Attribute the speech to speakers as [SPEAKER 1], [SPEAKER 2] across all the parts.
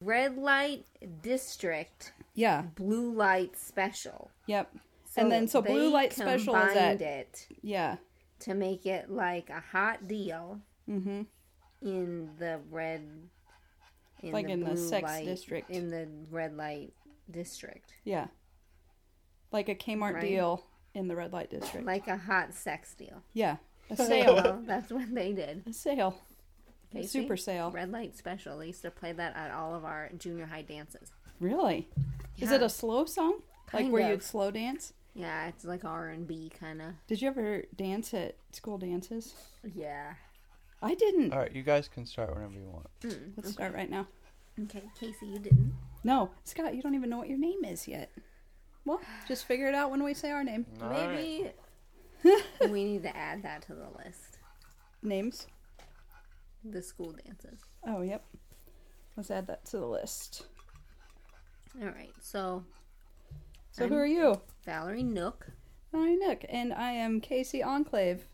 [SPEAKER 1] red light district
[SPEAKER 2] Yeah.
[SPEAKER 1] blue light special.
[SPEAKER 2] Yep. and then so blue
[SPEAKER 1] they
[SPEAKER 2] light special is
[SPEAKER 1] combined
[SPEAKER 2] at
[SPEAKER 1] it
[SPEAKER 2] yeah.
[SPEAKER 1] to make it like a hot deal
[SPEAKER 2] Mm-hmm.
[SPEAKER 1] in the red in
[SPEAKER 2] Like in the
[SPEAKER 1] blue
[SPEAKER 2] sex
[SPEAKER 1] light-
[SPEAKER 2] district.
[SPEAKER 1] in the red light district.
[SPEAKER 2] Yeah. Like a Kmart
[SPEAKER 1] Right.
[SPEAKER 2] deal in the red light district.
[SPEAKER 1] Like a hot sex deal.
[SPEAKER 2] yeah. A sale.
[SPEAKER 1] Well, that's what they did.
[SPEAKER 2] a sale. A
[SPEAKER 1] Casey?
[SPEAKER 2] super sale.
[SPEAKER 1] Red light special. They used to play that at all of our junior high dances.
[SPEAKER 2] Really? Is it
[SPEAKER 1] Yeah.
[SPEAKER 2] a slow song? Like
[SPEAKER 1] Kind
[SPEAKER 2] where
[SPEAKER 1] of.
[SPEAKER 2] you'd slow dance?
[SPEAKER 1] Yeah, it's like R and B kind of.
[SPEAKER 2] Did you ever dance at school dances?
[SPEAKER 1] Yeah.
[SPEAKER 2] I didn't.
[SPEAKER 3] All right, you guys can start whenever you want.
[SPEAKER 2] Let's start right now.
[SPEAKER 1] Okay, Casey, you didn't.
[SPEAKER 2] No, Scott, you don't even know what your name is yet. Well, just figure it out when we say our name.
[SPEAKER 1] Maybe we need to add that to the list.
[SPEAKER 2] Names.
[SPEAKER 1] The school dances.
[SPEAKER 2] Oh, yep. Let's add that to the list.
[SPEAKER 1] All right. So
[SPEAKER 2] So who
[SPEAKER 1] I'm-
[SPEAKER 2] are you?
[SPEAKER 1] Valerie Nook
[SPEAKER 2] I'm Nick, and I am Casey Enclave.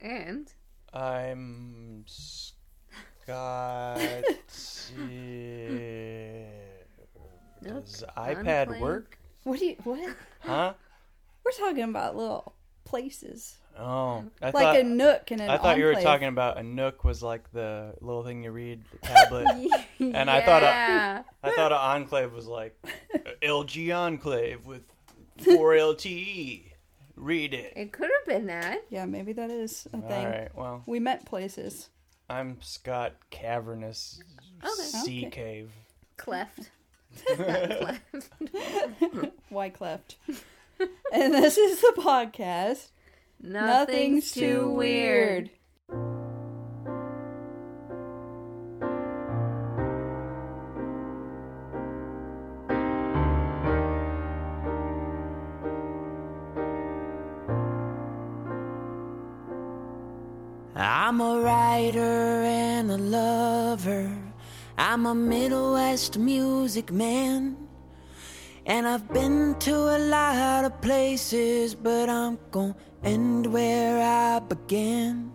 [SPEAKER 1] and
[SPEAKER 3] I'm Scott.
[SPEAKER 1] Nook,
[SPEAKER 3] Does iPad
[SPEAKER 1] Enclave.
[SPEAKER 3] work?
[SPEAKER 2] What do you? What?
[SPEAKER 3] Huh?
[SPEAKER 2] We're talking about little places,
[SPEAKER 3] Oh, I
[SPEAKER 2] like
[SPEAKER 3] thought
[SPEAKER 2] a nook and an.
[SPEAKER 3] I thought you were
[SPEAKER 2] enclave.
[SPEAKER 3] talking about a Nook was like the little thing you read, the tablet. And I thought uh, I-
[SPEAKER 1] Yeah.
[SPEAKER 3] I thought an enclave was like a LG enclave with four LTE. Read it.
[SPEAKER 1] it could have been that.
[SPEAKER 2] Yeah, maybe that is a
[SPEAKER 3] All
[SPEAKER 2] thing.
[SPEAKER 3] right. Well,
[SPEAKER 2] We met places.
[SPEAKER 3] I'm Scott Cavernous Sea
[SPEAKER 2] Okay.
[SPEAKER 3] Cave.
[SPEAKER 1] Cleft. Not cleft.
[SPEAKER 2] Wycleft. and this is the podcast.
[SPEAKER 1] Nothing's, too weird.
[SPEAKER 4] I'm a writer and a lover. I'm a Middle West music man. And I've been to a lot of places, but I'm gonna end where I began.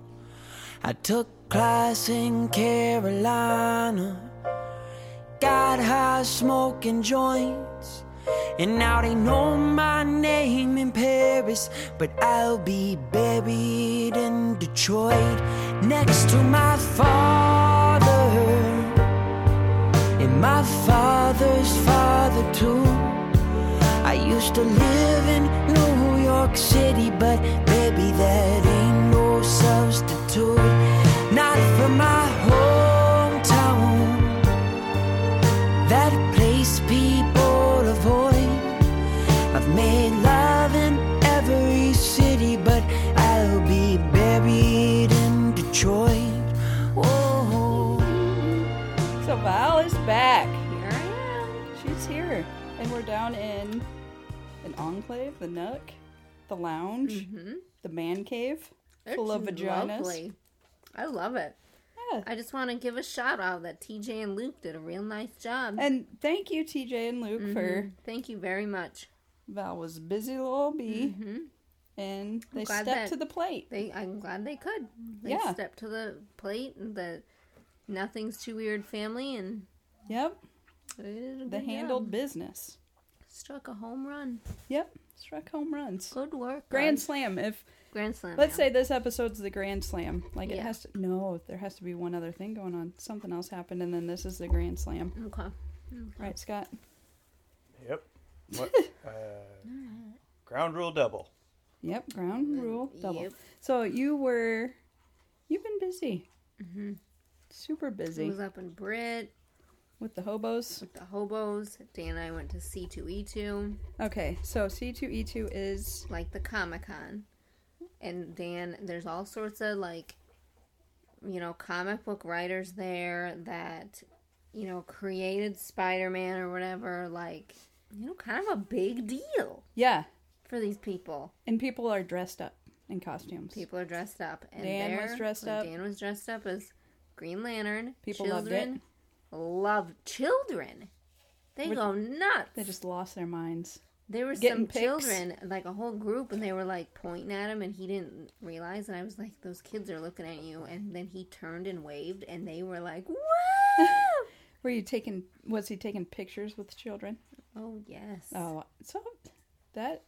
[SPEAKER 4] I took class in Carolina, got high smoking joints. And now they know my name in Paris, but I'll be buried in Detroit next to my father and my father's father, too. I used to live in New York City, but baby, that ain't no substitute. Not for my hometown that place people avoid. I've made love in every city, but I'll be buried in Detroit. Whoa.
[SPEAKER 2] So Val is back.
[SPEAKER 1] Here I
[SPEAKER 2] She's here, and we're down in an enclave, the nook, the lounge,
[SPEAKER 1] Mm-hmm.
[SPEAKER 2] the man cave,
[SPEAKER 1] am.
[SPEAKER 2] full of
[SPEAKER 1] It's
[SPEAKER 2] vaginas.
[SPEAKER 1] lovely. I love it.
[SPEAKER 2] Yeah.
[SPEAKER 1] I just want to give a shout out that TJ and Luke did a real nice job.
[SPEAKER 2] And thank you, TJ and Luke, for
[SPEAKER 1] Thank you very much.
[SPEAKER 2] Val was a busy little bee, and they
[SPEAKER 1] Mm-hmm. glad
[SPEAKER 2] stepped
[SPEAKER 1] that-
[SPEAKER 2] to the plate.
[SPEAKER 1] They, I'm glad they could. They
[SPEAKER 2] Yeah.
[SPEAKER 1] stepped to the plate and the nothing's too weird family and
[SPEAKER 2] Yep,
[SPEAKER 1] they did a
[SPEAKER 2] they
[SPEAKER 1] good
[SPEAKER 2] handled
[SPEAKER 1] job.
[SPEAKER 2] business.
[SPEAKER 1] struck a home run.
[SPEAKER 2] Yep, struck home runs.
[SPEAKER 1] Good work,
[SPEAKER 2] Grand
[SPEAKER 1] guys.
[SPEAKER 2] slam. If
[SPEAKER 1] grand slam.
[SPEAKER 2] let's
[SPEAKER 1] yeah.
[SPEAKER 2] say this episode's the grand slam, like it
[SPEAKER 1] Yeah.
[SPEAKER 2] has to. No, there has to be one other thing going on. Something else happened, and then this is the grand slam.
[SPEAKER 1] Okay. Mm-hmm.
[SPEAKER 2] Right, Scott?
[SPEAKER 3] Yep. What? uh,
[SPEAKER 5] Uh,
[SPEAKER 3] ground rule double.
[SPEAKER 2] Yep, ground rule double.
[SPEAKER 1] Mm-hmm. yep.
[SPEAKER 2] So you were, you've been busy, super
[SPEAKER 1] I
[SPEAKER 2] busy
[SPEAKER 1] Mm-hmm. was up in Brit
[SPEAKER 2] with the hobos.
[SPEAKER 1] with the hobos. Dan and I went to E C2E2,
[SPEAKER 2] Okay, so C two E two is
[SPEAKER 1] like the Comic Con. And Dan, there's all sorts of like, you know, comic book writers there that, you know, created Spider Man or whatever. Like, you know, kind of a big deal
[SPEAKER 2] yeah,
[SPEAKER 1] for these people.
[SPEAKER 2] and people are dressed up in costumes.
[SPEAKER 1] People are dressed up. And
[SPEAKER 2] Dan was
[SPEAKER 1] there-
[SPEAKER 2] dressed up.
[SPEAKER 1] Dan was dressed up as Green Lantern.
[SPEAKER 2] People loved it.
[SPEAKER 1] children Love children. They
[SPEAKER 2] Were-
[SPEAKER 1] go nuts.
[SPEAKER 2] They just lost their minds.
[SPEAKER 1] there were
[SPEAKER 2] getting
[SPEAKER 1] some
[SPEAKER 2] pics.
[SPEAKER 1] children, like a whole group, and they were like pointing at him, and he didn't realize. And I was like, "Those kids are looking at you." And then he turned and waved, and they were like, "Whoa!"
[SPEAKER 2] Were you taking? Was he taking pictures with children?
[SPEAKER 1] Oh yes.
[SPEAKER 2] Oh, so that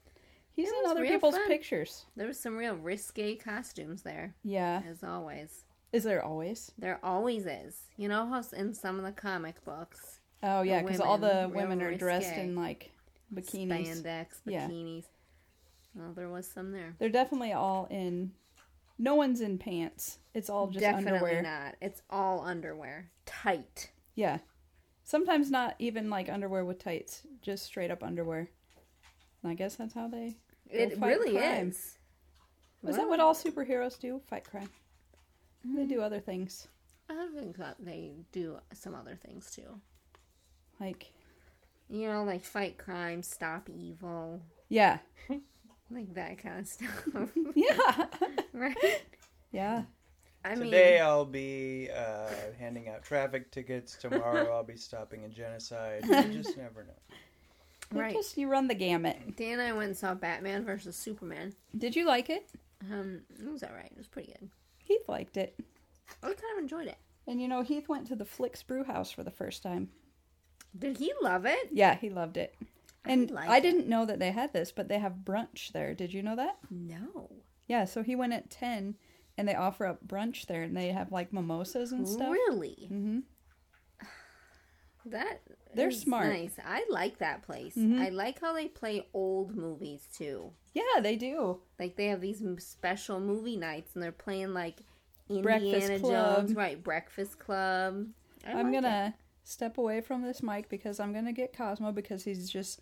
[SPEAKER 2] he's
[SPEAKER 1] It
[SPEAKER 2] in
[SPEAKER 1] was
[SPEAKER 2] other
[SPEAKER 1] real
[SPEAKER 2] people's
[SPEAKER 1] fun.
[SPEAKER 2] pictures.
[SPEAKER 1] There was some real risque costumes there,
[SPEAKER 2] Yeah.
[SPEAKER 1] as always.
[SPEAKER 2] Is there always?
[SPEAKER 1] There always is. You know how s- in some of the comic books,
[SPEAKER 2] Oh yeah, because all the
[SPEAKER 1] women, real
[SPEAKER 2] women are dressed
[SPEAKER 1] risque.
[SPEAKER 2] in like bikinis.
[SPEAKER 1] spandex,
[SPEAKER 2] Yeah.
[SPEAKER 1] bikinis. Well, there was some there.
[SPEAKER 2] They're definitely all in. No one's in pants. It's all just
[SPEAKER 1] Definitely
[SPEAKER 2] underwear.
[SPEAKER 1] not. It's all underwear, tight.
[SPEAKER 2] Yeah. Sometimes not even like underwear with tights, just straight up underwear. And I guess that's how they. go
[SPEAKER 1] It
[SPEAKER 2] fight
[SPEAKER 1] really
[SPEAKER 2] crime.
[SPEAKER 1] is.
[SPEAKER 2] Is that what all superheroes do? Fight crime. They
[SPEAKER 1] Mm.
[SPEAKER 2] do other things,
[SPEAKER 1] I think that they do some other things too.
[SPEAKER 2] like
[SPEAKER 1] You know, like fight crime, stop evil,
[SPEAKER 2] yeah,
[SPEAKER 1] like that kind of stuff,
[SPEAKER 2] yeah,
[SPEAKER 1] right?
[SPEAKER 2] yeah.
[SPEAKER 1] I
[SPEAKER 5] Today
[SPEAKER 1] mean,
[SPEAKER 5] I'll be uh, handing out traffic tickets. Tomorrow I'll be stopping a genocide. You just never know.
[SPEAKER 2] You
[SPEAKER 1] Right.
[SPEAKER 2] Just you run the gamut.
[SPEAKER 1] Dan and I went and saw Batman versus Superman.
[SPEAKER 2] Did you like it?
[SPEAKER 1] Um, it was alright. It was pretty good.
[SPEAKER 2] Heath liked it,
[SPEAKER 1] I kind of enjoyed it.
[SPEAKER 2] and you know Heath went to the Flicks Brew House for the first time.
[SPEAKER 1] Did he love it?
[SPEAKER 2] Yeah, he loved it. And
[SPEAKER 1] like
[SPEAKER 2] I
[SPEAKER 1] it.
[SPEAKER 2] didn't know that they had this, but they have brunch there. Did you know that?
[SPEAKER 1] No.
[SPEAKER 2] Yeah, so he went at 10 and they offer up brunch there and they have like mimosas and stuff.
[SPEAKER 1] Really?
[SPEAKER 2] Mhm.
[SPEAKER 1] That
[SPEAKER 2] They're
[SPEAKER 1] is
[SPEAKER 2] smart. Mm-hmm.
[SPEAKER 1] Nice. I like that place. I like how they play old movies too.
[SPEAKER 2] Yeah, they do.
[SPEAKER 1] Like they have these m- special movie nights, and they're playing like
[SPEAKER 2] Breakfast
[SPEAKER 1] Indiana
[SPEAKER 2] Club.
[SPEAKER 1] Jones, right? Breakfast Club. I
[SPEAKER 2] I'm
[SPEAKER 1] like
[SPEAKER 2] going
[SPEAKER 1] it.
[SPEAKER 2] to step away from this mic because I'm going to get Cosmo because he's just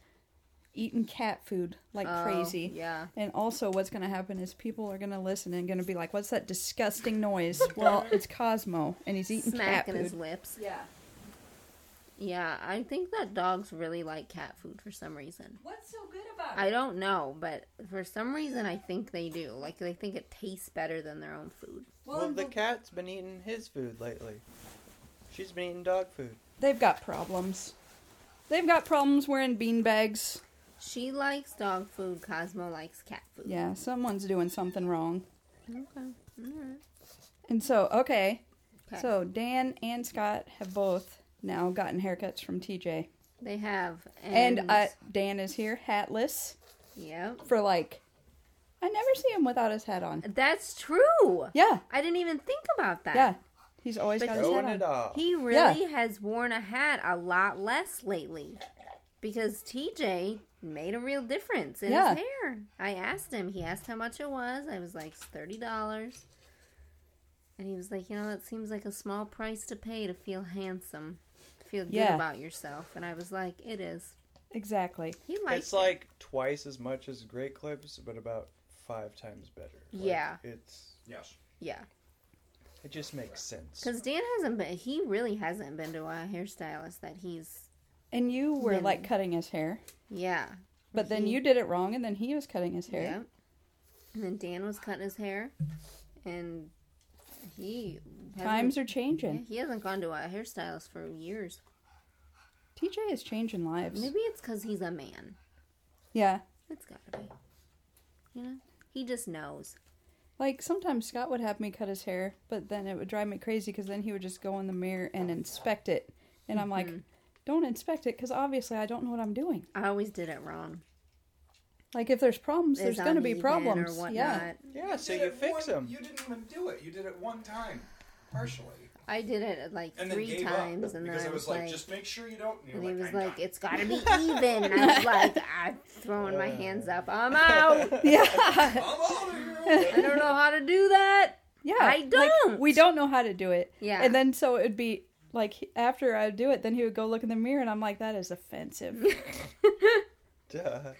[SPEAKER 2] eating cat food like
[SPEAKER 1] Oh,
[SPEAKER 2] crazy.
[SPEAKER 1] Yeah.
[SPEAKER 2] And also, what's going to happen is people are going to listen and going to be like, what's that disgusting noise? well, it's Cosmo and he's eating cat
[SPEAKER 1] Smacking
[SPEAKER 2] food.
[SPEAKER 1] his lips.
[SPEAKER 2] Yeah.
[SPEAKER 1] Yeah, I think that dogs really like cat food for some reason.
[SPEAKER 2] What's so good about
[SPEAKER 1] I don't know, but for some reason I think they do. Like they think it tastes better than their own food.
[SPEAKER 5] Well, the cat's been eating his food lately. She's been eating dog food.
[SPEAKER 2] They've got problems. They've got problems wearing bean bags.
[SPEAKER 1] She likes dog food. Cosmo likes cat food.
[SPEAKER 2] Yeah, someone's doing something wrong.
[SPEAKER 1] Okay. Alright.
[SPEAKER 2] And so, okay.
[SPEAKER 1] Okay.
[SPEAKER 2] So Dan and Scott have both now gotten haircuts from TJ.
[SPEAKER 1] They have.
[SPEAKER 2] And, uh, Dan is here hatless
[SPEAKER 1] Yep.
[SPEAKER 2] for like I never see him without his hat on.
[SPEAKER 1] That's true.
[SPEAKER 2] Yeah.
[SPEAKER 1] I didn't even think about that.
[SPEAKER 2] Yeah. He's always
[SPEAKER 1] But
[SPEAKER 2] got his
[SPEAKER 1] he-
[SPEAKER 2] hat on.
[SPEAKER 5] Throwing it off.
[SPEAKER 1] He really has worn a hat a lot less lately because TJ made a real difference in
[SPEAKER 2] Yeah.
[SPEAKER 1] his hair. I asked him, he asked how much it was. I was like, "It's $30. And he was like, You know, that seems like a small price to pay to feel handsome, feel good
[SPEAKER 2] Yeah.
[SPEAKER 1] about yourself. And I was like, It is.
[SPEAKER 2] Exactly.
[SPEAKER 1] He likes
[SPEAKER 5] It's like twice as much as Great Clips, but about five times better. Like,
[SPEAKER 1] Yeah.
[SPEAKER 5] It's
[SPEAKER 3] Yes.
[SPEAKER 1] Yeah.
[SPEAKER 5] it just makes sense.
[SPEAKER 1] Because Dan hasn't been, he really hasn't been to a hairstylist that he's,
[SPEAKER 2] And you were
[SPEAKER 1] Really?
[SPEAKER 2] like cutting his hair,
[SPEAKER 1] yeah.
[SPEAKER 2] but then
[SPEAKER 1] He-
[SPEAKER 2] you did it wrong, and then he was cutting his hair.
[SPEAKER 1] Yep. And then Dan was cutting his hair, and he hasn't-
[SPEAKER 2] Times are
[SPEAKER 1] yeah,
[SPEAKER 2] changing.
[SPEAKER 1] he hasn't gone to a hairstylist for years.
[SPEAKER 2] TJ is changing lives.
[SPEAKER 1] Maybe it's because he's a man.
[SPEAKER 2] Yeah.
[SPEAKER 1] It's gotta be. You know, he just knows.
[SPEAKER 2] Like sometimes Scott would have me cut his hair, but then it would drive me crazy because then he would just go in the mirror and inspect it, and I'm like, "Don't inspect it," because obviously I don't know what I'm doing.
[SPEAKER 1] I always did it wrong.
[SPEAKER 2] Like if there's problems,
[SPEAKER 1] It's
[SPEAKER 2] there's going to be
[SPEAKER 1] uneven or
[SPEAKER 2] problems. Yeah,
[SPEAKER 1] whatnot.
[SPEAKER 5] yeah, so
[SPEAKER 3] did
[SPEAKER 5] you
[SPEAKER 3] it
[SPEAKER 5] fix
[SPEAKER 3] one-
[SPEAKER 5] them.
[SPEAKER 3] You didn't even do it. You did it one time, partially,
[SPEAKER 1] I did it like
[SPEAKER 3] and then
[SPEAKER 1] three
[SPEAKER 3] gave
[SPEAKER 1] times,
[SPEAKER 3] up
[SPEAKER 1] and then
[SPEAKER 3] because
[SPEAKER 1] I
[SPEAKER 3] I
[SPEAKER 1] was
[SPEAKER 3] like,
[SPEAKER 1] like,
[SPEAKER 3] "Just make sure you don't." And, you're
[SPEAKER 1] and he was
[SPEAKER 3] "I'm
[SPEAKER 1] like,
[SPEAKER 3] done."
[SPEAKER 1] "It's gotta be even," and I was like, "I'm throwing
[SPEAKER 3] Uh,
[SPEAKER 1] my hands up. I'm out.
[SPEAKER 2] yeah,
[SPEAKER 3] "I'm out of here."
[SPEAKER 1] I don't know how to do that."
[SPEAKER 2] yeah.
[SPEAKER 1] I
[SPEAKER 2] Like,
[SPEAKER 1] don't.
[SPEAKER 2] we don't know how to do it.
[SPEAKER 1] Yeah.
[SPEAKER 2] and then so it'd be like he- after I would do it, then he would go look in the mirror, and I'm like, "That is offensive,"
[SPEAKER 5] Duh.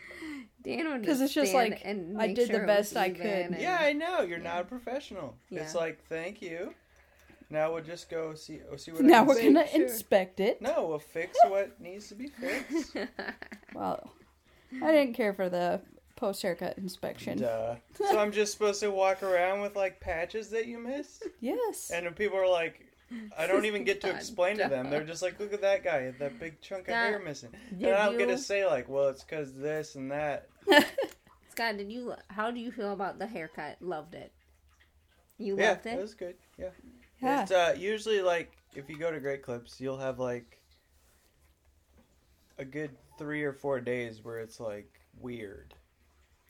[SPEAKER 1] Dan would
[SPEAKER 2] because it's just
[SPEAKER 1] stand
[SPEAKER 2] like
[SPEAKER 1] and
[SPEAKER 2] I
[SPEAKER 1] make
[SPEAKER 2] did
[SPEAKER 1] sure
[SPEAKER 2] the
[SPEAKER 1] it was
[SPEAKER 2] best I
[SPEAKER 1] even
[SPEAKER 2] could.
[SPEAKER 1] and-
[SPEAKER 5] Yeah, I know. You're not a professional. It's
[SPEAKER 1] Yeah.
[SPEAKER 5] like, thank you. Now we'll just go see oh, see what I
[SPEAKER 2] Now
[SPEAKER 5] can
[SPEAKER 2] we're
[SPEAKER 5] see.
[SPEAKER 2] gonna inspect it.
[SPEAKER 5] No, we'll fix what needs to be fixed.
[SPEAKER 2] Well, I didn't care for the post haircut inspection.
[SPEAKER 5] Duh. So I'm just supposed to walk around with like patches that you missed?
[SPEAKER 2] Yes.
[SPEAKER 5] And people are like I don't even get to
[SPEAKER 1] God,
[SPEAKER 5] explain to them.
[SPEAKER 1] duh.
[SPEAKER 5] They're just like, look at that guy, that big chunk of
[SPEAKER 1] That-
[SPEAKER 5] hair missing. And
[SPEAKER 1] did
[SPEAKER 5] I'm
[SPEAKER 1] you-
[SPEAKER 5] gonna say like, well, it's because this and that.
[SPEAKER 1] Scott, did you? How do you feel about the haircut? Loved it. You
[SPEAKER 5] Yeah,
[SPEAKER 1] loved
[SPEAKER 5] that
[SPEAKER 1] it.
[SPEAKER 5] was good. Yeah.
[SPEAKER 2] Yeah.
[SPEAKER 5] It's uh, usually like if you go to Great Clips, you'll have like a good three or four days where it's like weird.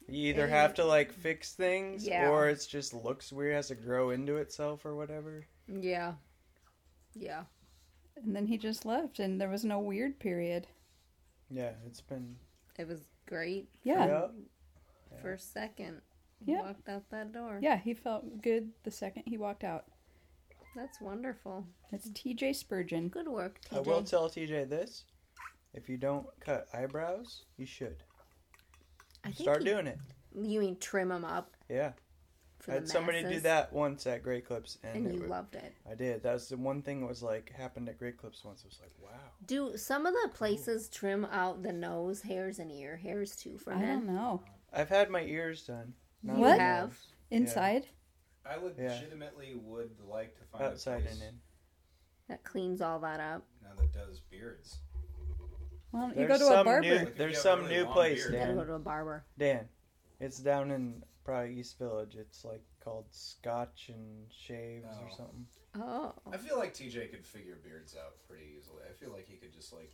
[SPEAKER 5] You either have to like fix things
[SPEAKER 1] Yeah.
[SPEAKER 5] or it's just looks weird, has to grow into itself or whatever.
[SPEAKER 1] Yeah. Yeah.
[SPEAKER 2] And then he just left, and there was no weird period.
[SPEAKER 5] Yeah, it's been
[SPEAKER 1] It was great
[SPEAKER 2] Yeah. Yeah.
[SPEAKER 5] yeah.
[SPEAKER 1] for a second. He
[SPEAKER 2] Yeah.
[SPEAKER 1] Walked out that door.
[SPEAKER 2] he felt good the second he walked out.
[SPEAKER 1] That's wonderful.
[SPEAKER 2] That's TJ Spurgeon.
[SPEAKER 1] Good work, TJ.
[SPEAKER 5] I will tell TJ this. If you don't cut eyebrows, you should.
[SPEAKER 1] I think
[SPEAKER 5] Start
[SPEAKER 1] you-
[SPEAKER 5] doing it.
[SPEAKER 1] You mean trim them up
[SPEAKER 5] Yeah.
[SPEAKER 1] for
[SPEAKER 5] I had
[SPEAKER 1] the
[SPEAKER 5] somebody do
[SPEAKER 1] masses?
[SPEAKER 5] that once at Great Clips and,
[SPEAKER 1] And
[SPEAKER 5] it
[SPEAKER 1] you
[SPEAKER 5] wa-
[SPEAKER 1] loved it.
[SPEAKER 5] I did. That was the one thing that was like happened at Great Clips once. It was like, wow.
[SPEAKER 1] Do some of the places trim out the nose hairs and ear hairs too for
[SPEAKER 2] I don't
[SPEAKER 1] men?
[SPEAKER 2] know.
[SPEAKER 5] I've had my ears done. not
[SPEAKER 2] You
[SPEAKER 5] my
[SPEAKER 1] have?
[SPEAKER 5] nose.
[SPEAKER 2] Inside?
[SPEAKER 6] I legitimately would like to find
[SPEAKER 5] Outside
[SPEAKER 6] a place
[SPEAKER 5] and in.
[SPEAKER 1] That cleans all that up.
[SPEAKER 6] now that does beards.
[SPEAKER 2] Why don't you go
[SPEAKER 5] There's
[SPEAKER 2] to a
[SPEAKER 5] some
[SPEAKER 2] barber?
[SPEAKER 5] new.
[SPEAKER 6] Like, if you
[SPEAKER 5] There's
[SPEAKER 6] have
[SPEAKER 5] some
[SPEAKER 6] really
[SPEAKER 5] new
[SPEAKER 6] long
[SPEAKER 5] place,
[SPEAKER 6] beard.
[SPEAKER 1] Gotta go
[SPEAKER 5] Dan.
[SPEAKER 1] to a barber.
[SPEAKER 5] Dan, it's down in probably East Village. It's like called Scotch and Shaves or
[SPEAKER 6] Oh.
[SPEAKER 5] something.
[SPEAKER 1] Oh.
[SPEAKER 6] I feel like TJ could figure beards out pretty easily. I feel like he could just like,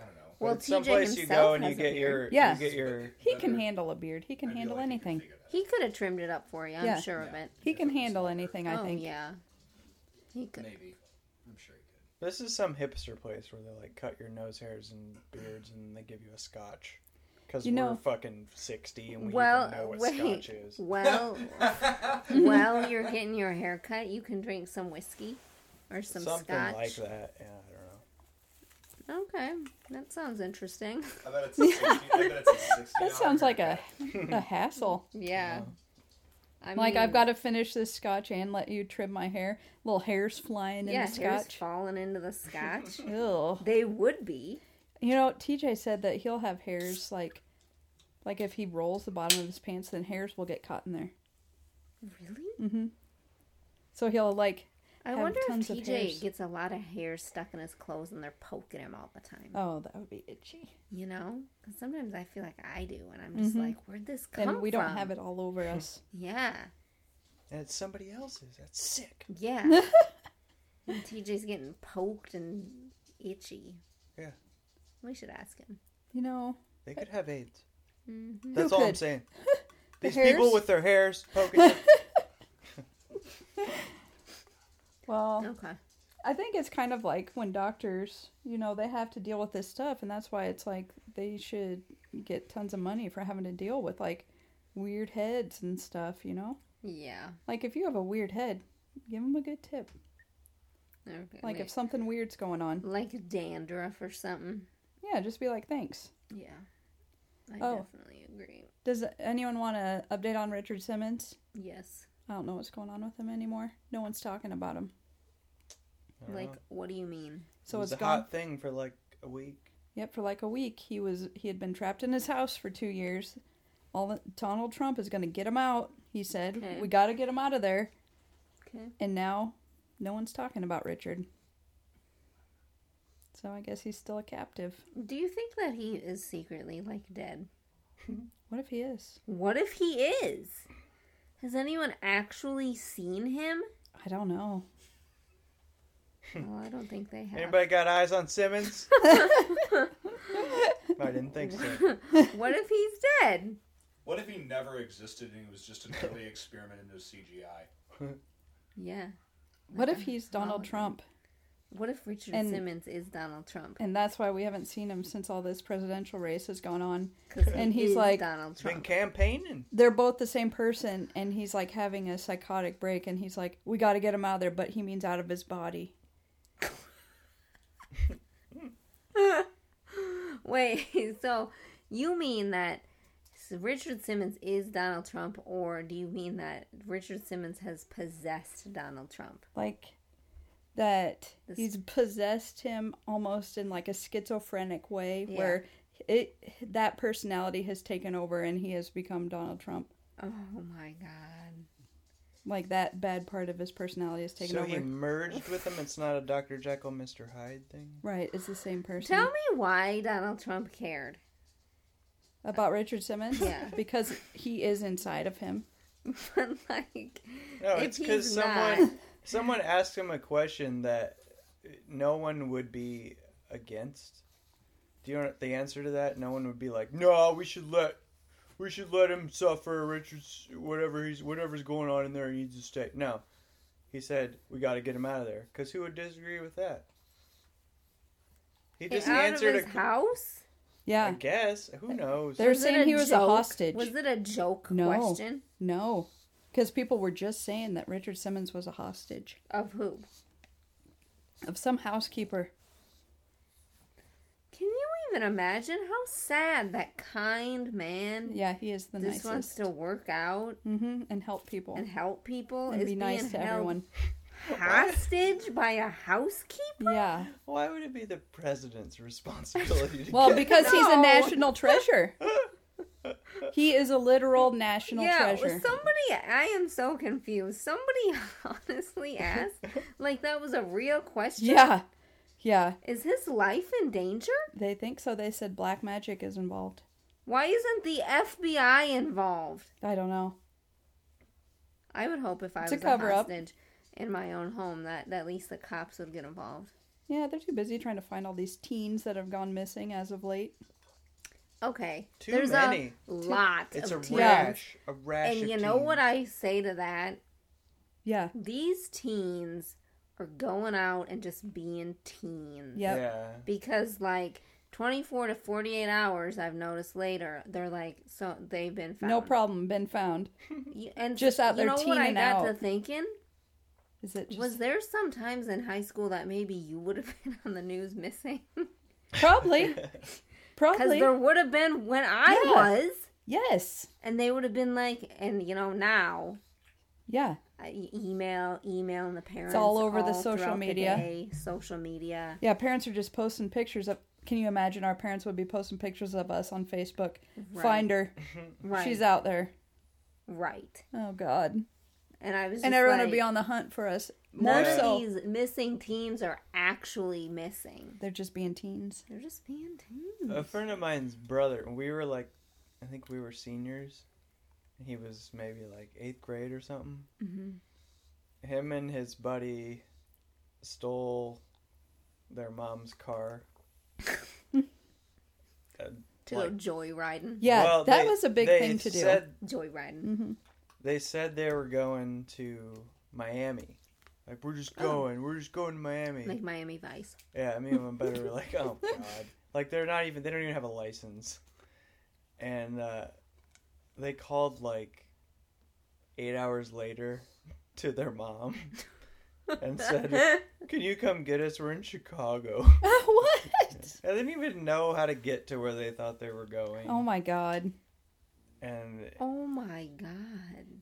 [SPEAKER 6] I don't know.
[SPEAKER 5] But
[SPEAKER 1] Well,
[SPEAKER 5] it's
[SPEAKER 1] TJ
[SPEAKER 5] someplace you
[SPEAKER 1] himself
[SPEAKER 5] go and you
[SPEAKER 1] has a
[SPEAKER 5] get
[SPEAKER 1] beard.
[SPEAKER 5] your
[SPEAKER 2] Yeah.
[SPEAKER 5] you get your
[SPEAKER 2] He can
[SPEAKER 6] Better.
[SPEAKER 2] handle a beard. He can
[SPEAKER 6] I feel
[SPEAKER 2] handle
[SPEAKER 6] like he could
[SPEAKER 2] anything.
[SPEAKER 6] figure that out.
[SPEAKER 1] He could have trimmed it up for you. I'm
[SPEAKER 2] Yeah.
[SPEAKER 1] sure of
[SPEAKER 6] Yeah.
[SPEAKER 1] it.
[SPEAKER 2] He can handle anything, I
[SPEAKER 1] oh,
[SPEAKER 2] think.
[SPEAKER 1] yeah. He could.
[SPEAKER 6] Maybe. I'm sure he could.
[SPEAKER 5] This is some hipster place where they like cut your nose hairs and beards and they give you a scotch. Because
[SPEAKER 2] You know-
[SPEAKER 5] we're fucking 60 and we
[SPEAKER 1] Well,
[SPEAKER 5] even know what
[SPEAKER 1] wait.
[SPEAKER 5] scotch is.
[SPEAKER 1] Well, while you're getting your hair cut, you can drink some whiskey or some
[SPEAKER 5] Something
[SPEAKER 1] scotch.
[SPEAKER 5] like that. Yeah, I don't know.
[SPEAKER 1] Okay, that sounds interesting.
[SPEAKER 6] I bet it's a 60, I bet it's a 60
[SPEAKER 2] That sounds like a, a hassle.
[SPEAKER 1] Yeah. I
[SPEAKER 2] Like I've
[SPEAKER 1] mean,
[SPEAKER 2] got to finish this scotch and let you trim my hair. Little hairs flying
[SPEAKER 1] yeah,
[SPEAKER 2] in the
[SPEAKER 1] hair's
[SPEAKER 2] scotch.
[SPEAKER 1] falling into the scotch.
[SPEAKER 2] Ew.
[SPEAKER 1] they would be.
[SPEAKER 2] You know, TJ said that he'll have hairs like, like if he rolls the bottom of his pants, then hairs will get caught in there.
[SPEAKER 1] Really?
[SPEAKER 2] So he'll like.
[SPEAKER 1] I
[SPEAKER 2] Mm, Have
[SPEAKER 1] wonder if
[SPEAKER 2] tons of
[SPEAKER 1] TJ
[SPEAKER 2] hairs.
[SPEAKER 1] gets a lot of hair stuck in his clothes and they're poking him all the time.
[SPEAKER 2] Oh, that would be itchy.
[SPEAKER 1] You know? Because sometimes I feel like I do, and I'm just like, where'd this come
[SPEAKER 2] And Mm-hmm. we don't
[SPEAKER 1] from?
[SPEAKER 2] have it all over us.
[SPEAKER 1] Yeah.
[SPEAKER 5] And it's somebody else's. That's sick.
[SPEAKER 1] Yeah. and TJ's getting poked and itchy.
[SPEAKER 5] Yeah.
[SPEAKER 1] We should ask him.
[SPEAKER 2] You know,
[SPEAKER 5] They could have AIDS. That's
[SPEAKER 2] Who
[SPEAKER 5] all I'm
[SPEAKER 2] could?
[SPEAKER 5] saying.
[SPEAKER 2] The
[SPEAKER 5] These people
[SPEAKER 2] hairs?
[SPEAKER 5] with their hairs poking. their-
[SPEAKER 2] well,
[SPEAKER 1] Okay.
[SPEAKER 2] I think it's kind of like when doctors, you know, they have to deal with this stuff, and that's why it's like they should get tons of money for having to deal with like weird heads and stuff, you know?
[SPEAKER 1] Yeah.
[SPEAKER 2] Like if you have a weird head, give them a good tip.
[SPEAKER 1] Okay.
[SPEAKER 2] Like
[SPEAKER 1] Like,
[SPEAKER 2] if something weird's going on,
[SPEAKER 1] like dandruff or something.
[SPEAKER 2] yeah, just be like, thanks.
[SPEAKER 1] Yeah. I
[SPEAKER 2] Oh.
[SPEAKER 1] definitely agree.
[SPEAKER 2] Does anyone want to update on Richard Simmons?
[SPEAKER 1] Yes.
[SPEAKER 2] I don't know what's going on with him anymore. No one's talking about him.
[SPEAKER 5] I don't
[SPEAKER 1] Like,
[SPEAKER 5] know.
[SPEAKER 1] what do you mean?
[SPEAKER 2] So
[SPEAKER 5] it
[SPEAKER 2] it's
[SPEAKER 5] was a
[SPEAKER 2] gone.
[SPEAKER 5] hot thing for like a week.
[SPEAKER 2] Yep, for like a week he was he had been trapped in his house for two years. All the, Donald Trump is going to get him out. He said
[SPEAKER 1] Okay.
[SPEAKER 2] we got to get him out of there.
[SPEAKER 1] Okay.
[SPEAKER 2] And now, no one's talking about Richard. So I guess he's still a captive.
[SPEAKER 1] Do you think that he is secretly like dead?
[SPEAKER 2] What if he is?
[SPEAKER 1] What if he is? Has anyone actually seen him?
[SPEAKER 2] I don't know.
[SPEAKER 1] Well, I don't think they have.
[SPEAKER 5] Anybody got eyes on Simmons? I didn't think so.
[SPEAKER 1] What if he's dead?
[SPEAKER 6] What if he never existed and he was just an early experiment into CGI?
[SPEAKER 1] Yeah.
[SPEAKER 2] What if he's Donald
[SPEAKER 1] Hollywood.
[SPEAKER 2] Trump?
[SPEAKER 1] What if Richard
[SPEAKER 2] And-
[SPEAKER 1] Simmons is Donald Trump?
[SPEAKER 2] And that's why we haven't seen him since all this presidential race has gone on.
[SPEAKER 1] 'Cause
[SPEAKER 2] And
[SPEAKER 1] he
[SPEAKER 2] he's
[SPEAKER 1] is
[SPEAKER 2] like-
[SPEAKER 1] Donald
[SPEAKER 5] Been
[SPEAKER 1] Trump.
[SPEAKER 5] campaigning.
[SPEAKER 2] They're both the same person, and he's like having a psychotic break, and he's like, we got to get him out of there, but he means out of his body.
[SPEAKER 1] Wait, so you mean that s- Richard Simmons is Donald Trump, or do you mean that Richard Simmons has possessed Donald Trump?
[SPEAKER 2] Like that
[SPEAKER 1] This-
[SPEAKER 2] he's possessed him almost in like a schizophrenic way
[SPEAKER 1] Yeah.
[SPEAKER 2] where it that personality has taken over and he has become Donald Trump.
[SPEAKER 1] Oh my god.
[SPEAKER 2] Like that bad part of his personality has taken
[SPEAKER 5] So
[SPEAKER 2] over.
[SPEAKER 5] he merged with them. It's not a Dr. Jekyll, Mr. Hyde thing.
[SPEAKER 2] Right, it's the same person.
[SPEAKER 1] Tell me why Donald Trump cared.
[SPEAKER 2] About Richard Simmons?
[SPEAKER 1] Yeah.
[SPEAKER 2] Because he is inside of him.
[SPEAKER 1] But like,
[SPEAKER 5] No,
[SPEAKER 1] If
[SPEAKER 5] it's because
[SPEAKER 1] he's
[SPEAKER 5] someone
[SPEAKER 1] not-
[SPEAKER 5] someone asked him a question that no one would be against, Do you know the answer to that? No one would be like, "No, we should let, we should let him suffer. Richard's whatever he's whatever's going on in there, he needs to stay." No, he said, "We got to get him out of there." Because who would disagree with that? He
[SPEAKER 1] Get
[SPEAKER 5] just
[SPEAKER 1] out of
[SPEAKER 5] answered
[SPEAKER 1] his
[SPEAKER 5] a,
[SPEAKER 1] house.
[SPEAKER 5] I
[SPEAKER 2] Yeah.
[SPEAKER 5] guess. Who knows?
[SPEAKER 2] They're
[SPEAKER 1] it
[SPEAKER 2] saying he was a
[SPEAKER 1] joke?
[SPEAKER 2] hostage.
[SPEAKER 1] Was it a joke
[SPEAKER 2] No.
[SPEAKER 1] question
[SPEAKER 2] No. Because people were just saying that Richard Simmons was a hostage
[SPEAKER 1] of who?
[SPEAKER 2] of some housekeeper.
[SPEAKER 1] Can you even imagine how sad that kind man
[SPEAKER 2] Yeah, he is the
[SPEAKER 1] just
[SPEAKER 2] nicest.
[SPEAKER 1] wants to work out
[SPEAKER 2] hmm And help people.
[SPEAKER 1] and help people
[SPEAKER 2] And
[SPEAKER 1] is
[SPEAKER 2] be nice
[SPEAKER 1] being
[SPEAKER 2] to
[SPEAKER 1] held
[SPEAKER 2] everyone.
[SPEAKER 1] hostage by a housekeeper?
[SPEAKER 2] Yeah.
[SPEAKER 5] Why would it be the president's responsibility? To
[SPEAKER 2] Well,
[SPEAKER 5] get-
[SPEAKER 2] because he's a
[SPEAKER 1] No.
[SPEAKER 2] national treasure. he is a literal national
[SPEAKER 1] Yeah, was
[SPEAKER 2] treasure.
[SPEAKER 1] somebody. I am so confused. Somebody honestly asked, like that was a real question.
[SPEAKER 2] Yeah. Yeah.
[SPEAKER 1] is his life in danger?
[SPEAKER 2] They think so. They said black magic is involved.
[SPEAKER 1] Why isn't the FBI involved?
[SPEAKER 2] I don't know.
[SPEAKER 1] I would hope if I
[SPEAKER 2] It's a
[SPEAKER 1] was a,
[SPEAKER 2] cover-up.
[SPEAKER 1] hostage in my own home that, that at least the cops would get involved.
[SPEAKER 2] Yeah, they're too busy trying to find all these teens that have gone missing as of late.
[SPEAKER 1] Okay,
[SPEAKER 5] Too
[SPEAKER 1] there's
[SPEAKER 5] many.
[SPEAKER 1] a lot.
[SPEAKER 5] it's a
[SPEAKER 1] of
[SPEAKER 2] Yeah.
[SPEAKER 1] teens.
[SPEAKER 5] rash, a rash.
[SPEAKER 1] And
[SPEAKER 5] of
[SPEAKER 1] you know
[SPEAKER 5] teens.
[SPEAKER 1] what I say to that?
[SPEAKER 2] Yeah.
[SPEAKER 1] These teens are going out and just being teens.
[SPEAKER 2] Yep.
[SPEAKER 5] Yeah.
[SPEAKER 1] because like 24 to 48 hours i've noticed later they're like so they've been found
[SPEAKER 2] No problem. Been found.
[SPEAKER 1] You- and
[SPEAKER 2] Just out
[SPEAKER 1] you
[SPEAKER 2] there
[SPEAKER 1] know what i
[SPEAKER 2] teening
[SPEAKER 1] got to
[SPEAKER 2] out.
[SPEAKER 1] thinking
[SPEAKER 2] Is it just...
[SPEAKER 1] was there sometimes in high school that maybe you would have been on the news missing
[SPEAKER 2] Probably.
[SPEAKER 1] because
[SPEAKER 2] Probably.
[SPEAKER 1] there would have been when i
[SPEAKER 2] Yeah.
[SPEAKER 1] was
[SPEAKER 2] Yes.
[SPEAKER 1] and they would have been like and you know now
[SPEAKER 2] Yeah.
[SPEAKER 1] I e- email emailing the parents
[SPEAKER 2] all over the social
[SPEAKER 1] throughout
[SPEAKER 2] media.
[SPEAKER 1] day, social media
[SPEAKER 2] Yeah. Parents are just posting pictures of. Can you imagine our parents would be posting pictures of us on Facebook?
[SPEAKER 1] Right.
[SPEAKER 2] Find her.
[SPEAKER 1] right
[SPEAKER 2] She's out there.
[SPEAKER 1] right
[SPEAKER 2] Oh God.
[SPEAKER 1] and i was
[SPEAKER 2] and
[SPEAKER 1] just
[SPEAKER 2] everyone
[SPEAKER 1] like,
[SPEAKER 2] would be on the hunt for us. More
[SPEAKER 1] None
[SPEAKER 2] so,
[SPEAKER 1] of these missing teams are actually missing.
[SPEAKER 2] they're just being teens.
[SPEAKER 1] They're just being teams.
[SPEAKER 5] A friend of mine's brother, we were like, I think we were seniors. He was maybe like eighth grade or something.
[SPEAKER 2] Mm-hmm.
[SPEAKER 5] Him and his buddy stole their mom's car.
[SPEAKER 1] to
[SPEAKER 5] like-
[SPEAKER 1] go joyriding.
[SPEAKER 2] Yeah,
[SPEAKER 5] Well,
[SPEAKER 2] that
[SPEAKER 5] they-
[SPEAKER 2] was a big
[SPEAKER 5] they
[SPEAKER 2] thing to do.
[SPEAKER 5] said-
[SPEAKER 1] Joyriding.
[SPEAKER 2] hmm
[SPEAKER 5] they said they were going to Miami. Like, we're just
[SPEAKER 1] Oh.
[SPEAKER 5] going. We're just going to Miami.
[SPEAKER 1] Like Miami Vice.
[SPEAKER 5] Yeah, I mean, I'm better. We're like, oh god, like they're not even. They don't even have a license, and uh, they called like eight hours later to their mom and said, "Can you come get us? We're in Chicago."
[SPEAKER 2] what?
[SPEAKER 5] And they didn't even know how to get to where they thought they were going.
[SPEAKER 2] Oh my god.
[SPEAKER 5] and
[SPEAKER 1] Oh my god.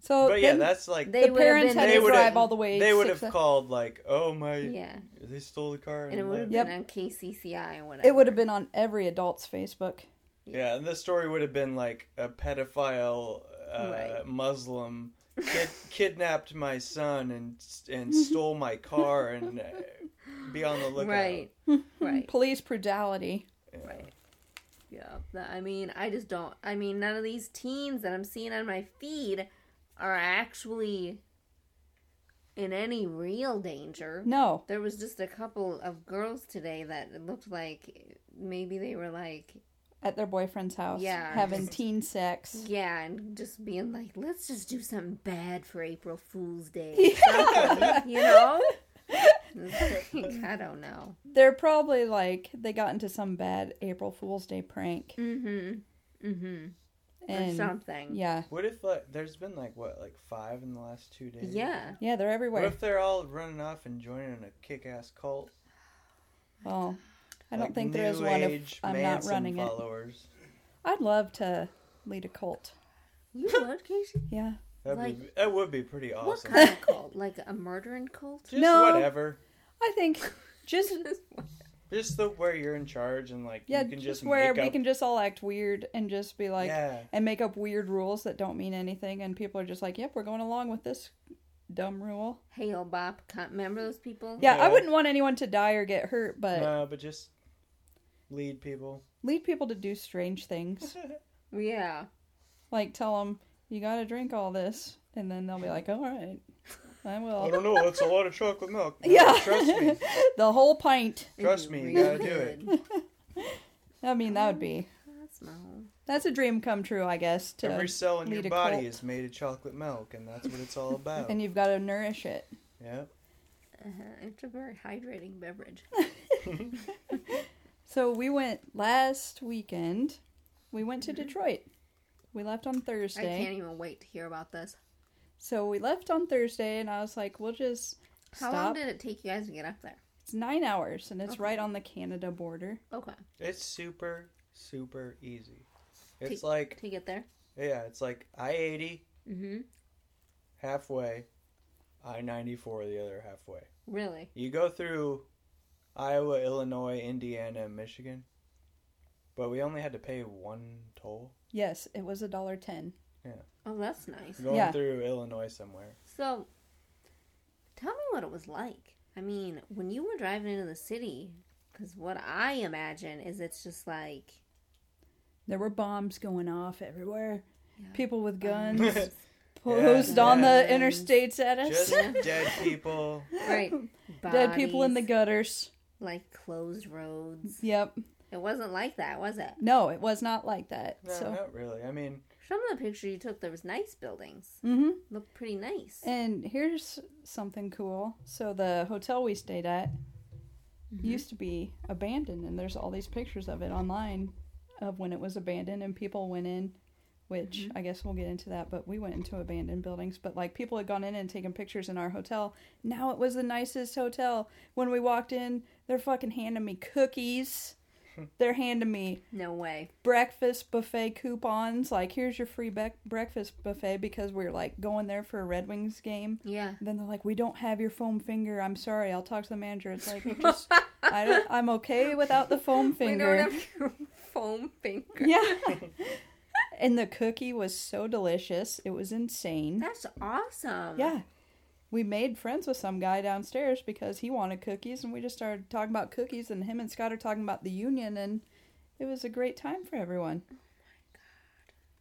[SPEAKER 2] So
[SPEAKER 5] but yeah,
[SPEAKER 2] then
[SPEAKER 5] that's like
[SPEAKER 1] They
[SPEAKER 2] the
[SPEAKER 1] would have
[SPEAKER 2] parents
[SPEAKER 1] been-
[SPEAKER 2] had
[SPEAKER 1] They
[SPEAKER 2] to
[SPEAKER 1] would
[SPEAKER 2] drive
[SPEAKER 1] have-
[SPEAKER 2] all the way.
[SPEAKER 5] they would
[SPEAKER 2] six-
[SPEAKER 5] have called like, "Oh my,
[SPEAKER 1] Yeah.
[SPEAKER 5] they stole the car,"
[SPEAKER 1] And it would have
[SPEAKER 5] left."
[SPEAKER 2] Yep.
[SPEAKER 1] been on KCCI or whatever.
[SPEAKER 2] It would have been on every adult's Facebook.
[SPEAKER 5] Yeah, and the story would have been like a pedophile uh,
[SPEAKER 1] Right.
[SPEAKER 5] Muslim kid- kidnapped my son and and stole my car and uh, be on the lookout.
[SPEAKER 1] Right. right.
[SPEAKER 2] Police brutality.
[SPEAKER 1] Right. Yeah. That- I mean, I just don't. I mean, none of these teens that I'm seeing on my feed are actually in any real danger.
[SPEAKER 2] No.
[SPEAKER 1] There was just a couple of girls today that it looked like maybe they were like,
[SPEAKER 2] At their boyfriend's house.
[SPEAKER 1] Yeah,
[SPEAKER 2] Having
[SPEAKER 1] just-
[SPEAKER 2] teen sex.
[SPEAKER 1] yeah, and just being like, let's just do something bad for April Fool's Day. Something, you know? It's like, I don't know.
[SPEAKER 2] They're probably like they got into some bad April Fool's Day prank.
[SPEAKER 1] Mm hmm. Mm hmm. Or
[SPEAKER 2] Mm-hmm. And
[SPEAKER 1] something.
[SPEAKER 2] yeah.
[SPEAKER 5] What if like there's been like what like five in the last two days?
[SPEAKER 1] Yeah.
[SPEAKER 2] Yeah, they're
[SPEAKER 5] What
[SPEAKER 2] everywhere.
[SPEAKER 5] if they're all running off and joining a kick-ass cult?
[SPEAKER 2] Well, I don't
[SPEAKER 5] Like,
[SPEAKER 2] think there is
[SPEAKER 5] New
[SPEAKER 2] one if
[SPEAKER 5] Age
[SPEAKER 2] I'm not
[SPEAKER 5] Manson
[SPEAKER 2] running it.
[SPEAKER 5] followers.
[SPEAKER 2] I'd love to lead a cult.
[SPEAKER 1] You would, Casey?
[SPEAKER 2] Yeah.
[SPEAKER 5] That'd be, that would be pretty
[SPEAKER 1] What
[SPEAKER 5] awesome.
[SPEAKER 1] kind of cult? Like a murdering cult?
[SPEAKER 5] Just
[SPEAKER 2] No.
[SPEAKER 5] whatever.
[SPEAKER 2] I think just
[SPEAKER 5] Just the where you're in charge and like
[SPEAKER 2] yeah,
[SPEAKER 5] you can
[SPEAKER 2] just,
[SPEAKER 5] just
[SPEAKER 2] where
[SPEAKER 5] make
[SPEAKER 2] we
[SPEAKER 5] up-
[SPEAKER 2] can just all act weird and just be like
[SPEAKER 5] yeah.
[SPEAKER 2] and make up weird rules that don't mean anything and people are just like, "Yep, we're going along with this dumb rule."
[SPEAKER 1] Hail Bop. Con- Remember those people?
[SPEAKER 2] Yeah, I
[SPEAKER 5] Yeah.
[SPEAKER 2] wouldn't want anyone to die or get hurt, but
[SPEAKER 5] No, but just lead people.
[SPEAKER 2] lead people to do strange things.
[SPEAKER 1] Yeah.
[SPEAKER 2] like tell them, "You got to drink all this." And then they'll be like, "All right. I
[SPEAKER 5] I
[SPEAKER 2] will."
[SPEAKER 5] don't know. That's a lot of chocolate milk.
[SPEAKER 2] Yeah.
[SPEAKER 5] Trust me.
[SPEAKER 2] the whole pint.
[SPEAKER 5] Trust me. You gotta do it.
[SPEAKER 2] I mean, that would be
[SPEAKER 1] That's my whole.
[SPEAKER 2] that's a dream come true, I guess. To
[SPEAKER 5] Every cell in
[SPEAKER 2] lead
[SPEAKER 5] your
[SPEAKER 2] a
[SPEAKER 5] body
[SPEAKER 2] cult.
[SPEAKER 5] is made of chocolate milk, and that's what it's all about.
[SPEAKER 2] and you've got to nourish it.
[SPEAKER 5] yeah.
[SPEAKER 1] Uh, it's a very hydrating beverage.
[SPEAKER 2] So we went last weekend. We went to Detroit. We left on
[SPEAKER 1] Mm-hmm. I
[SPEAKER 2] Thursday.
[SPEAKER 1] can't e- even wait to hear about this.
[SPEAKER 2] So we left on Thursday, and I was like, "We'll just
[SPEAKER 1] How
[SPEAKER 2] stop."
[SPEAKER 1] long did it take you guys to get up there?
[SPEAKER 2] it's nine hours, and it's
[SPEAKER 1] Okay.
[SPEAKER 2] right on the Canada border.
[SPEAKER 1] Okay,
[SPEAKER 5] It's super, super easy.
[SPEAKER 1] Take-
[SPEAKER 5] It's like,
[SPEAKER 1] to get there.
[SPEAKER 5] yeah, it's like I 80
[SPEAKER 1] Mm-hmm.
[SPEAKER 5] halfway, I 94 the other halfway.
[SPEAKER 1] Really?
[SPEAKER 5] You go through Iowa, Illinois, Indiana, and Michigan, but we only had to pay one toll
[SPEAKER 2] Yes, it was a dollar ten.
[SPEAKER 1] Oh, that's nice.
[SPEAKER 5] going
[SPEAKER 2] Yeah.
[SPEAKER 5] through Illinois somewhere.
[SPEAKER 1] So, tell me what it was like. I mean, when you were driving into the city, because what I imagine is it's just like
[SPEAKER 2] There were bombs going off everywhere.
[SPEAKER 1] Yeah.
[SPEAKER 2] People with guns
[SPEAKER 5] Just
[SPEAKER 2] posed on the
[SPEAKER 1] Yeah.
[SPEAKER 2] interstates at us.
[SPEAKER 5] dead people.
[SPEAKER 1] right
[SPEAKER 2] Dead people in the
[SPEAKER 1] bodies,
[SPEAKER 2] gutters.
[SPEAKER 1] like closed roads.
[SPEAKER 2] Yep.
[SPEAKER 1] It wasn't like that, was it?
[SPEAKER 2] No, it was not like that.
[SPEAKER 5] No,
[SPEAKER 2] so,
[SPEAKER 5] not really. I mean,
[SPEAKER 1] Some of the pictures you took, there was nice buildings.
[SPEAKER 2] hmm
[SPEAKER 1] Looked pretty nice.
[SPEAKER 2] and here's something cool. So the hotel we stayed at used to be abandoned, and there's all these pictures of it online of when it was abandoned, and people went in. Which I guess we'll get into that, but we went into abandoned buildings. But like people had gone in and taken pictures in our hotel. Now it was the nicest hotel. When we walked in, they're fucking handing me cookies. they're handing me
[SPEAKER 1] No way.
[SPEAKER 2] breakfast buffet coupons. Like, here's your free bec breakfast buffet because we are like going there for a Red Wings game.
[SPEAKER 1] Yeah.
[SPEAKER 2] Then they're like, we don't have your foam finger. I'm sorry. I'll talk to the manager. It's like, it just, I don't, I'm okay without the foam
[SPEAKER 1] We
[SPEAKER 2] finger.
[SPEAKER 1] don't have your foam finger.
[SPEAKER 2] yeah. and the cookie was so delicious. It was insane.
[SPEAKER 1] That's awesome.
[SPEAKER 2] Yeah. We made friends with some guy downstairs because he wanted cookies, and we just started talking about cookies, and him and Scott are talking about the union, and it was a great time for everyone.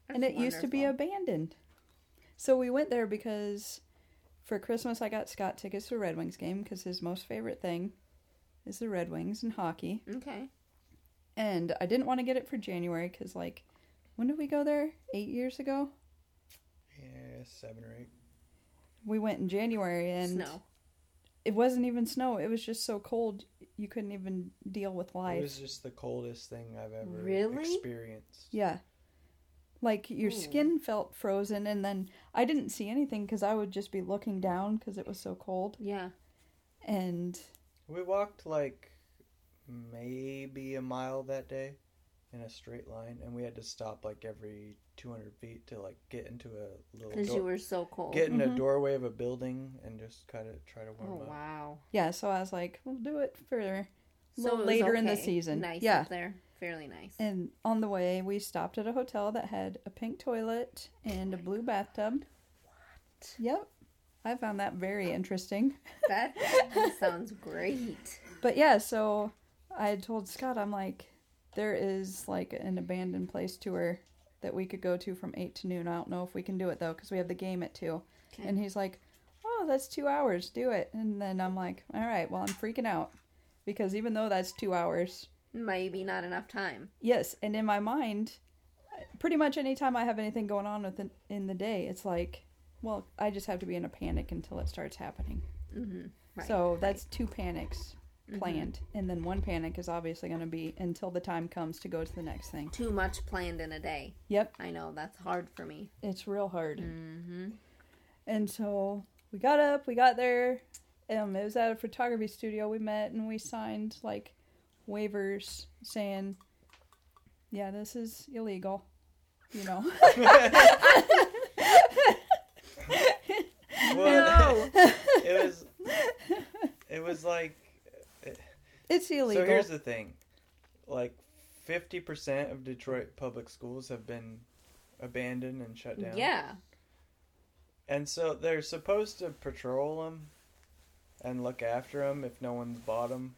[SPEAKER 1] That's
[SPEAKER 2] and it used to be
[SPEAKER 1] wonderful.
[SPEAKER 2] abandoned. So we went there because for Christmas I got Scott tickets to a Red Wings game because his most favorite thing is the Red Wings and hockey.
[SPEAKER 1] Okay.
[SPEAKER 2] And I didn't want to get it for January because, like, when did we go there? Eight years ago?
[SPEAKER 5] yeah, seven or eight.
[SPEAKER 2] We went in January and
[SPEAKER 1] Snow.
[SPEAKER 2] it wasn't even snow. It was just so cold you couldn't even deal with life.
[SPEAKER 5] It was just the coldest thing I've ever
[SPEAKER 1] Really?
[SPEAKER 5] experienced.
[SPEAKER 2] Yeah. Like your
[SPEAKER 1] Ooh.
[SPEAKER 2] skin felt frozen, and then I didn't see anything because I would just be looking down because it was so cold.
[SPEAKER 1] Yeah.
[SPEAKER 2] And
[SPEAKER 5] We walked like maybe a mile that day in a straight line, and we had to stop like every 200 feet to like get into a little
[SPEAKER 1] Because
[SPEAKER 5] door-
[SPEAKER 1] you were so cold. Mm-hmm.
[SPEAKER 5] get in
[SPEAKER 2] Mhm.
[SPEAKER 5] a doorway of a building and just kind of try to warm
[SPEAKER 1] oh,
[SPEAKER 5] up.
[SPEAKER 1] wow.
[SPEAKER 2] Yeah, so I was like, we'll do it for
[SPEAKER 1] it
[SPEAKER 2] little
[SPEAKER 1] was
[SPEAKER 2] later in the
[SPEAKER 1] okay.
[SPEAKER 2] season.
[SPEAKER 1] Nice
[SPEAKER 2] yeah.
[SPEAKER 1] up there. Fairly nice.
[SPEAKER 2] And on the way, we stopped at a hotel that had a pink toilet and a blue bathtub. What? Yep. I found that very interesting.
[SPEAKER 1] that sounds great.
[SPEAKER 2] But yeah, so I had told Scott, I'm like, there is like an abandoned place tour that we could go to from 8 to noon. I don't know if we can do it though, because we have the game at 2.
[SPEAKER 1] Okay.
[SPEAKER 2] And he's like, oh, that's two hours, do it. And then I'm like, all right, well, I'm freaking out. Because even though that's two hours,
[SPEAKER 1] Maybe not enough time.
[SPEAKER 2] Yes, and in my mind, pretty much any time I have anything going on within in the day, it's like, well, I just have to be in a panic until it starts happening.
[SPEAKER 1] Mm-hmm. Right, Mm-hmm.
[SPEAKER 2] so that's two panics planned, and then one panic is obviously going to be until the time comes to go to the next thing.
[SPEAKER 1] Too much planned in a day.
[SPEAKER 2] Yep,
[SPEAKER 1] I know. That's hard for me.
[SPEAKER 2] it's real hard.
[SPEAKER 1] Mm-hmm.
[SPEAKER 2] And so we got up, we got there. Um, it was at a photography studio. We met and we signed like waivers saying, "Yeah, this is illegal," you know.
[SPEAKER 5] Well, it was it was like
[SPEAKER 2] It's illegal.
[SPEAKER 5] so here's the thing. Like 50% of Detroit public schools have been abandoned and shut down.
[SPEAKER 1] Yeah.
[SPEAKER 5] And so they're supposed to patrol them and look after them if no one's bought them.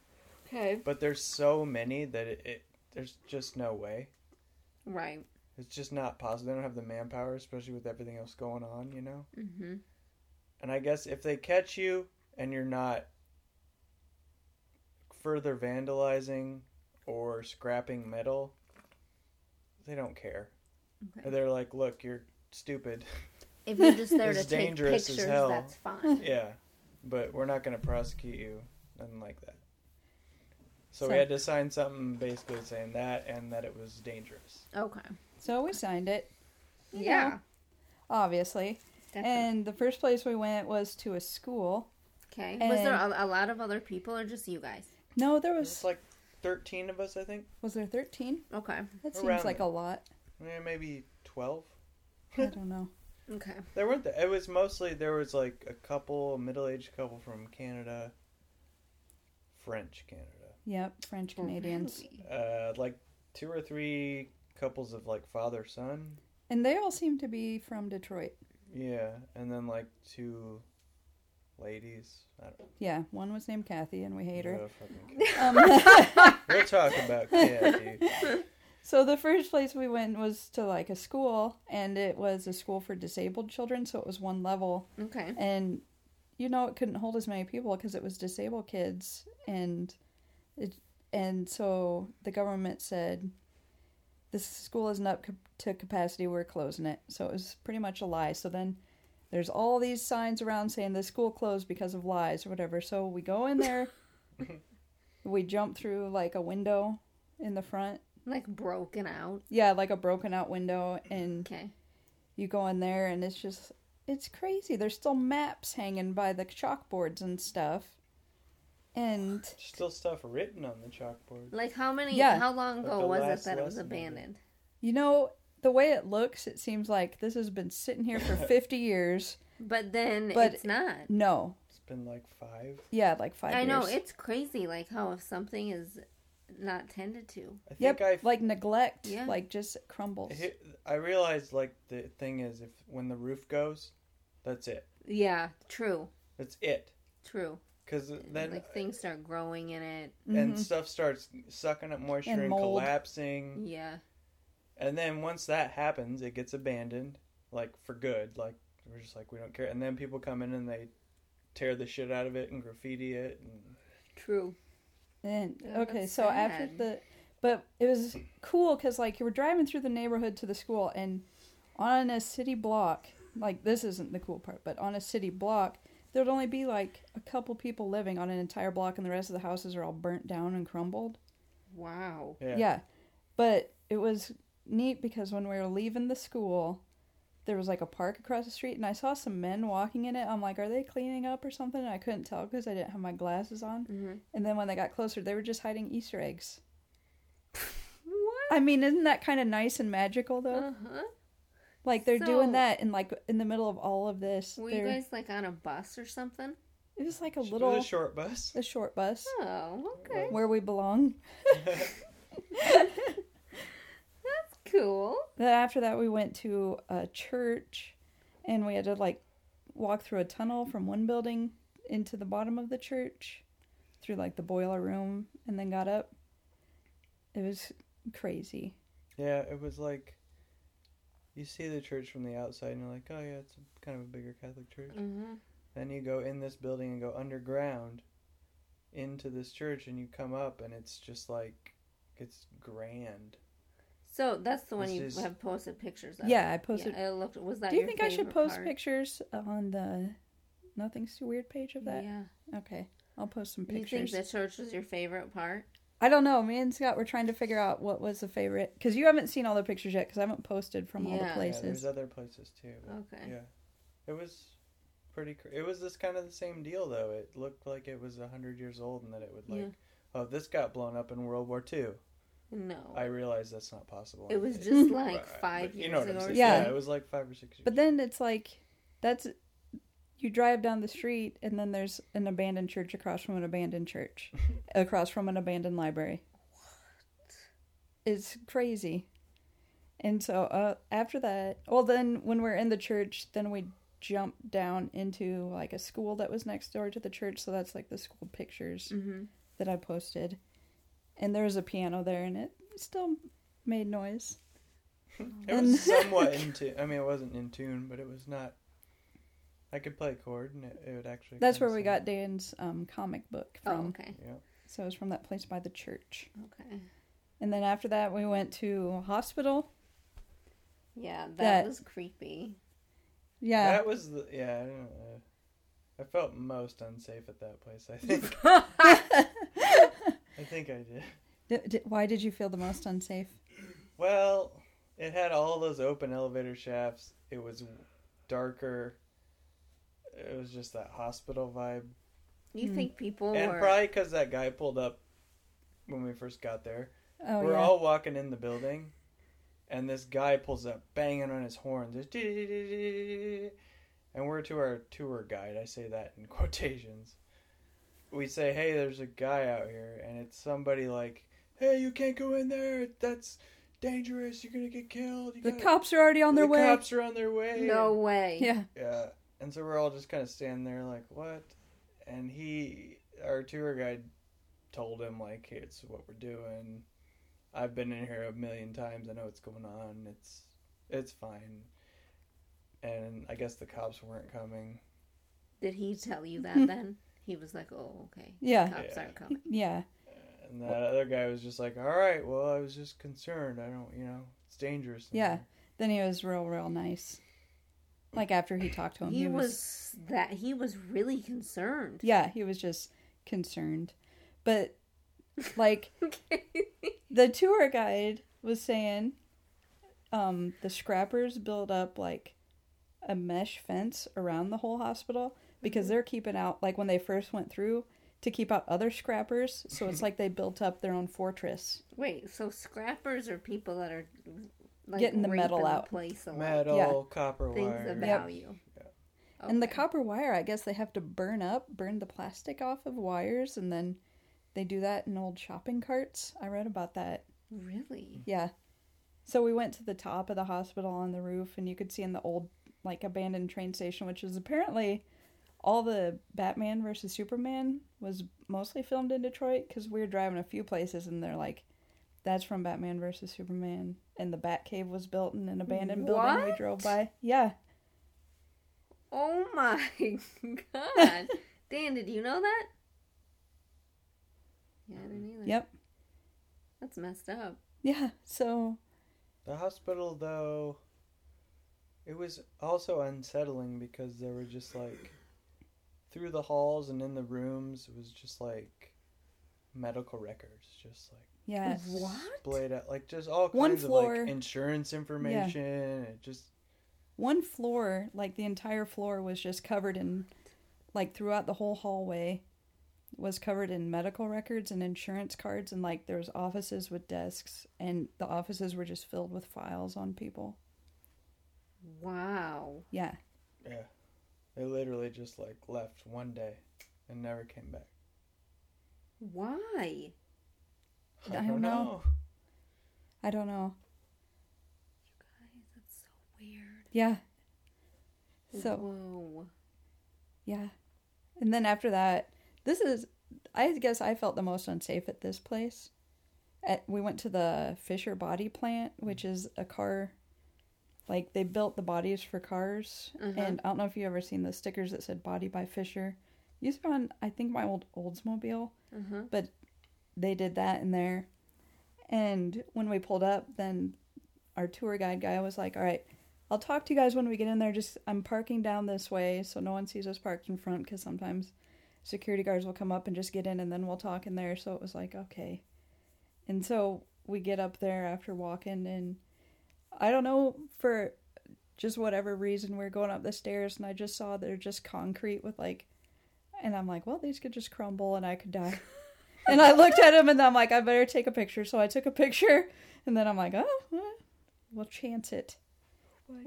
[SPEAKER 1] Okay.
[SPEAKER 5] But there's so many that it, it there's just no way.
[SPEAKER 1] Right.
[SPEAKER 5] It's just not possible. They don't have the manpower, especially with everything else going on, you know?
[SPEAKER 1] Mm-hmm.
[SPEAKER 5] And I guess if they catch you and you're not further vandalizing or scrapping metal, they don't care.
[SPEAKER 1] Okay.
[SPEAKER 5] They're like, look, you're stupid.
[SPEAKER 1] If you're just there
[SPEAKER 5] It's
[SPEAKER 1] to take
[SPEAKER 5] dangerous as
[SPEAKER 1] pictures,
[SPEAKER 5] hell.
[SPEAKER 1] that's fine.
[SPEAKER 5] yeah, but we're not going to prosecute you, nothing like that. So,
[SPEAKER 2] So-
[SPEAKER 5] we had to sign something basically saying that and that it was dangerous.
[SPEAKER 1] Okay.
[SPEAKER 2] So we signed it,
[SPEAKER 1] Yeah.
[SPEAKER 2] obviously.
[SPEAKER 1] Definitely.
[SPEAKER 2] And the first place we went was to a school.
[SPEAKER 1] Okay. was there
[SPEAKER 2] and-
[SPEAKER 1] a, a lot of other people or just you guys?
[SPEAKER 2] No, there
[SPEAKER 5] It's
[SPEAKER 2] was
[SPEAKER 5] like 13 of us, I think.
[SPEAKER 2] was there thirteen?
[SPEAKER 1] Okay.
[SPEAKER 2] That seems
[SPEAKER 5] Around
[SPEAKER 2] like
[SPEAKER 5] there.
[SPEAKER 2] a lot.
[SPEAKER 5] Eh, Maybe 12.
[SPEAKER 2] I don't know.
[SPEAKER 1] Okay.
[SPEAKER 5] There weren't. The, it was mostly there was like a couple, a middle-aged couple from Canada, French Canada,
[SPEAKER 2] Yep, French
[SPEAKER 5] Oh,
[SPEAKER 2] Canadians,
[SPEAKER 1] Really?
[SPEAKER 5] uh, like two or three couples of like father son.
[SPEAKER 2] and they all seem to be from Detroit.
[SPEAKER 5] Yeah, and then like two ladies. I don't know.
[SPEAKER 2] Yeah, one was named Kathy, and we hate her.
[SPEAKER 5] No fucking care.
[SPEAKER 2] Um,
[SPEAKER 5] We'll talk about Kathy.
[SPEAKER 2] So the first place we went was to like a school, and it was a school for disabled children. So it was one level,
[SPEAKER 1] Okay.
[SPEAKER 2] and you know it couldn't hold as many people because it was disabled kids, and it and so the government said this school isn't up cap- to capacity. We're closing it. So it was pretty much a lie. So then there's all these signs around saying the school closed because of lies or whatever. So we go in there, we jump through like a window in the front
[SPEAKER 1] Like broken out.
[SPEAKER 2] yeah, like a broken out window, and
[SPEAKER 1] Okay.
[SPEAKER 2] you go in there, and it's just it's crazy. There's still maps hanging by the chalkboards and stuff, and
[SPEAKER 5] Still stuff written on the chalkboard.
[SPEAKER 1] Like how many?
[SPEAKER 2] Yeah.
[SPEAKER 1] How long
[SPEAKER 5] Like the
[SPEAKER 1] ago was
[SPEAKER 5] last
[SPEAKER 1] it that it was
[SPEAKER 5] lesson of it.
[SPEAKER 1] abandoned?
[SPEAKER 2] you know the way it looks, it seems like this has been sitting here for fifty years.
[SPEAKER 1] But then
[SPEAKER 2] But-
[SPEAKER 1] it's not.
[SPEAKER 2] No,
[SPEAKER 5] It's been like five.
[SPEAKER 2] yeah, like five.
[SPEAKER 1] I know
[SPEAKER 2] years.
[SPEAKER 1] it's crazy. Like how if something is not tended to.
[SPEAKER 5] I think
[SPEAKER 2] Yep,
[SPEAKER 5] I
[SPEAKER 2] like neglect,
[SPEAKER 1] Yeah.
[SPEAKER 2] like just crumbles.
[SPEAKER 5] He- I realized like the thing is if when the roof goes, that's it.
[SPEAKER 1] Yeah. True.
[SPEAKER 5] That's it.
[SPEAKER 1] True.
[SPEAKER 5] Because then
[SPEAKER 1] like things start growing in it.
[SPEAKER 5] and
[SPEAKER 2] Mhm.
[SPEAKER 5] stuff starts sucking up moisture
[SPEAKER 2] And
[SPEAKER 5] and,
[SPEAKER 2] mold.
[SPEAKER 5] collapsing.
[SPEAKER 1] Yeah.
[SPEAKER 5] And then once that happens, it gets abandoned, like for good. Like we're just like we don't care. And then people come in and they tear the shit out of it and graffiti it. And
[SPEAKER 1] True.
[SPEAKER 2] And
[SPEAKER 1] Yeah,
[SPEAKER 2] okay,
[SPEAKER 1] Oh, that's
[SPEAKER 2] so after
[SPEAKER 1] sad.
[SPEAKER 2] the, but it was cool because like you were driving through the neighborhood to the school, and on a city block, like this isn't the cool part, but on a city block, there'd only be like a couple people living on an entire block, and the rest of the houses are all burnt down and crumbled.
[SPEAKER 1] Wow.
[SPEAKER 5] yeah,
[SPEAKER 2] Yeah, but it was neat because when we were leaving the school. There was like a park across the street, and I saw some men walking in it. I'm like, are they cleaning up or something? And I couldn't tell because I didn't have my glasses on.
[SPEAKER 1] hmm
[SPEAKER 2] And then when they got closer, they were just hiding Easter eggs.
[SPEAKER 1] What?
[SPEAKER 2] I mean, isn't that kind of nice and magical though?
[SPEAKER 1] Uh huh.
[SPEAKER 2] like they're
[SPEAKER 1] so-
[SPEAKER 2] doing that in like in the middle of all of this.
[SPEAKER 1] Were
[SPEAKER 2] They're-
[SPEAKER 1] you guys like on a bus or something?
[SPEAKER 2] It was like a
[SPEAKER 5] It was
[SPEAKER 2] little
[SPEAKER 5] a short bus.
[SPEAKER 2] a short bus
[SPEAKER 1] Oh, okay.
[SPEAKER 2] where we belong.
[SPEAKER 1] Cool.
[SPEAKER 2] Then after that, we went to a church, and we had to like walk through a tunnel from one building into the bottom of the church, through like the boiler room, and then got up. It was crazy.
[SPEAKER 5] Yeah, it was like you see the church from the outside and you're like, oh yeah, it's a, kind of a bigger Catholic church.
[SPEAKER 1] Mm-hmm.
[SPEAKER 5] Then you go in this building and go underground into this church, and you come up, and it's just like it's grand.
[SPEAKER 1] So that's the one
[SPEAKER 5] This
[SPEAKER 1] you
[SPEAKER 5] is-
[SPEAKER 1] have posted pictures of.
[SPEAKER 2] Yeah, I posted.
[SPEAKER 1] Yeah, it looked. Was that?
[SPEAKER 2] Do you
[SPEAKER 1] your
[SPEAKER 2] think I should
[SPEAKER 1] favorite
[SPEAKER 2] post
[SPEAKER 1] part?
[SPEAKER 2] pictures on the Nothing's Too Weird page of that?
[SPEAKER 1] Yeah.
[SPEAKER 2] Okay. I'll post some
[SPEAKER 1] You
[SPEAKER 2] pictures.
[SPEAKER 1] think the church was your favorite part?
[SPEAKER 2] I don't know. Me and Scott were trying to figure out what was the favorite because you haven't seen all the pictures yet because I haven't posted from all
[SPEAKER 1] Yeah.
[SPEAKER 2] the
[SPEAKER 1] Yeah,
[SPEAKER 5] Yeah, there's
[SPEAKER 2] places.
[SPEAKER 5] other places too. but
[SPEAKER 1] Okay.
[SPEAKER 5] Yeah, it was pretty. Cr- it was this kind of the same deal though. It looked like it was a hundred years old, and that it would like, oh, this got blown up in World War Two.
[SPEAKER 1] No.
[SPEAKER 5] I realize that's not possible.
[SPEAKER 1] it was just like
[SPEAKER 5] But-
[SPEAKER 1] five
[SPEAKER 5] but
[SPEAKER 1] years
[SPEAKER 5] you know what I'm
[SPEAKER 1] ago. or
[SPEAKER 5] saying.
[SPEAKER 2] Yeah.
[SPEAKER 5] yeah, it was like five or six years.
[SPEAKER 2] But then it's like that's you drive down the street and then there's an abandoned church across from an abandoned church, across from an abandoned library. It's crazy. And so uh, after that, well, then when we're in the church, then we jump down into like a school that was next door to the church. So that's like the school pictures
[SPEAKER 1] Mhm.
[SPEAKER 2] that I posted. And there was a piano there, and it still made noise.
[SPEAKER 5] It was somewhat in tune. I mean, it wasn't in tune, but it was not. I could play a chord, and it, it would actually.
[SPEAKER 2] That's
[SPEAKER 5] kinda
[SPEAKER 2] where we
[SPEAKER 5] sound-
[SPEAKER 2] got Dan's um, comic book
[SPEAKER 1] Oh,
[SPEAKER 2] from.
[SPEAKER 1] okay.
[SPEAKER 5] Yeah.
[SPEAKER 2] So it was from that place by the church.
[SPEAKER 1] Okay.
[SPEAKER 2] And then after that, we went to hospital.
[SPEAKER 1] Yeah, that,
[SPEAKER 2] That-
[SPEAKER 1] was creepy.
[SPEAKER 2] Yeah.
[SPEAKER 5] That was the yeah. I don't know. I felt most unsafe at that place. I think. I think I did.
[SPEAKER 2] D- d- why did you feel the most unsafe?
[SPEAKER 5] Well, it had all those open elevator shafts. It was darker. It was just that hospital vibe,
[SPEAKER 2] Mm.
[SPEAKER 1] You think people
[SPEAKER 5] and
[SPEAKER 1] were
[SPEAKER 5] probably because that guy pulled up when we first got there.
[SPEAKER 2] Oh
[SPEAKER 5] We're
[SPEAKER 2] yeah.
[SPEAKER 5] all walking in the building, and this guy pulls up banging on his horn. Just and we're to our tour guide. I say that in quotations. We say, "Hey, there's a guy out here," and it's somebody like, "Hey, you can't go in there. That's dangerous. You're gonna get killed." You
[SPEAKER 2] the
[SPEAKER 5] gotta-
[SPEAKER 2] cops are already on their
[SPEAKER 5] the
[SPEAKER 2] way.
[SPEAKER 5] cops are on their way.
[SPEAKER 1] no way.
[SPEAKER 2] Yeah.
[SPEAKER 5] Yeah. And so we're all just kind of standing there like, what? And he, our tour guide, told him, like, hey, it's what we're doing. I've been in here a million times. I know what's going on. It's, it's fine. And I guess the cops weren't coming.
[SPEAKER 1] Did he tell you that then? He was like, "Oh, okay.
[SPEAKER 2] Yeah.
[SPEAKER 1] Cops
[SPEAKER 5] Yeah.
[SPEAKER 1] aren't coming."
[SPEAKER 2] Yeah.
[SPEAKER 5] And that other guy was just like, all right, well, I was just concerned. I don't, you know, it's dangerous. in
[SPEAKER 2] Yeah.
[SPEAKER 5] here."
[SPEAKER 2] Then he was real, real nice. Like after he talked to him,
[SPEAKER 1] He was that he was really concerned.
[SPEAKER 2] Yeah, he was just concerned. But like the tour guide was saying um the scrappers build up like a mesh fence around the whole hospital because they're keeping out like when they first went through to keep out other scrappers, so it's like they built up their own fortress.
[SPEAKER 1] Wait, so scrappers are people that are like
[SPEAKER 2] Getting the
[SPEAKER 1] raping
[SPEAKER 2] metal
[SPEAKER 1] the
[SPEAKER 2] out.
[SPEAKER 1] place a lot.
[SPEAKER 5] Metal,
[SPEAKER 2] Yeah.
[SPEAKER 5] copper
[SPEAKER 1] things
[SPEAKER 5] wire.
[SPEAKER 1] of
[SPEAKER 2] Yep.
[SPEAKER 1] value.
[SPEAKER 2] And the
[SPEAKER 1] Okay.
[SPEAKER 2] copper wire, I guess they have to burn up, burn the plastic off of wires and then they do that in old shopping carts. I read about that.
[SPEAKER 1] really
[SPEAKER 2] Yeah. So we went to the top of the hospital on the roof, and you could see in the old, like, abandoned train station, which is apparently all the Batman versus Superman was mostly filmed in Detroit because we were driving a few places, and they're like, that's from Batman versus Superman. And the Batcave was built in an abandoned building we drove by. Yeah.
[SPEAKER 1] Oh my god. Dan, did you know that? Yeah, I didn't either.
[SPEAKER 2] Yep.
[SPEAKER 1] That's messed up.
[SPEAKER 2] Yeah. So,
[SPEAKER 5] The hospital, though, it was also unsettling because there were just like through the halls and in the rooms, it was just like medical records, just like
[SPEAKER 2] yeah.
[SPEAKER 5] splayed out, like just all kinds
[SPEAKER 2] One
[SPEAKER 5] of
[SPEAKER 2] floor.
[SPEAKER 5] like insurance information. It just
[SPEAKER 2] One floor, like, the entire floor was just covered in, like, throughout the whole hallway. was covered in medical records and insurance cards and like there was offices with desks and the offices were just filled with files on people
[SPEAKER 1] Wow.
[SPEAKER 2] yeah
[SPEAKER 5] yeah, they literally just like left one day and never came back.
[SPEAKER 1] Why?
[SPEAKER 2] I don't know. i don't know
[SPEAKER 1] That's so weird.
[SPEAKER 2] yeah so
[SPEAKER 1] Whoa.
[SPEAKER 2] yeah and then after that this is i guess i felt the most unsafe at this place at, we went to the fisher body plant which is a car like they built the bodies for cars and i don't know if you ever seen the stickers that said body by fisher used to be on i think my old oldsmobile but they did that in there and when we pulled up then our tour guide guy was like all right i'll talk to you guys when we get in there just i'm parking down this way so no one sees us parked in front because sometimes security guards will come up and just get in and then we'll talk in there so it was like okay and so we get up there after walking and i don't know for just whatever reason we we're going up the stairs and i just saw they're just concrete with like and i'm like well these could just crumble and i could die and i looked at him and i'm like i better take a picture so i took a picture and then i'm like oh well, we'll chance it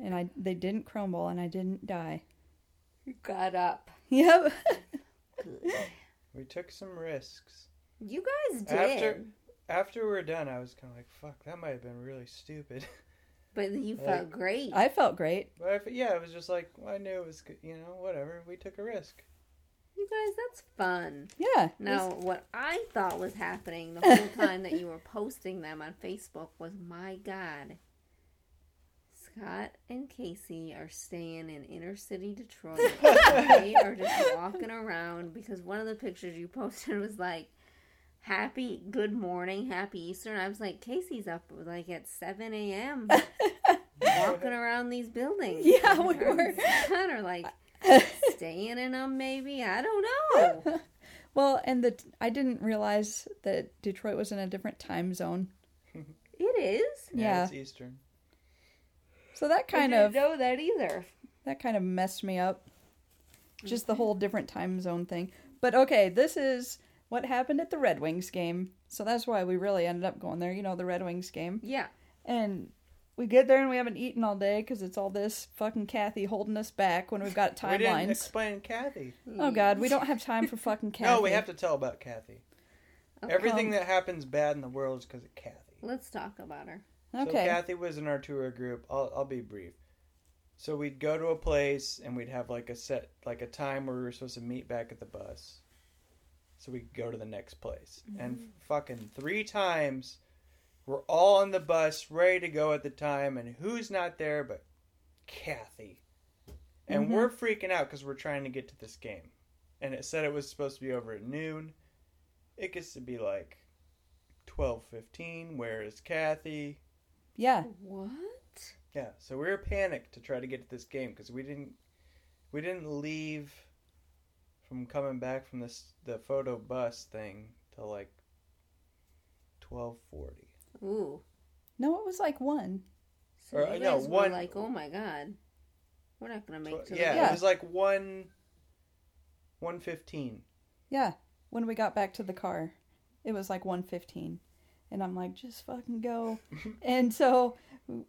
[SPEAKER 2] and i they didn't crumble and i didn't die
[SPEAKER 1] You got up.
[SPEAKER 2] yep
[SPEAKER 5] We took some risks.
[SPEAKER 1] You guys did.
[SPEAKER 5] After after we were done, I was kind of like, "Fuck, that might have been really stupid."
[SPEAKER 1] But you felt great.
[SPEAKER 2] i felt great
[SPEAKER 5] But I f yeah, it was just like well, I knew it was, g- you know, whatever. We took a risk.
[SPEAKER 1] you guys, that's fun.
[SPEAKER 2] yeah it was
[SPEAKER 1] Now, what I thought was happening the whole time that you were posting them on Facebook was my God, Scott and Casey are staying in inner city Detroit. they are just walking around because one of the pictures you posted was like, happy good morning, happy Easter. And I was like, Casey's up like at 7 a.m. walking around these buildings.
[SPEAKER 2] Yeah,
[SPEAKER 1] And
[SPEAKER 2] we
[SPEAKER 1] her
[SPEAKER 2] were.
[SPEAKER 1] Son or like staying in them, maybe. I don't know.
[SPEAKER 2] Well, and the I didn't realize that Detroit was in a different time zone.
[SPEAKER 1] It is.
[SPEAKER 2] Yeah.
[SPEAKER 5] It's Eastern.
[SPEAKER 2] So that kind
[SPEAKER 1] I didn't
[SPEAKER 2] of
[SPEAKER 1] know that either.
[SPEAKER 2] that kind of messed me up. Just the whole different time zone thing. But okay, this is what happened at the Red Wings game. So that's why we really ended up going there, you know, the Red Wings game.
[SPEAKER 1] Yeah.
[SPEAKER 2] And we get there and we haven't eaten all day because it's all this fucking Kathy holding us back when we've got
[SPEAKER 5] We didn't
[SPEAKER 2] timelines.
[SPEAKER 5] explain Kathy.
[SPEAKER 2] Oh god, we don't have time for fucking Kathy. Oh,
[SPEAKER 5] No, we have to tell about Kathy. Everything that happens bad in the world is because of Kathy.
[SPEAKER 1] Let's talk about her.
[SPEAKER 2] Okay.
[SPEAKER 5] So Kathy was in our tour group. I'll, I'll be brief. So we'd go to a place and we'd have like a set, like a time where we were supposed to meet back at the bus. So we could go to the next place. And fucking three times we're all on the bus ready to go at the time. And who's not there but Kathy? And we're freaking out because we're trying to get to this game. And it said it was supposed to be over at noon. It gets to be like 12.15. Where is Kathy?
[SPEAKER 2] yeah.
[SPEAKER 1] What?
[SPEAKER 5] Yeah, so we were panicked to try to get to this game because we didn't we didn't leave from coming back from this the photo bus thing till like twelve forty.
[SPEAKER 1] Ooh.
[SPEAKER 2] No, it was like one.
[SPEAKER 1] So
[SPEAKER 5] Or,
[SPEAKER 1] you
[SPEAKER 5] no,
[SPEAKER 1] guys were
[SPEAKER 5] one-
[SPEAKER 1] like, oh my god, we're not gonna make it. to the
[SPEAKER 5] Yeah,
[SPEAKER 2] Yeah.
[SPEAKER 5] it was like one one fifteen.
[SPEAKER 2] Yeah. When we got back to the car, it was like 1:15, and I'm like, just fucking go. and so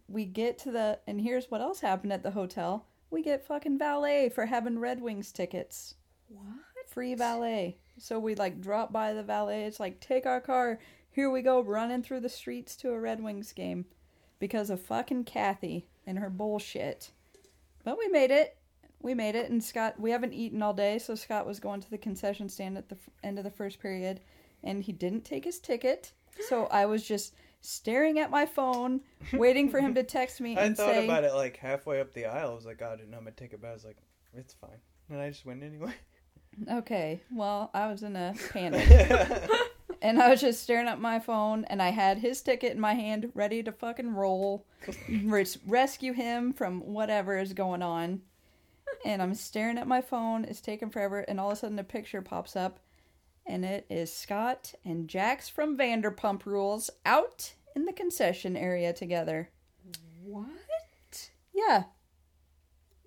[SPEAKER 2] we get to the, and here's what else happened at the hotel: we get fucking valet for having Red Wings tickets,
[SPEAKER 1] What?
[SPEAKER 2] free valet. So we like drop by the valet. It's like take our car. Here we go running through the streets to a Red Wings game because of fucking Kathy and her bullshit. But we made it. We made it, and Scott. We haven't eaten all day, so Scott was going to the concession stand at the f- end of the first period, and he didn't take his ticket. So I was just staring at my phone, waiting for him to text me
[SPEAKER 5] I
[SPEAKER 2] and
[SPEAKER 5] thought
[SPEAKER 2] say,
[SPEAKER 5] about it like halfway up the aisle. I was like, oh, I didn't know my ticket, but I was like, it's fine. And I just went anyway.
[SPEAKER 2] "Okay, well, I was in a panic."
[SPEAKER 5] yeah,
[SPEAKER 2] And I was just staring at my phone, and I had his ticket in my hand, ready to fucking roll, res- rescue him from whatever is going on. And I'm staring at my phone, it's taking forever, and all of a sudden a picture pops up, and it is Scott and Jax from Vanderpump Rules out in the concession area together.
[SPEAKER 1] What?
[SPEAKER 2] Yeah.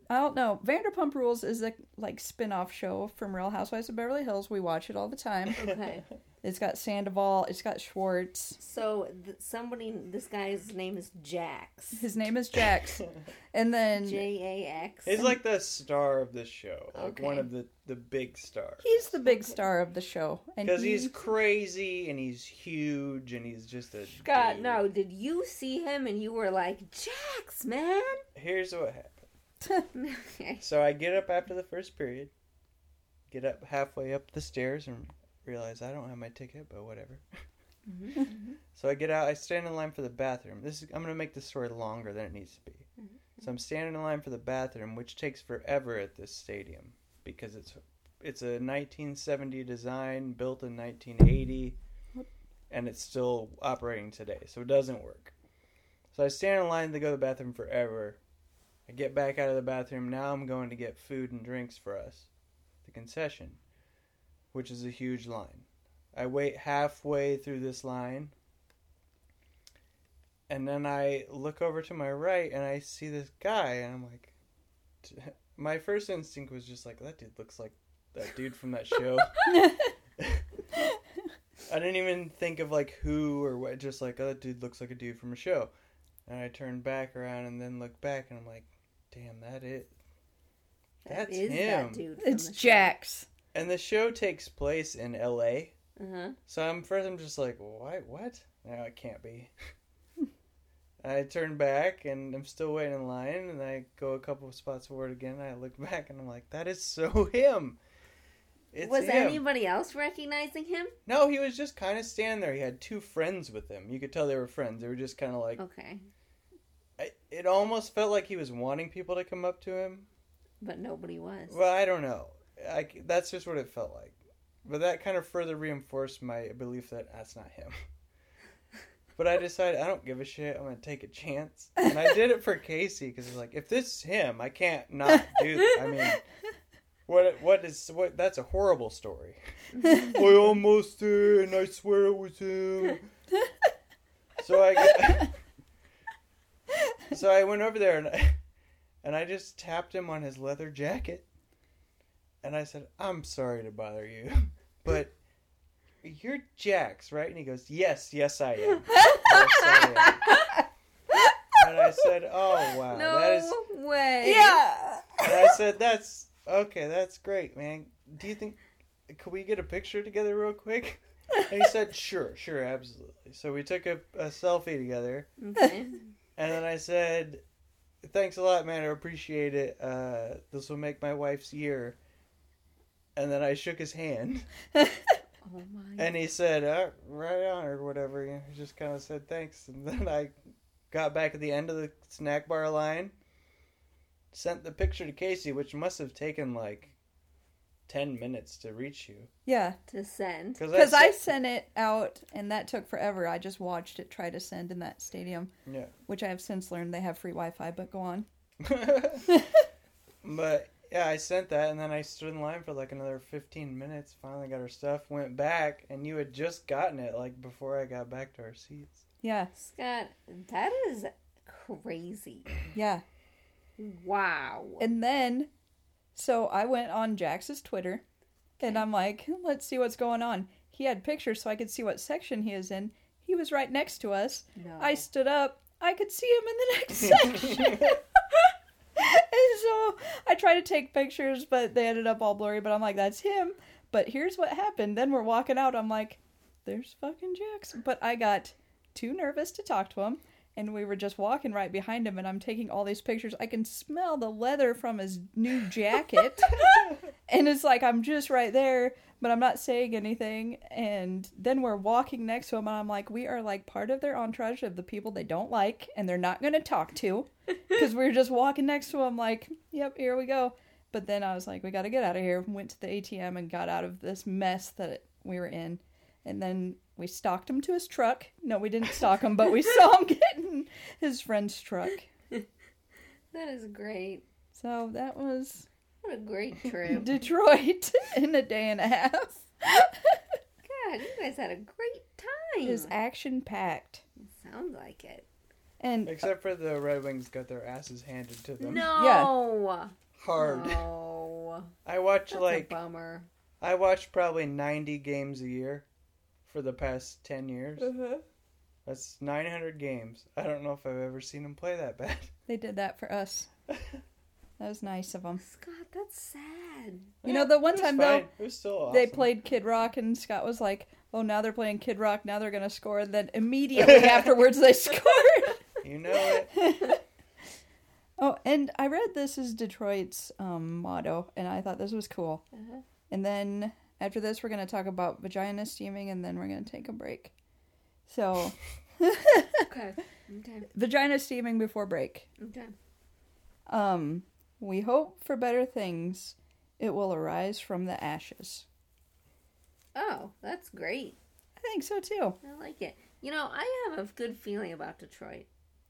[SPEAKER 2] I don't know. Vanderpump Rules is a like spin-off show from Real Housewives of Beverly Hills. We watch it all the time.
[SPEAKER 1] Okay.
[SPEAKER 2] It's got Sandoval, it's got Schwartz.
[SPEAKER 1] so th- somebody, this guy's name is Jax.
[SPEAKER 2] His name is Jax. and then
[SPEAKER 1] J A X.
[SPEAKER 5] he's like the star of this show, like one
[SPEAKER 1] Okay.
[SPEAKER 5] of the the big stars.
[SPEAKER 2] he's the big star of the show. And
[SPEAKER 5] Because
[SPEAKER 2] he-
[SPEAKER 5] he's crazy and he's huge and he's just a.
[SPEAKER 1] God,
[SPEAKER 5] dude.
[SPEAKER 1] no! Did you see him and you were like, Jax, man?
[SPEAKER 5] Here's what happened.
[SPEAKER 1] okay.
[SPEAKER 5] So I get up after the first period, get up halfway up the stairs and realize I don't have my ticket, but whatever. so I get out. I stand in line for the bathroom. This is I'm gonna make this story longer than it needs to be. So I'm standing in line for the bathroom, which takes forever at this stadium because it's it's a 1970 design built in 1980, and it's still operating today, so it doesn't work. So I stand in line to go to the bathroom forever. I get back out of the bathroom. Now I'm going to get food and drinks for us, the concession, which is a huge line. I wait halfway through this line. And then I look over to my right and I see this guy, and I'm like, my first instinct was just like, that dude looks like that dude from that show. I didn't even think of like who or what, just like, oh, that dude looks like a dude from a show. And I turn back around and then look back, and I'm like, damn, that it.
[SPEAKER 1] That
[SPEAKER 5] That's
[SPEAKER 1] is
[SPEAKER 5] him.
[SPEAKER 1] that dude. from
[SPEAKER 2] it's
[SPEAKER 1] the show.
[SPEAKER 2] Jax.
[SPEAKER 5] And the show takes place in L.A.
[SPEAKER 1] Uh-huh.
[SPEAKER 5] So I'm first. I'm just like, why? What? No, it can't be. I turn back and I'm still waiting in line, and I go a couple of spots forward again. And I look back and I'm like, that is so him. It's
[SPEAKER 1] Was
[SPEAKER 5] him.
[SPEAKER 1] anybody else recognizing him?
[SPEAKER 5] No, he was just kind of standing there. He had two friends with him. You could tell they were friends. They were just kind of like.
[SPEAKER 1] Okay,
[SPEAKER 5] I, it almost felt like he was wanting people to come up to him.
[SPEAKER 1] but nobody was.
[SPEAKER 5] Well, I don't know. I c that's just what it felt like. But that kind of further reinforced my belief that that's not him. But I decided I don't give a shit. I'm gonna take a chance, and I did it for Casey because it's like if this is him, I can't not do. That. I mean, what what is what? That's a horrible story. I almost did, and I swear it was him. So I got, so I went over there and I, and I just tapped him on his leather jacket, and I said, "I'm sorry to bother you, but." You're Jax, right? And he goes, Yes, yes, I am. Yes, I am. and I said, Oh, wow.
[SPEAKER 1] No
[SPEAKER 5] That is.
[SPEAKER 1] way.
[SPEAKER 2] Yeah.
[SPEAKER 5] And I said, That's. Okay, that's great, man. Do you think. Could we get a picture together real quick? And he said, Sure, sure, absolutely. So we took a, a selfie together.
[SPEAKER 1] Okay.
[SPEAKER 5] And then I said, Thanks a lot, man. I appreciate it. Uh, this will make my wife's year. And then I shook his hand.
[SPEAKER 1] Oh my.
[SPEAKER 5] And he said, uh, right on, or whatever. You know, he just kind of said thanks. And then I got back at the end of the snack bar line, sent the picture to Casey, which must have taken like 10 minutes to reach you.
[SPEAKER 2] Yeah.
[SPEAKER 1] to send.
[SPEAKER 2] Because I sent it out, and that took forever. I just watched it try to send in that stadium,
[SPEAKER 5] Yeah.
[SPEAKER 2] which I have since learned they have free Wi-Fi. But go on.
[SPEAKER 5] but yeah, I sent that, and then I stood in line for like another fifteen minutes. Finally got her stuff, went back, and you had just gotten it like before I got back to our seats.
[SPEAKER 2] Yeah,
[SPEAKER 1] Scott, that is crazy.
[SPEAKER 2] yeah.
[SPEAKER 1] Wow.
[SPEAKER 2] And then, so I went on Jax's Twitter, and I'm like, let's see what's going on. He had pictures, so I could see what section he is in. He was right next to us.
[SPEAKER 1] No.
[SPEAKER 2] I stood up. I could see him in the next section. and so I tried to take pictures, but they ended up all blurry. But I'm like, that's him. But here's what happened. Then we're walking out. I'm like, there's fucking Jax. But I got too nervous to talk to him. And we were just walking right behind him, and I'm taking all these pictures. I can smell the leather from his new jacket. and it's like, I'm just right there, but I'm not saying anything. And then we're walking next to him, and I'm like, we are like part of their entourage of the people they don't like, and they're not going to talk to. Because we were just walking next to him, like, yep, here we go. But then I was like, we got to get out of here. Went to the ATM and got out of this mess that we were in. And then we stalked him to his truck. No, we didn't stalk him, but we saw him getting his friend's truck.
[SPEAKER 1] That is great.
[SPEAKER 2] So that was
[SPEAKER 1] What a great trip.
[SPEAKER 2] Detroit in a day and a half.
[SPEAKER 1] God, you guys had a great time.
[SPEAKER 2] It was action packed.
[SPEAKER 1] Sounds like it.
[SPEAKER 2] And
[SPEAKER 5] Except for the Red Wings got their asses handed to them
[SPEAKER 1] No.
[SPEAKER 5] hard.
[SPEAKER 1] No.
[SPEAKER 5] I watch
[SPEAKER 1] That's
[SPEAKER 5] like
[SPEAKER 1] a bummer.
[SPEAKER 5] I watched probably 90 games a year for the past 10 years.
[SPEAKER 2] Uh-huh.
[SPEAKER 5] That's 900 games. I don't know if I've ever seen them play that bad.
[SPEAKER 2] they did that for us. That was nice of them.
[SPEAKER 1] Scott, that's sad.
[SPEAKER 2] You know, the one
[SPEAKER 5] It was
[SPEAKER 2] time, though,
[SPEAKER 5] fine. it was still awesome.
[SPEAKER 2] they played Kid Rock, and Scott was like, oh, now they're playing Kid Rock. Now they're going to score. And then immediately afterwards, they scored.
[SPEAKER 5] You know it.
[SPEAKER 2] Oh, and I read this is Detroit's um, motto, and I thought this was cool.
[SPEAKER 5] Uh-huh.
[SPEAKER 2] And then after this, we're going to talk about vagina steaming, and then we're going to take a break. So,
[SPEAKER 1] Okay. Okay.
[SPEAKER 2] vagina steaming before break.
[SPEAKER 1] Okay.
[SPEAKER 2] Um, we hope for better things. It will arise from the ashes.
[SPEAKER 1] Oh, that's great.
[SPEAKER 2] I think so too.
[SPEAKER 1] I like it. You know, I have a good feeling about Detroit.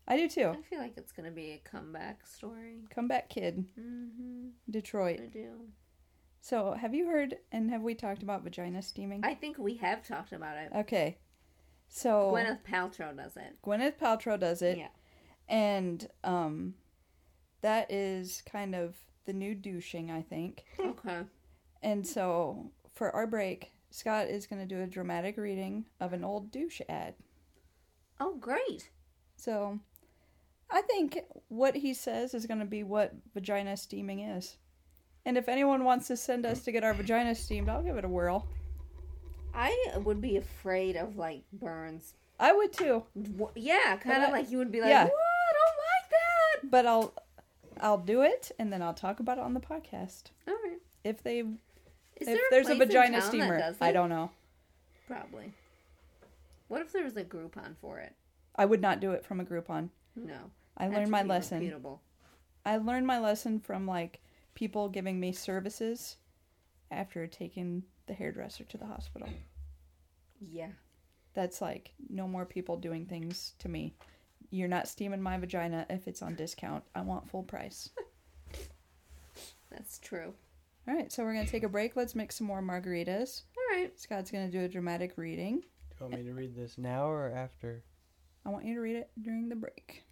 [SPEAKER 2] I do
[SPEAKER 1] I
[SPEAKER 5] Oh.
[SPEAKER 2] too.
[SPEAKER 1] feel like it's going to be a comeback story.
[SPEAKER 2] Come back, kid.
[SPEAKER 1] hmm I
[SPEAKER 2] Detroit.
[SPEAKER 1] do.
[SPEAKER 2] So, have you heard and have we talked about vagina steaming?
[SPEAKER 1] I think we have talked about it.
[SPEAKER 2] Okay. So,
[SPEAKER 1] Gwyneth Paltrow does it.
[SPEAKER 2] Gwyneth Paltrow does Oh. it.
[SPEAKER 1] Yeah.
[SPEAKER 2] and um that is kind of the new douching i think
[SPEAKER 1] Okay.
[SPEAKER 2] and so for our break scott is going to do a dramatic reading of an old douche ad
[SPEAKER 1] Oh, great.
[SPEAKER 2] so i think what he says is going to be what vagina steaming is and if anyone wants to send us to get our vagina steamed i'll give it a whirl
[SPEAKER 1] I would be afraid of like burns.
[SPEAKER 2] i would too
[SPEAKER 1] Wh- Yeah, kind
[SPEAKER 2] But I-
[SPEAKER 1] of like you would be like,
[SPEAKER 2] Uh, yeah.
[SPEAKER 1] "Whoa, I
[SPEAKER 2] but i'll i'll do it and then i'll talk about it on the podcast
[SPEAKER 1] don't like that." All right.
[SPEAKER 2] if they
[SPEAKER 1] Is
[SPEAKER 2] if
[SPEAKER 1] there
[SPEAKER 2] there's a
[SPEAKER 1] place in
[SPEAKER 2] vagina
[SPEAKER 1] town that
[SPEAKER 2] steamer
[SPEAKER 1] does
[SPEAKER 2] i
[SPEAKER 1] it?
[SPEAKER 2] don't know
[SPEAKER 1] Probably. What if there was a Groupon for it?
[SPEAKER 2] i would not do it from a groupon
[SPEAKER 1] No.
[SPEAKER 2] Hmm. I
[SPEAKER 1] That
[SPEAKER 2] learned
[SPEAKER 1] should
[SPEAKER 2] my
[SPEAKER 1] be
[SPEAKER 2] lesson.
[SPEAKER 1] reputable.
[SPEAKER 2] I learned my lesson from like people giving me services after taking the hairdresser to the hospital.
[SPEAKER 1] Yeah.
[SPEAKER 2] That's like no more people doing things to me. You're not steaming my vagina if it's on discount. I want full price.
[SPEAKER 1] That's true.
[SPEAKER 2] All right, so we're going to take a break. Let's make some more margaritas.
[SPEAKER 1] All right.
[SPEAKER 2] Scott's going to do a dramatic reading.
[SPEAKER 5] Do you want me to read this now or after?
[SPEAKER 2] I want you to read it during the break.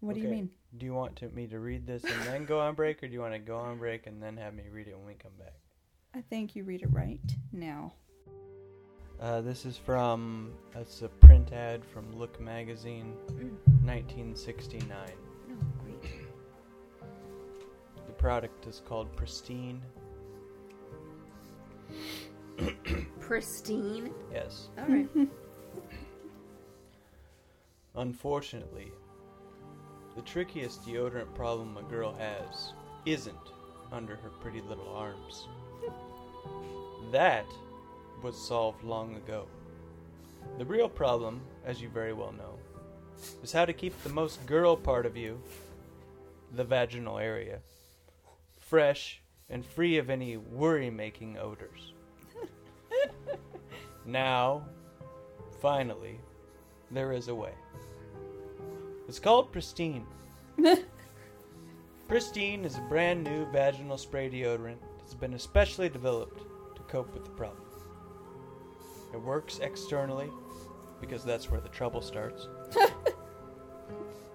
[SPEAKER 2] What do you
[SPEAKER 5] Okay.
[SPEAKER 2] mean?
[SPEAKER 5] Do you want to, me to read this and then go on break, or do you want to go on break and then have me read it when we come back?
[SPEAKER 2] I think you read it right now.
[SPEAKER 5] Uh, this is from it's a print ad from Look Magazine, 1969.
[SPEAKER 1] No, Oh, great.
[SPEAKER 5] The product is called Pristine.
[SPEAKER 1] Pristine.
[SPEAKER 5] Yes.
[SPEAKER 1] All right.
[SPEAKER 5] Unfortunately, the trickiest deodorant problem a girl has isn't under her pretty little arms. that was solved long ago. The real problem, as you very well know, is how to keep the most girl part of you, the vaginal area, fresh and free of any worry making odors. now, finally, there is a way. It's called Pristine. Pristine is a brand new vaginal spray deodorant that's been especially developed to cope with the problem. It works externally, because that's where the trouble starts.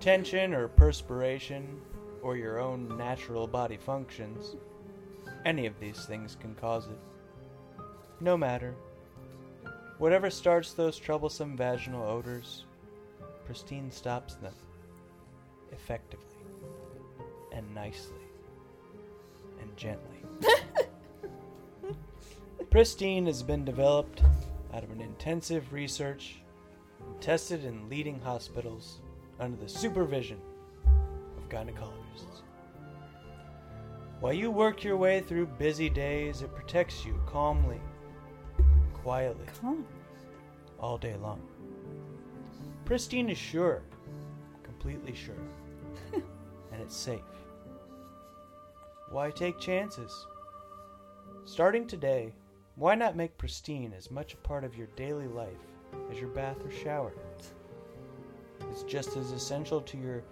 [SPEAKER 5] Tension or perspiration, or your own natural body functions, any of these things can cause it. No matter. Whatever starts those troublesome vaginal odors, Pristine stops them effectively and nicely and gently. Pristine has been developed out of an intensive research and tested in leading hospitals under the supervision of gynecologists. While you work your way through busy days, it protects you calmly, quietly,
[SPEAKER 2] Come.
[SPEAKER 5] all day long. Pristine is sure, completely sure, and it's safe. Why take chances? Starting today, why not make Pristine as much a part of your daily life as your bath or shower? It's just as essential to your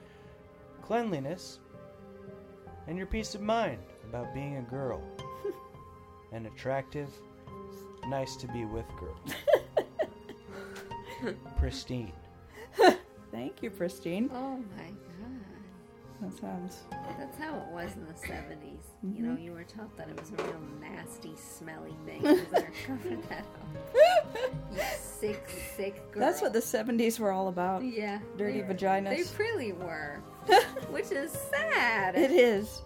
[SPEAKER 5] cleanliness and your peace of mind about being a girl, an attractive, nice to be with girl. Pristine.
[SPEAKER 2] Thank you, Pristine.
[SPEAKER 1] Oh my god.
[SPEAKER 2] That sounds.
[SPEAKER 1] That's how it was in the 70s.
[SPEAKER 2] Mm-hmm.
[SPEAKER 1] You know, you were taught that it was a real nasty, smelly thing. Cover that up. You sick, sick girl.
[SPEAKER 2] That's what the 70s were all about.
[SPEAKER 1] Yeah.
[SPEAKER 2] Dirty
[SPEAKER 1] they, They
[SPEAKER 2] vaginas.
[SPEAKER 1] really were. Which is sad.
[SPEAKER 2] It is.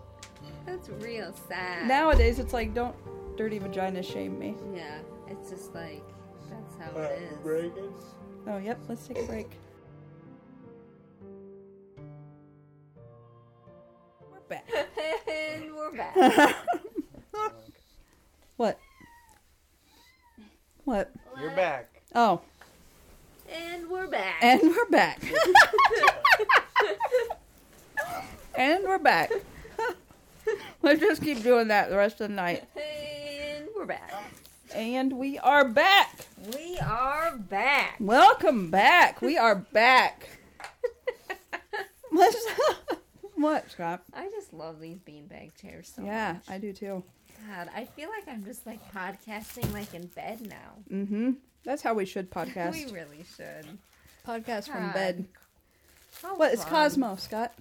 [SPEAKER 1] That's real sad.
[SPEAKER 2] Nowadays, it's like, don't dirty vagina shame me.
[SPEAKER 1] Yeah, it's just like, that's how it is.
[SPEAKER 2] Oh, yep, let's take a break. We're back.
[SPEAKER 1] and we're back.
[SPEAKER 2] What? What?
[SPEAKER 5] You're back.
[SPEAKER 2] Oh,
[SPEAKER 1] and we're back.
[SPEAKER 2] and we're back. and we're back. Let's just keep doing that the rest of the night.
[SPEAKER 1] And we're back.
[SPEAKER 2] And we are back.
[SPEAKER 1] We are back.
[SPEAKER 2] Welcome back. We are back. Let's. what, Scott?
[SPEAKER 1] I just love these beanbag chairs so
[SPEAKER 2] yeah,
[SPEAKER 1] much.
[SPEAKER 2] I do too.
[SPEAKER 1] God, I feel like I'm just like podcasting like in bed now.
[SPEAKER 2] Mm-hmm. That's how we should podcast.
[SPEAKER 1] We really should.
[SPEAKER 2] podcast from
[SPEAKER 1] God.
[SPEAKER 2] bed.
[SPEAKER 1] How
[SPEAKER 2] What is
[SPEAKER 1] fun.
[SPEAKER 2] Cosmo, Scott?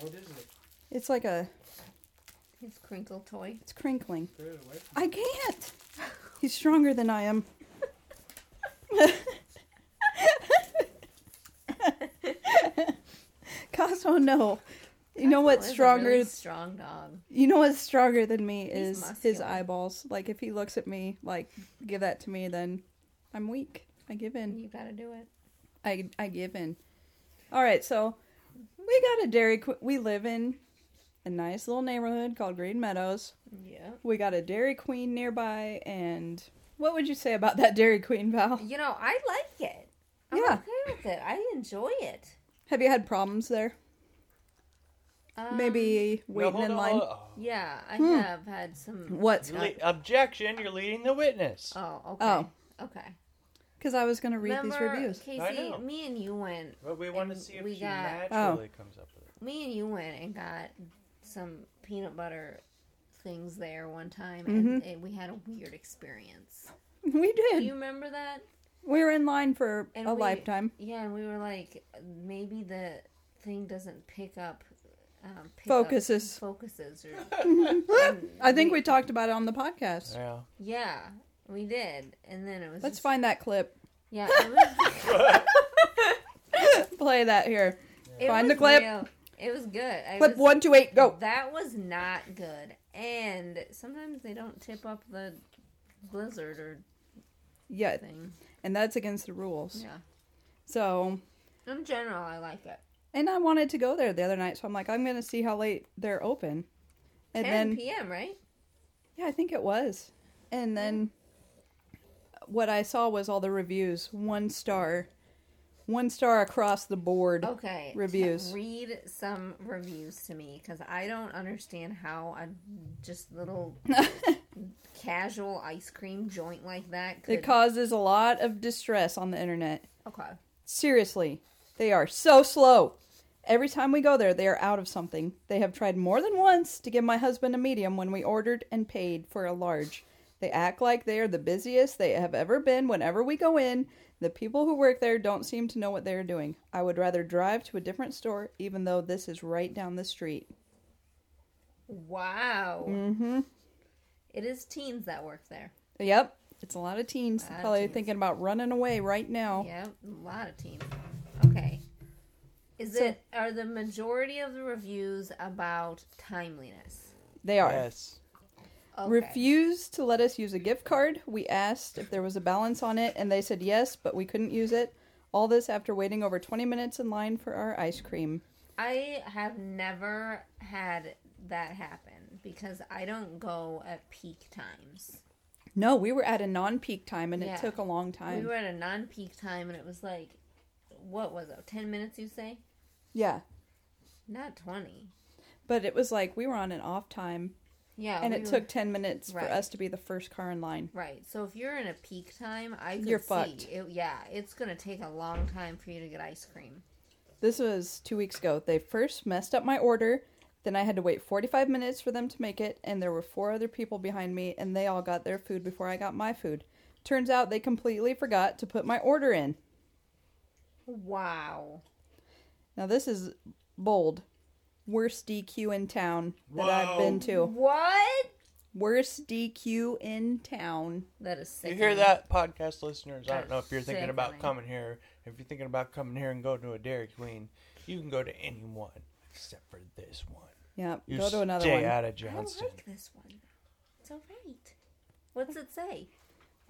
[SPEAKER 6] What is it?
[SPEAKER 2] It's like a
[SPEAKER 1] His crinkle toy.
[SPEAKER 2] it's crinkling.
[SPEAKER 6] Put it away
[SPEAKER 2] I can't. He's stronger than I am. Cosmo, no. You know
[SPEAKER 1] Cosmo
[SPEAKER 2] what's
[SPEAKER 1] is a
[SPEAKER 2] stronger?
[SPEAKER 1] really strong dog.
[SPEAKER 2] You know what's stronger than me
[SPEAKER 1] He's
[SPEAKER 2] is his
[SPEAKER 1] muscular.
[SPEAKER 2] eyeballs. Like if he looks at me, like give that to me, then I'm weak. I give in.
[SPEAKER 1] You gotta do it.
[SPEAKER 2] I I give in. All right, so we got a Dairy Queen. We live in a nice little neighborhood called Green Meadows.
[SPEAKER 1] Yeah.
[SPEAKER 2] We got a Dairy Queen nearby, and what would you say about that Dairy Queen, Val?
[SPEAKER 1] You know, I like it. I'm
[SPEAKER 2] Yeah.
[SPEAKER 1] okay with it. I enjoy it.
[SPEAKER 2] Have you had problems there?
[SPEAKER 1] Um,
[SPEAKER 2] Maybe Hmm. waiting
[SPEAKER 5] hold
[SPEAKER 2] in
[SPEAKER 5] on,
[SPEAKER 2] line.
[SPEAKER 5] hold on.
[SPEAKER 1] Yeah, I have had some.
[SPEAKER 2] What's
[SPEAKER 5] Le- objection! You're leading the witness.
[SPEAKER 1] Oh, okay.
[SPEAKER 2] Oh.
[SPEAKER 1] Okay.
[SPEAKER 2] Because I was going to read
[SPEAKER 1] Remember,
[SPEAKER 2] these reviews.
[SPEAKER 1] Casey,
[SPEAKER 5] I know.
[SPEAKER 1] me and you went.
[SPEAKER 5] but we want to
[SPEAKER 1] and
[SPEAKER 5] see if
[SPEAKER 1] we
[SPEAKER 5] she
[SPEAKER 1] got-
[SPEAKER 5] naturally
[SPEAKER 2] oh.
[SPEAKER 5] comes up with it.
[SPEAKER 1] Me and you went and got some peanut butter things there one time, and
[SPEAKER 2] Mm-hmm.
[SPEAKER 1] it, we had a weird experience.
[SPEAKER 2] We
[SPEAKER 1] Do
[SPEAKER 2] did.
[SPEAKER 1] you remember that?
[SPEAKER 2] we were in line for
[SPEAKER 1] And
[SPEAKER 2] a
[SPEAKER 1] we-
[SPEAKER 2] lifetime.
[SPEAKER 1] Yeah, and we were like, maybe the thing doesn't pick up. Um, pick up-
[SPEAKER 2] Focuses.
[SPEAKER 1] focuses. Or,
[SPEAKER 2] I think we talked about it on the podcast.
[SPEAKER 5] Yeah.
[SPEAKER 1] yeah, we did, and then it was.
[SPEAKER 2] Let's
[SPEAKER 1] just-
[SPEAKER 2] find that clip.
[SPEAKER 1] Yeah, it was.
[SPEAKER 2] Play that here.
[SPEAKER 1] it
[SPEAKER 2] Find
[SPEAKER 1] was
[SPEAKER 2] the clip.
[SPEAKER 1] real- It was good. I
[SPEAKER 2] Clip
[SPEAKER 1] was-
[SPEAKER 2] one, two, eight, go.
[SPEAKER 1] That was not good. And sometimes they don't tip up the blizzard or
[SPEAKER 2] Yeah,
[SPEAKER 1] thing.
[SPEAKER 2] and that's against the rules.
[SPEAKER 1] Yeah.
[SPEAKER 2] So,
[SPEAKER 1] In general, I like it.
[SPEAKER 2] and I wanted to go there the other night, so I'm like, I'm going to see how late they're open.
[SPEAKER 1] 10
[SPEAKER 2] And then
[SPEAKER 1] p.m. Right?
[SPEAKER 2] Yeah, I think it was. And then what I saw was all the reviews. One star. One star across the board.
[SPEAKER 1] Okay.
[SPEAKER 2] Reviews.
[SPEAKER 1] t- read some reviews to me because I don't understand how a just little casual ice cream joint like that could.
[SPEAKER 2] It causes a lot of distress on the internet.
[SPEAKER 1] okay.
[SPEAKER 2] Seriously, they are so slow. Every time we go there, they are out of something. They have tried more than once to give my husband a medium when we ordered and paid for a large. They act like they are the busiest they have ever been whenever we go in. The people who work there don't seem to know what they are doing. I would rather drive to a different store, even though this is right down the street.
[SPEAKER 1] Wow.
[SPEAKER 2] Mm.
[SPEAKER 1] Mm-hmm. is teens that work there.
[SPEAKER 2] Yep, it's a lot of teens
[SPEAKER 1] of
[SPEAKER 2] probably
[SPEAKER 1] teens.
[SPEAKER 2] thinking about running away right now.
[SPEAKER 1] Yeah, a lot of teams. Okay. Is
[SPEAKER 2] So-
[SPEAKER 1] it are the majority of the reviews about timeliness?
[SPEAKER 2] They are.
[SPEAKER 5] Yes.
[SPEAKER 1] Okay.
[SPEAKER 2] refused to let us use a gift card. We asked if there was a balance on it, and they said yes, but we couldn't use it. All this after waiting over 20 minutes in line for our ice cream.
[SPEAKER 1] I have never had that happen because I don't go at peak times.
[SPEAKER 2] No, we were at a non peak time, and
[SPEAKER 1] Yeah.
[SPEAKER 2] it took a long time.
[SPEAKER 1] We were at a non peak time and it was like what was it? Ten minutes you say?
[SPEAKER 2] yeah,
[SPEAKER 1] Not twenty.
[SPEAKER 2] but it was like we were on an off time,
[SPEAKER 1] Yeah.
[SPEAKER 2] and
[SPEAKER 1] we
[SPEAKER 2] it
[SPEAKER 1] were-
[SPEAKER 2] took 10 minutes
[SPEAKER 1] Right.
[SPEAKER 2] for us to be the first car in line.
[SPEAKER 1] Right. So if you're in a peak time, I could
[SPEAKER 2] You're
[SPEAKER 1] see
[SPEAKER 2] fucked.
[SPEAKER 1] It, yeah, it's gonna take a long time for you to get ice cream.
[SPEAKER 2] This was two weeks ago. They first messed up my order. Then I had to wait 45 minutes for them to make it, and there were four other people behind me, and they all got their food before I got my food. Turns out they completely forgot to put my order in.
[SPEAKER 1] Wow.
[SPEAKER 2] Now, this is bold. Worst DQ in town that I've been to.
[SPEAKER 1] What?
[SPEAKER 2] Worst DQ in town.
[SPEAKER 1] That is
[SPEAKER 5] You
[SPEAKER 1] sick.
[SPEAKER 5] hear that, podcast listeners? I don't know if you're
[SPEAKER 1] Sickening.
[SPEAKER 5] thinking about coming here. If you're thinking about coming here and going to a Dairy Queen, you can go to any one except for this one.
[SPEAKER 2] Yeah,
[SPEAKER 5] You
[SPEAKER 2] go to another
[SPEAKER 5] stay
[SPEAKER 2] one.
[SPEAKER 5] out of
[SPEAKER 1] I don't
[SPEAKER 5] Johnston.
[SPEAKER 1] like this one. It's all right. What's it say?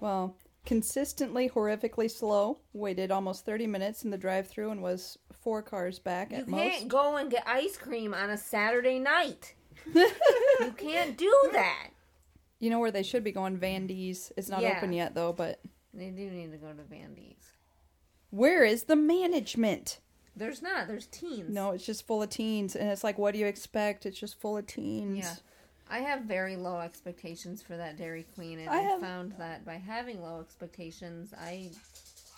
[SPEAKER 2] Well, consistently horrifically slow. Waited almost 30 minutes in the drive through and was four cars back
[SPEAKER 1] You
[SPEAKER 2] at
[SPEAKER 1] can't
[SPEAKER 2] most.
[SPEAKER 1] go and get ice cream on a Saturday night. you can't do that.
[SPEAKER 2] You know where they should be going? Vandy's. It's not
[SPEAKER 1] Yeah.
[SPEAKER 2] open yet, though, but
[SPEAKER 1] They do need to go to Vandy's.
[SPEAKER 2] where is the management?
[SPEAKER 1] There's not. There's teens.
[SPEAKER 2] No, it's just full of teens. And it's like, what do you expect? It's just full of teens.
[SPEAKER 1] Yeah. I have very low expectations for that Dairy Queen, and
[SPEAKER 2] I
[SPEAKER 1] I,
[SPEAKER 2] have-
[SPEAKER 1] found that by having low expectations, I'm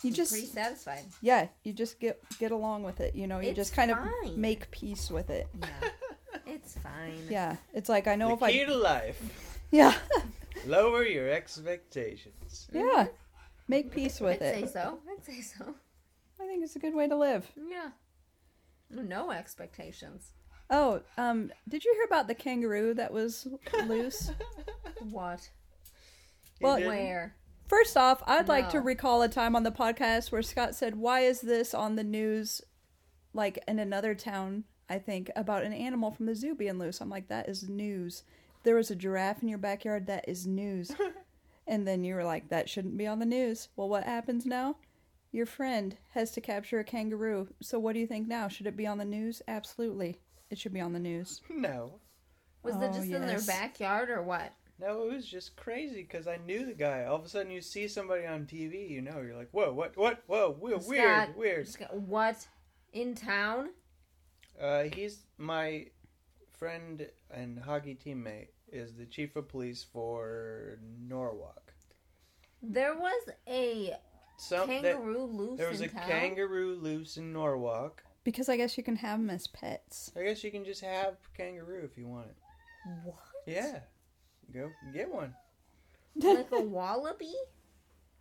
[SPEAKER 2] You just.
[SPEAKER 1] pretty satisfied.
[SPEAKER 2] yeah, you just get get along with it. You know, you
[SPEAKER 1] It's
[SPEAKER 2] just kind of
[SPEAKER 1] fine.
[SPEAKER 2] make peace with it.
[SPEAKER 1] Yeah. it's fine.
[SPEAKER 2] Yeah, it's like I know if
[SPEAKER 5] the key
[SPEAKER 2] I
[SPEAKER 5] to life:
[SPEAKER 2] yeah
[SPEAKER 1] Mm-hmm.
[SPEAKER 5] lower your expectations.
[SPEAKER 2] yeah make peace
[SPEAKER 1] I'd
[SPEAKER 2] with
[SPEAKER 1] say
[SPEAKER 2] it.
[SPEAKER 1] so. I'd say so.
[SPEAKER 2] I think it's a good way to live.
[SPEAKER 1] Yeah. No expectations.
[SPEAKER 2] Oh, um, did you hear about the kangaroo that was loose?
[SPEAKER 1] What?
[SPEAKER 2] well,
[SPEAKER 1] Where?
[SPEAKER 2] First off, I'd like to
[SPEAKER 1] No.
[SPEAKER 2] recall a time on the podcast where Scott said, "Why is this on the news like in another town, I think, about an animal from the zoo being loose?" I'm like, "That is news. There was a giraffe in your backyard. That is news." and then you were like, "That shouldn't be on the news." Well, what happens now? Your friend has to capture a kangaroo. So what do you think now? Should it be on the news? Absolutely. It should be on the news.
[SPEAKER 5] No,
[SPEAKER 1] Was it
[SPEAKER 2] Oh,
[SPEAKER 1] just in their
[SPEAKER 2] yes.
[SPEAKER 1] backyard or what?
[SPEAKER 5] no, it was just crazy because I knew the guy. All of a sudden, you see somebody on TV, you know, you're like, whoa, what, what, whoa, weird,
[SPEAKER 1] Scott,
[SPEAKER 5] weird, weird.
[SPEAKER 1] Scott- what? In town?
[SPEAKER 5] Uh, he's my friend and hockey teammate is the chief of police for Norwalk.
[SPEAKER 1] There was a
[SPEAKER 5] Some that-
[SPEAKER 1] kangaroo loose
[SPEAKER 5] there was
[SPEAKER 1] in
[SPEAKER 5] a
[SPEAKER 1] town.
[SPEAKER 5] kangaroo loose in Norwalk.
[SPEAKER 2] Because I guess you can have them as pets.
[SPEAKER 5] I guess you can just have kangaroo if you want it.
[SPEAKER 1] What?
[SPEAKER 5] Yeah, go get one.
[SPEAKER 1] Like a wallaby?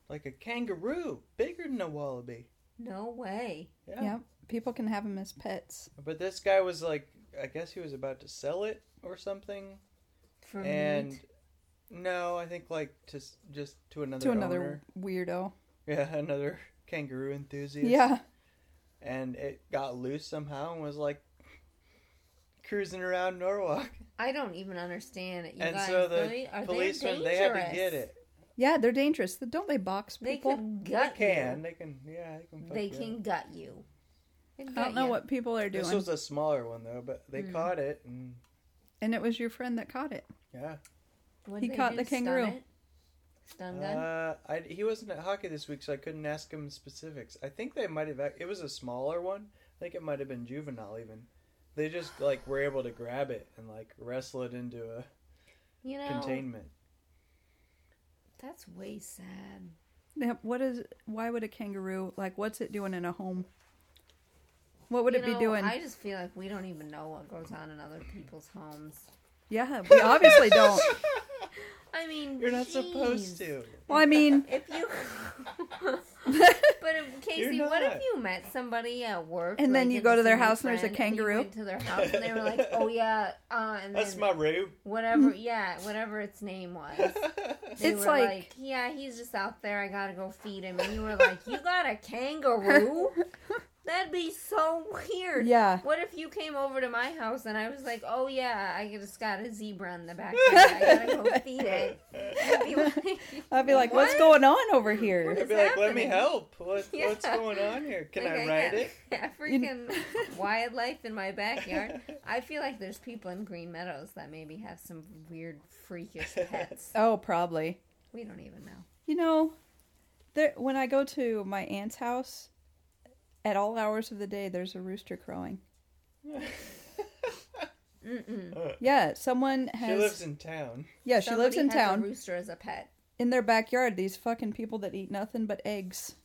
[SPEAKER 5] Like a kangaroo, bigger than a wallaby.
[SPEAKER 1] No way.
[SPEAKER 5] Yeah.
[SPEAKER 2] Yep. People can have them as pets.
[SPEAKER 5] But this guy was like, I guess he was about to sell it or something,
[SPEAKER 1] For
[SPEAKER 5] and
[SPEAKER 1] meat.
[SPEAKER 5] no, I think like to s- just to another
[SPEAKER 2] to another
[SPEAKER 5] owner.
[SPEAKER 2] weirdo.
[SPEAKER 5] yeah, another kangaroo enthusiast.
[SPEAKER 2] Yeah.
[SPEAKER 5] and it got loose somehow and was like cruising around Norwalk.
[SPEAKER 1] I don't even understand it. You
[SPEAKER 5] and
[SPEAKER 1] guys,
[SPEAKER 5] so the
[SPEAKER 1] they, are
[SPEAKER 5] policemen
[SPEAKER 1] they,
[SPEAKER 5] they had to get
[SPEAKER 1] dangerous.
[SPEAKER 5] it.
[SPEAKER 2] Yeah, they're dangerous. Don't they box
[SPEAKER 1] They
[SPEAKER 2] people?
[SPEAKER 1] can gut
[SPEAKER 5] They can.
[SPEAKER 1] you.
[SPEAKER 5] They can. Yeah, they can. Fuck
[SPEAKER 1] They
[SPEAKER 5] you up.
[SPEAKER 1] can gut you. They
[SPEAKER 2] I
[SPEAKER 1] gut
[SPEAKER 2] don't know
[SPEAKER 1] you.
[SPEAKER 2] what people are doing.
[SPEAKER 5] This was a smaller one though, but
[SPEAKER 1] Mm.
[SPEAKER 5] they caught it and
[SPEAKER 2] And it was your friend that caught it.
[SPEAKER 5] yeah.
[SPEAKER 1] What'd
[SPEAKER 2] He
[SPEAKER 1] they
[SPEAKER 2] caught
[SPEAKER 1] do?
[SPEAKER 2] the
[SPEAKER 1] Stun
[SPEAKER 2] kangaroo.
[SPEAKER 1] it? Stun gun?
[SPEAKER 5] Uh, I, he wasn't at hockey this week, so I couldn't ask him specifics. I think they might have. ac- It was a smaller one. I think it might have been juvenile even. They just like were able to grab it and like wrestle it into a
[SPEAKER 1] you know,
[SPEAKER 5] containment.
[SPEAKER 1] that's way sad.
[SPEAKER 2] Now, What is? Why would a kangaroo like? What's it doing in a home? What would
[SPEAKER 1] You
[SPEAKER 2] it
[SPEAKER 1] know,
[SPEAKER 2] be doing?
[SPEAKER 1] I just feel like we don't even know what goes on in other people's homes.
[SPEAKER 2] Yeah, we obviously don't.
[SPEAKER 1] I mean,
[SPEAKER 5] You're not
[SPEAKER 1] jeez.
[SPEAKER 5] supposed to.
[SPEAKER 2] Well, I mean,
[SPEAKER 1] If you, but if, Casey,
[SPEAKER 5] You're
[SPEAKER 1] what if
[SPEAKER 5] not.
[SPEAKER 1] you met somebody at work,
[SPEAKER 2] And then
[SPEAKER 1] like,
[SPEAKER 2] you
[SPEAKER 1] it
[SPEAKER 2] go to
[SPEAKER 1] was
[SPEAKER 2] their
[SPEAKER 1] new
[SPEAKER 2] house and there's a
[SPEAKER 1] friend, and you
[SPEAKER 2] kangaroo?
[SPEAKER 1] went to their house and they were like, "Oh yeah," uh, and
[SPEAKER 5] That's
[SPEAKER 1] then
[SPEAKER 5] my room.
[SPEAKER 1] whatever, yeah, whatever its name was. They
[SPEAKER 2] It's
[SPEAKER 1] were
[SPEAKER 2] like-
[SPEAKER 1] yeah, he's just out there. I gotta go feed him. And you were like, you got a kangaroo? That'd be so weird.
[SPEAKER 2] Yeah.
[SPEAKER 1] What if you came over to my house and I was like, oh yeah, I just got a zebra in the backyard. I gotta go feed it. You'd be like,
[SPEAKER 2] I'd be like, what's
[SPEAKER 1] "What?
[SPEAKER 2] going on over
[SPEAKER 1] What
[SPEAKER 2] here?
[SPEAKER 1] is
[SPEAKER 5] I'd be like, let me
[SPEAKER 1] happening?"
[SPEAKER 5] help. What,
[SPEAKER 1] Yeah.
[SPEAKER 5] What's going on here? Can
[SPEAKER 1] Like,
[SPEAKER 5] I ride
[SPEAKER 1] got
[SPEAKER 5] it?
[SPEAKER 1] African wildlife in my backyard. I feel like there's people in Green Meadows that maybe have some weird, freakish pets.
[SPEAKER 2] Oh, probably.
[SPEAKER 1] We don't even know.
[SPEAKER 2] You know, there, when I go to my aunt's house, at all hours of the day, there's a rooster crowing.
[SPEAKER 1] Mm-mm.
[SPEAKER 2] Yeah, someone has.
[SPEAKER 5] Uh. She lives in town.
[SPEAKER 2] yeah, she lives
[SPEAKER 1] Somebody
[SPEAKER 2] in
[SPEAKER 1] has a
[SPEAKER 2] town.
[SPEAKER 1] rooster as a pet.
[SPEAKER 2] in their backyard, these fucking people that eat nothing but eggs.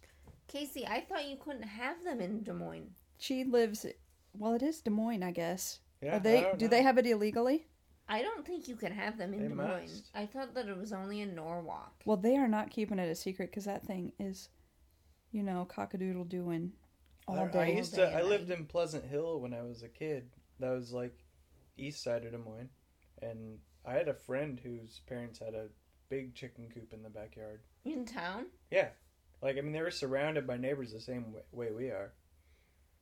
[SPEAKER 1] Casey, I thought you couldn't have them in Des Moines.
[SPEAKER 2] She lives. Well, it is Des Moines, I guess.
[SPEAKER 5] Yeah,
[SPEAKER 2] Are they?
[SPEAKER 5] I don't
[SPEAKER 2] Do
[SPEAKER 5] know.
[SPEAKER 2] they have it illegally?
[SPEAKER 1] I don't think you can have them in
[SPEAKER 5] They
[SPEAKER 1] Des Moines.
[SPEAKER 5] must.
[SPEAKER 1] I thought that it was only in Norwalk.
[SPEAKER 2] Well, they are not keeping it a secret because that thing is, you know, cockadoodle doing all
[SPEAKER 5] I,
[SPEAKER 2] day.
[SPEAKER 5] I used
[SPEAKER 1] All day
[SPEAKER 5] to. I
[SPEAKER 1] and
[SPEAKER 5] lived
[SPEAKER 1] night.
[SPEAKER 5] in Pleasant Hill when I was a kid. That was like east side of Des Moines, and I had a friend whose parents had a big chicken coop in the backyard.
[SPEAKER 1] In town?
[SPEAKER 5] Yeah, like I mean, they were surrounded by neighbors the same way, way we are,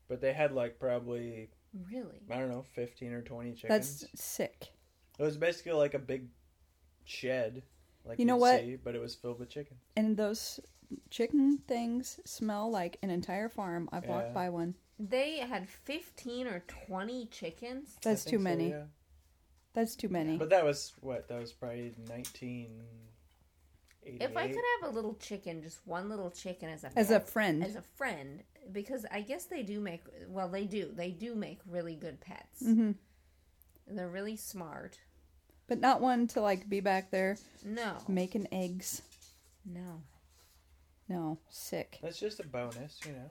[SPEAKER 5] but they had like probably
[SPEAKER 1] Really?
[SPEAKER 5] I don't know, fifteen or twenty chickens.
[SPEAKER 2] That's sick.
[SPEAKER 5] It was basically like a big shed, like
[SPEAKER 2] You know
[SPEAKER 5] you'd
[SPEAKER 2] what?
[SPEAKER 5] see, but it was filled with chickens.
[SPEAKER 2] And those chicken things smell like an entire farm. I've
[SPEAKER 5] Yeah.
[SPEAKER 2] walked by one.
[SPEAKER 1] They had 15 or 20 chickens?
[SPEAKER 5] I
[SPEAKER 2] That's
[SPEAKER 5] think
[SPEAKER 2] too
[SPEAKER 5] so,
[SPEAKER 2] many.
[SPEAKER 5] yeah.
[SPEAKER 2] That's too many.
[SPEAKER 5] But that was what? That was probably nineteen eighty-eight.
[SPEAKER 1] If I could have a little chicken, just one little chicken as a
[SPEAKER 2] As a
[SPEAKER 1] pet,
[SPEAKER 2] friend.
[SPEAKER 1] as a friend, because I guess they do make well, they do they do make really good pets.
[SPEAKER 2] hmm
[SPEAKER 1] They're really smart.
[SPEAKER 2] But not one to like be back there
[SPEAKER 1] No,
[SPEAKER 2] making eggs.
[SPEAKER 1] no,
[SPEAKER 2] No, sick.
[SPEAKER 5] That's just a bonus, you know.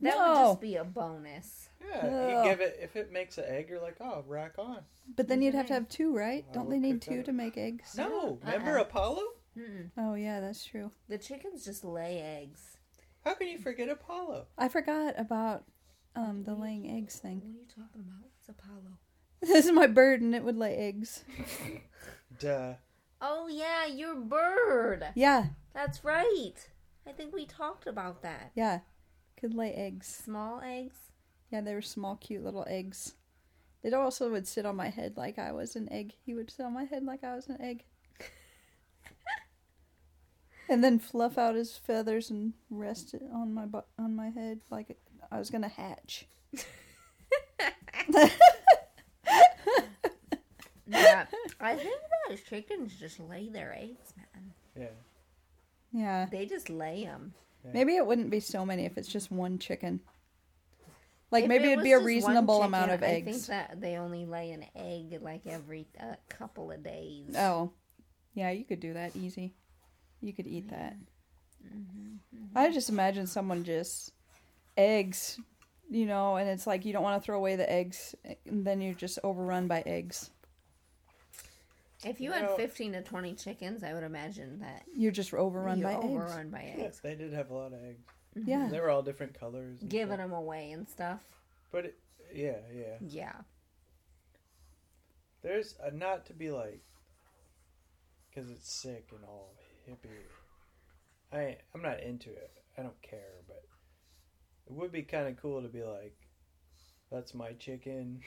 [SPEAKER 1] that would
[SPEAKER 2] No.
[SPEAKER 1] just be a bonus.
[SPEAKER 5] Yeah,
[SPEAKER 2] Ugh.
[SPEAKER 5] you give it if it makes an egg, you're like, oh, rack on.
[SPEAKER 2] But then you'd have to
[SPEAKER 1] Right.
[SPEAKER 2] have two, right?
[SPEAKER 5] I
[SPEAKER 2] Don't
[SPEAKER 5] would
[SPEAKER 2] they need
[SPEAKER 5] cook
[SPEAKER 2] two
[SPEAKER 5] that.
[SPEAKER 2] to make eggs?
[SPEAKER 5] No,
[SPEAKER 1] Yeah,
[SPEAKER 5] remember
[SPEAKER 1] uh-uh.
[SPEAKER 5] Apollo?
[SPEAKER 1] Mm-mm.
[SPEAKER 2] Oh yeah, that's true.
[SPEAKER 1] The chickens just lay eggs.
[SPEAKER 5] How can you forget Apollo?
[SPEAKER 2] I forgot about um, the laying eggs
[SPEAKER 1] What
[SPEAKER 2] thing.
[SPEAKER 1] are you talking about? It's Apollo.
[SPEAKER 2] This is my bird, and it would lay eggs.
[SPEAKER 5] Duh.
[SPEAKER 1] Oh yeah, your bird.
[SPEAKER 2] Yeah,
[SPEAKER 1] That's right. I think we talked about that.
[SPEAKER 2] yeah, could lay eggs.
[SPEAKER 1] Small eggs.
[SPEAKER 2] Yeah, they were small, cute little eggs. It also would sit on my head like I was an egg. He would sit on my head like I was an egg. and then fluff out his feathers and rest it on my bu- on my head like I was gonna hatch.
[SPEAKER 1] Yeah, I think those chickens just lay their eggs, man.
[SPEAKER 5] Yeah.
[SPEAKER 2] Yeah.
[SPEAKER 1] They just lay them.
[SPEAKER 2] Maybe it wouldn't be so many if it's just one chicken. Like
[SPEAKER 1] If
[SPEAKER 2] maybe
[SPEAKER 1] it
[SPEAKER 2] it'd
[SPEAKER 1] was
[SPEAKER 2] be a
[SPEAKER 1] just one
[SPEAKER 2] reasonable
[SPEAKER 1] chicken,
[SPEAKER 2] amount of
[SPEAKER 1] I think
[SPEAKER 2] eggs.
[SPEAKER 1] that they only lay an egg like every uh, couple of days.
[SPEAKER 2] Oh, yeah, you could do that easy. You could eat that.
[SPEAKER 1] Mm-hmm.
[SPEAKER 2] I just imagine someone just eggs, you know, and it's like you don't want to throw away the eggs, and then you're just overrun by eggs.
[SPEAKER 1] If you had 15 to 20 chickens, I would imagine that
[SPEAKER 2] You're just overrun
[SPEAKER 1] you
[SPEAKER 2] by eggs.
[SPEAKER 1] overrun by eggs.
[SPEAKER 5] They did have a lot of eggs.
[SPEAKER 2] Yeah,
[SPEAKER 5] They were all different colors. and
[SPEAKER 1] Giving
[SPEAKER 5] stuff.
[SPEAKER 1] them away and stuff.
[SPEAKER 5] But it, yeah, yeah.
[SPEAKER 1] Yeah.
[SPEAKER 5] There's a not to be like, because it's sick and all hippie. I I'm not into it. I don't care, but it would be kind of cool to be like, that's my chicken.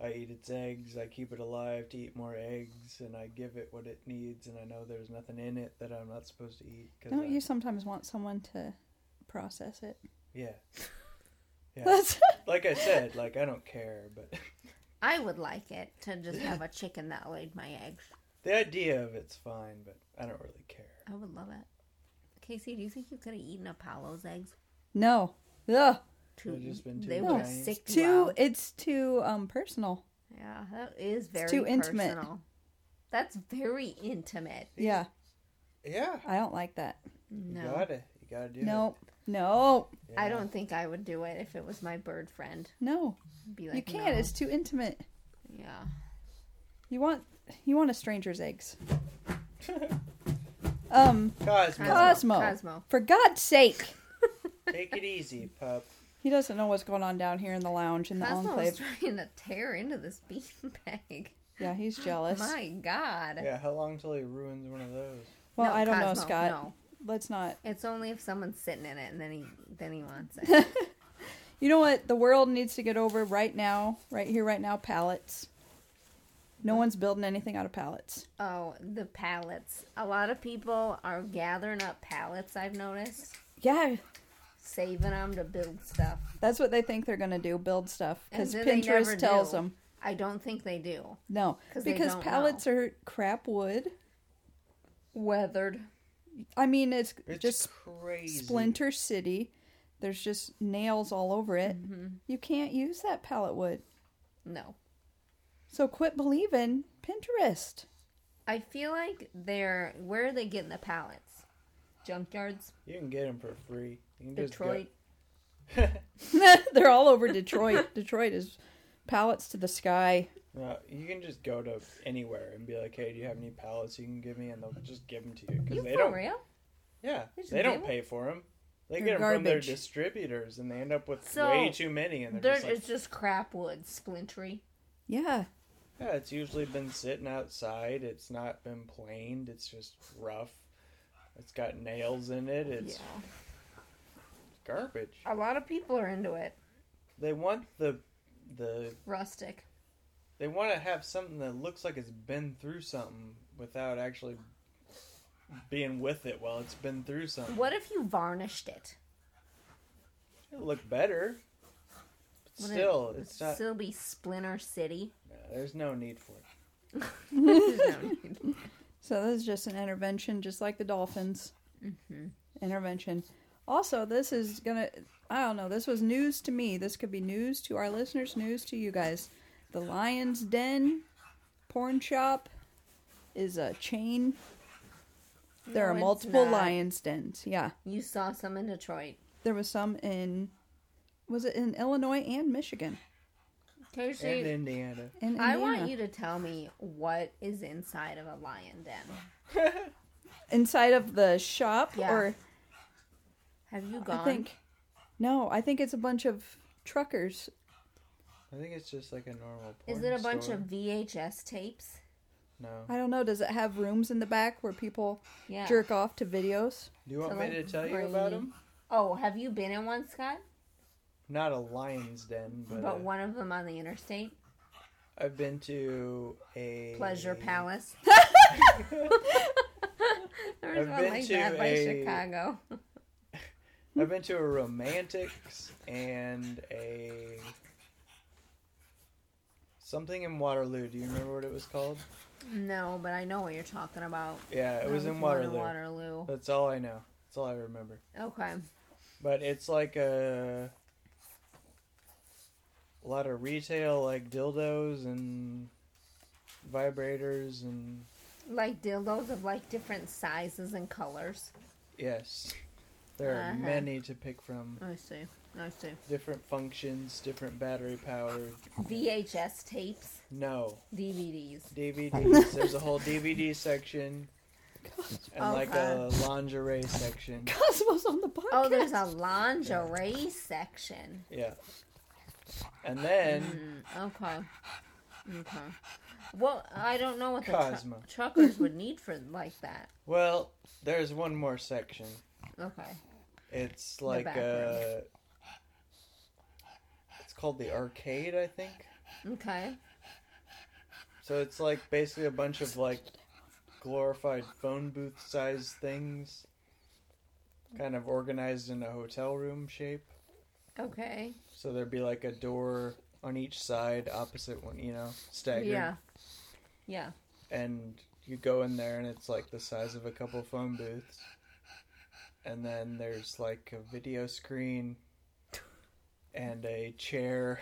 [SPEAKER 5] I eat its eggs. I keep it alive to eat more eggs, and I give it what it needs. And I know there's nothing in it that I'm not supposed to eat. Cause I,
[SPEAKER 2] don't you sometimes want someone to process it?
[SPEAKER 5] Yeah. Yeah.
[SPEAKER 2] That's
[SPEAKER 5] like I said, like I don't care, but
[SPEAKER 1] I would like it to just have a chicken that laid my eggs.
[SPEAKER 5] the idea of it's fine, but I don't really care.
[SPEAKER 1] I would love it. Casey, do you think you could have eaten Apollo's eggs?
[SPEAKER 2] no. Ugh.
[SPEAKER 1] Too,
[SPEAKER 5] Would've just been too
[SPEAKER 1] they would have
[SPEAKER 5] giant.
[SPEAKER 1] sick you
[SPEAKER 2] Too.
[SPEAKER 1] out.
[SPEAKER 2] It's too um personal.
[SPEAKER 1] Yeah, that is very
[SPEAKER 2] too intimate.
[SPEAKER 1] personal. That's very intimate.
[SPEAKER 2] Yeah,
[SPEAKER 5] Yeah.
[SPEAKER 2] I don't like that.
[SPEAKER 1] No.
[SPEAKER 5] You gotta, you gotta do it.
[SPEAKER 2] No, no,
[SPEAKER 1] I don't think I would do it if it was my bird friend.
[SPEAKER 2] no.
[SPEAKER 1] Be like,
[SPEAKER 2] you can't.
[SPEAKER 1] "No."
[SPEAKER 2] It's too intimate.
[SPEAKER 1] yeah.
[SPEAKER 2] You want you want a stranger's eggs. um,
[SPEAKER 5] Cosmo,
[SPEAKER 2] Cosmo.
[SPEAKER 1] Cosmo.
[SPEAKER 2] For God's sake.
[SPEAKER 5] take it easy, pup.
[SPEAKER 2] He doesn't know what's going on down here in the lounge in the
[SPEAKER 1] Cosmo was
[SPEAKER 2] enclave.
[SPEAKER 1] trying to tear into this bean bag.
[SPEAKER 2] Yeah, he's jealous.
[SPEAKER 1] My God.
[SPEAKER 5] Yeah, how long till he ruins one of those?
[SPEAKER 2] Well,
[SPEAKER 1] No,
[SPEAKER 2] I don't know,
[SPEAKER 1] Cosmo,
[SPEAKER 2] Scott.
[SPEAKER 1] no.
[SPEAKER 2] Let's not.
[SPEAKER 1] It's only if someone's sitting in it and then he then he wants it.
[SPEAKER 2] You know what? The world needs to get over right now, right here, right now. Pallets. No one's building anything out of pallets.
[SPEAKER 1] oh, the pallets. A lot of people are gathering up pallets. I've noticed,
[SPEAKER 2] Yeah,
[SPEAKER 1] saving them to build stuff.
[SPEAKER 2] that's what they think they're gonna do. Build stuff
[SPEAKER 1] And
[SPEAKER 2] because
[SPEAKER 1] then they never
[SPEAKER 2] Pinterest tells
[SPEAKER 1] do.
[SPEAKER 2] them
[SPEAKER 1] I don't think they do.
[SPEAKER 2] no.
[SPEAKER 1] 'Cause they
[SPEAKER 2] Because
[SPEAKER 1] don't
[SPEAKER 2] pallets are crap wood.
[SPEAKER 1] Weathered.
[SPEAKER 2] I mean, it's,
[SPEAKER 5] It's
[SPEAKER 2] just
[SPEAKER 5] crazy.
[SPEAKER 2] Splinter City. There's just nails all over it.
[SPEAKER 1] Mm-hmm.
[SPEAKER 2] You can't use that pallet wood.
[SPEAKER 1] No,
[SPEAKER 2] So quit believing Pinterest.
[SPEAKER 1] I feel like they're where are they getting the pallets? Junkyards,
[SPEAKER 5] You can get them for free. You can
[SPEAKER 1] Detroit.
[SPEAKER 5] Just
[SPEAKER 2] They're all over Detroit. Detroit is pallets to the sky.
[SPEAKER 5] go, no, you can just go to anywhere and be like, "Hey, do you have any pallets you can give me?" And they'll just give them to you
[SPEAKER 1] You
[SPEAKER 5] because they
[SPEAKER 1] for
[SPEAKER 5] don't.
[SPEAKER 1] real?
[SPEAKER 5] Yeah,
[SPEAKER 1] They just
[SPEAKER 5] they
[SPEAKER 1] give
[SPEAKER 5] don't
[SPEAKER 1] 'em?
[SPEAKER 5] pay for them. They
[SPEAKER 2] They're
[SPEAKER 5] get them from their
[SPEAKER 2] garbage.
[SPEAKER 5] distributors, and they end up with
[SPEAKER 1] So,
[SPEAKER 5] way too many.
[SPEAKER 1] They're,
[SPEAKER 5] And they're, just like,
[SPEAKER 1] it's just crap wood, splintery.
[SPEAKER 2] Yeah.
[SPEAKER 5] Yeah, it's usually been sitting outside. It's not been planed. It's just rough. It's got nails in it. It's garbage.
[SPEAKER 1] A lot of people are into it.
[SPEAKER 5] They want the the
[SPEAKER 1] Rustic.
[SPEAKER 5] they want to have something that looks like it's been through something without actually being with it while it's been through something.
[SPEAKER 1] What if you varnished it?
[SPEAKER 5] It look better. But
[SPEAKER 1] Would it
[SPEAKER 5] still, it's not.
[SPEAKER 1] Still be Splinter City.
[SPEAKER 5] nah, there's no need for it.
[SPEAKER 2] So this is just an intervention, just like the dolphins.
[SPEAKER 1] Mm-hmm.
[SPEAKER 2] Intervention. Also, this is gonna. I don't know. This was news to me. This could be news to our listeners, news to you guys. The Lion's Den porn shop is a chain. There
[SPEAKER 1] No,
[SPEAKER 2] are
[SPEAKER 1] it's
[SPEAKER 2] multiple
[SPEAKER 1] not.
[SPEAKER 2] Lion's dens. Yeah,
[SPEAKER 1] You saw some in Detroit.
[SPEAKER 2] there was some in. Was it in Illinois and Michigan
[SPEAKER 1] Casey,
[SPEAKER 5] And Indiana.
[SPEAKER 2] and
[SPEAKER 1] I
[SPEAKER 2] Indiana?
[SPEAKER 1] want you to tell me what is inside of a lion den.
[SPEAKER 2] inside of the shop
[SPEAKER 1] Yeah.
[SPEAKER 2] or
[SPEAKER 1] Have you gone?
[SPEAKER 2] I think. No, I think it's a bunch of truckers.
[SPEAKER 5] I think it's just like a normal.
[SPEAKER 1] is
[SPEAKER 5] porn
[SPEAKER 1] it a bunch
[SPEAKER 5] store.
[SPEAKER 1] of VHS tapes?
[SPEAKER 5] No.
[SPEAKER 2] I don't know. Does it have rooms in the back where people
[SPEAKER 1] Yeah.
[SPEAKER 2] jerk off to videos?
[SPEAKER 5] Do you want
[SPEAKER 1] So,
[SPEAKER 5] me
[SPEAKER 1] like,
[SPEAKER 5] to tell you
[SPEAKER 1] brainy.
[SPEAKER 5] about them?
[SPEAKER 1] Oh, have you been in one, Scott?
[SPEAKER 5] Not a lion's den, but, uh,
[SPEAKER 1] But
[SPEAKER 5] a-
[SPEAKER 1] one of them on the interstate,
[SPEAKER 5] I've been to a
[SPEAKER 1] Pleasure Palace. There's
[SPEAKER 5] I've
[SPEAKER 1] one
[SPEAKER 5] been
[SPEAKER 1] like
[SPEAKER 5] to
[SPEAKER 1] that by
[SPEAKER 5] a-
[SPEAKER 1] Chicago.
[SPEAKER 5] I've been to a romantics and a something in Waterloo. Do you remember what it was called?
[SPEAKER 1] No, but I know what you're talking about.
[SPEAKER 5] Yeah, it was
[SPEAKER 1] That
[SPEAKER 5] in
[SPEAKER 1] one
[SPEAKER 5] Waterloo.
[SPEAKER 1] Waterloo.
[SPEAKER 5] That's all I know. That's all I remember.
[SPEAKER 1] Okay.
[SPEAKER 5] But it's like a a lot of retail like dildos and vibrators and
[SPEAKER 1] Like dildos of like different sizes and colors.
[SPEAKER 5] yes, there are
[SPEAKER 1] Uh-huh.
[SPEAKER 5] many to pick from.
[SPEAKER 1] I see. I see.
[SPEAKER 5] Different functions, different battery powered.
[SPEAKER 1] VHS tapes,
[SPEAKER 5] No
[SPEAKER 1] DVDs.
[SPEAKER 5] DVDs. There's a whole DVD section and
[SPEAKER 1] Oh,
[SPEAKER 5] like
[SPEAKER 1] God.
[SPEAKER 5] a lingerie section.
[SPEAKER 2] Cosmos on the podcast.
[SPEAKER 1] Oh, there's a lingerie section.
[SPEAKER 5] Yeah. And then
[SPEAKER 1] Mm, okay. Okay. Well, I don't know what the
[SPEAKER 5] Cosmo.
[SPEAKER 1] truckers truckers would need for like that.
[SPEAKER 5] Well, there's one more section.
[SPEAKER 1] Okay.
[SPEAKER 5] It's like
[SPEAKER 1] back
[SPEAKER 5] uh
[SPEAKER 1] room.
[SPEAKER 5] It's called the arcade, I think.
[SPEAKER 1] Okay.
[SPEAKER 5] So it's like basically a bunch of like glorified phone booth sized things kind of organized in a hotel room shape.
[SPEAKER 1] Okay.
[SPEAKER 5] So there'd be like a door on each side opposite one, you know, staggered.
[SPEAKER 1] Yeah. Yeah.
[SPEAKER 5] and you go in there and it's like the size of a couple phone booths and then there's like a video screen and a chair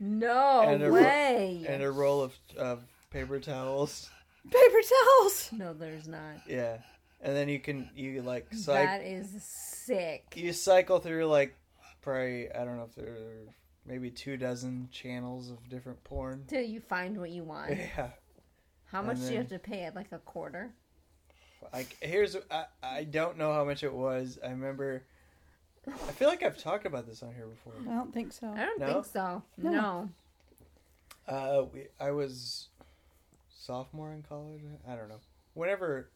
[SPEAKER 1] No
[SPEAKER 5] And a ro-
[SPEAKER 1] way.
[SPEAKER 5] and a roll of, of paper towels
[SPEAKER 2] paper towels.
[SPEAKER 1] no, there's not.
[SPEAKER 5] yeah and then you can you like e-,
[SPEAKER 1] that
[SPEAKER 5] cycle
[SPEAKER 1] is sick.
[SPEAKER 5] you cycle through like probably i don't know if there are maybe two dozen channels of different porn
[SPEAKER 1] Till you find what you want.
[SPEAKER 5] yeah
[SPEAKER 1] How much do you
[SPEAKER 5] then-
[SPEAKER 1] have to pay it? Like a quarter?
[SPEAKER 5] like here's I, I don't know how much it was i remember i feel like i've talked about this on here before
[SPEAKER 2] I don't think so.
[SPEAKER 1] I don't
[SPEAKER 5] No?
[SPEAKER 1] think so.
[SPEAKER 2] No.
[SPEAKER 1] No.
[SPEAKER 5] Uh, we, I was sophomore in college. I don't know. Whenever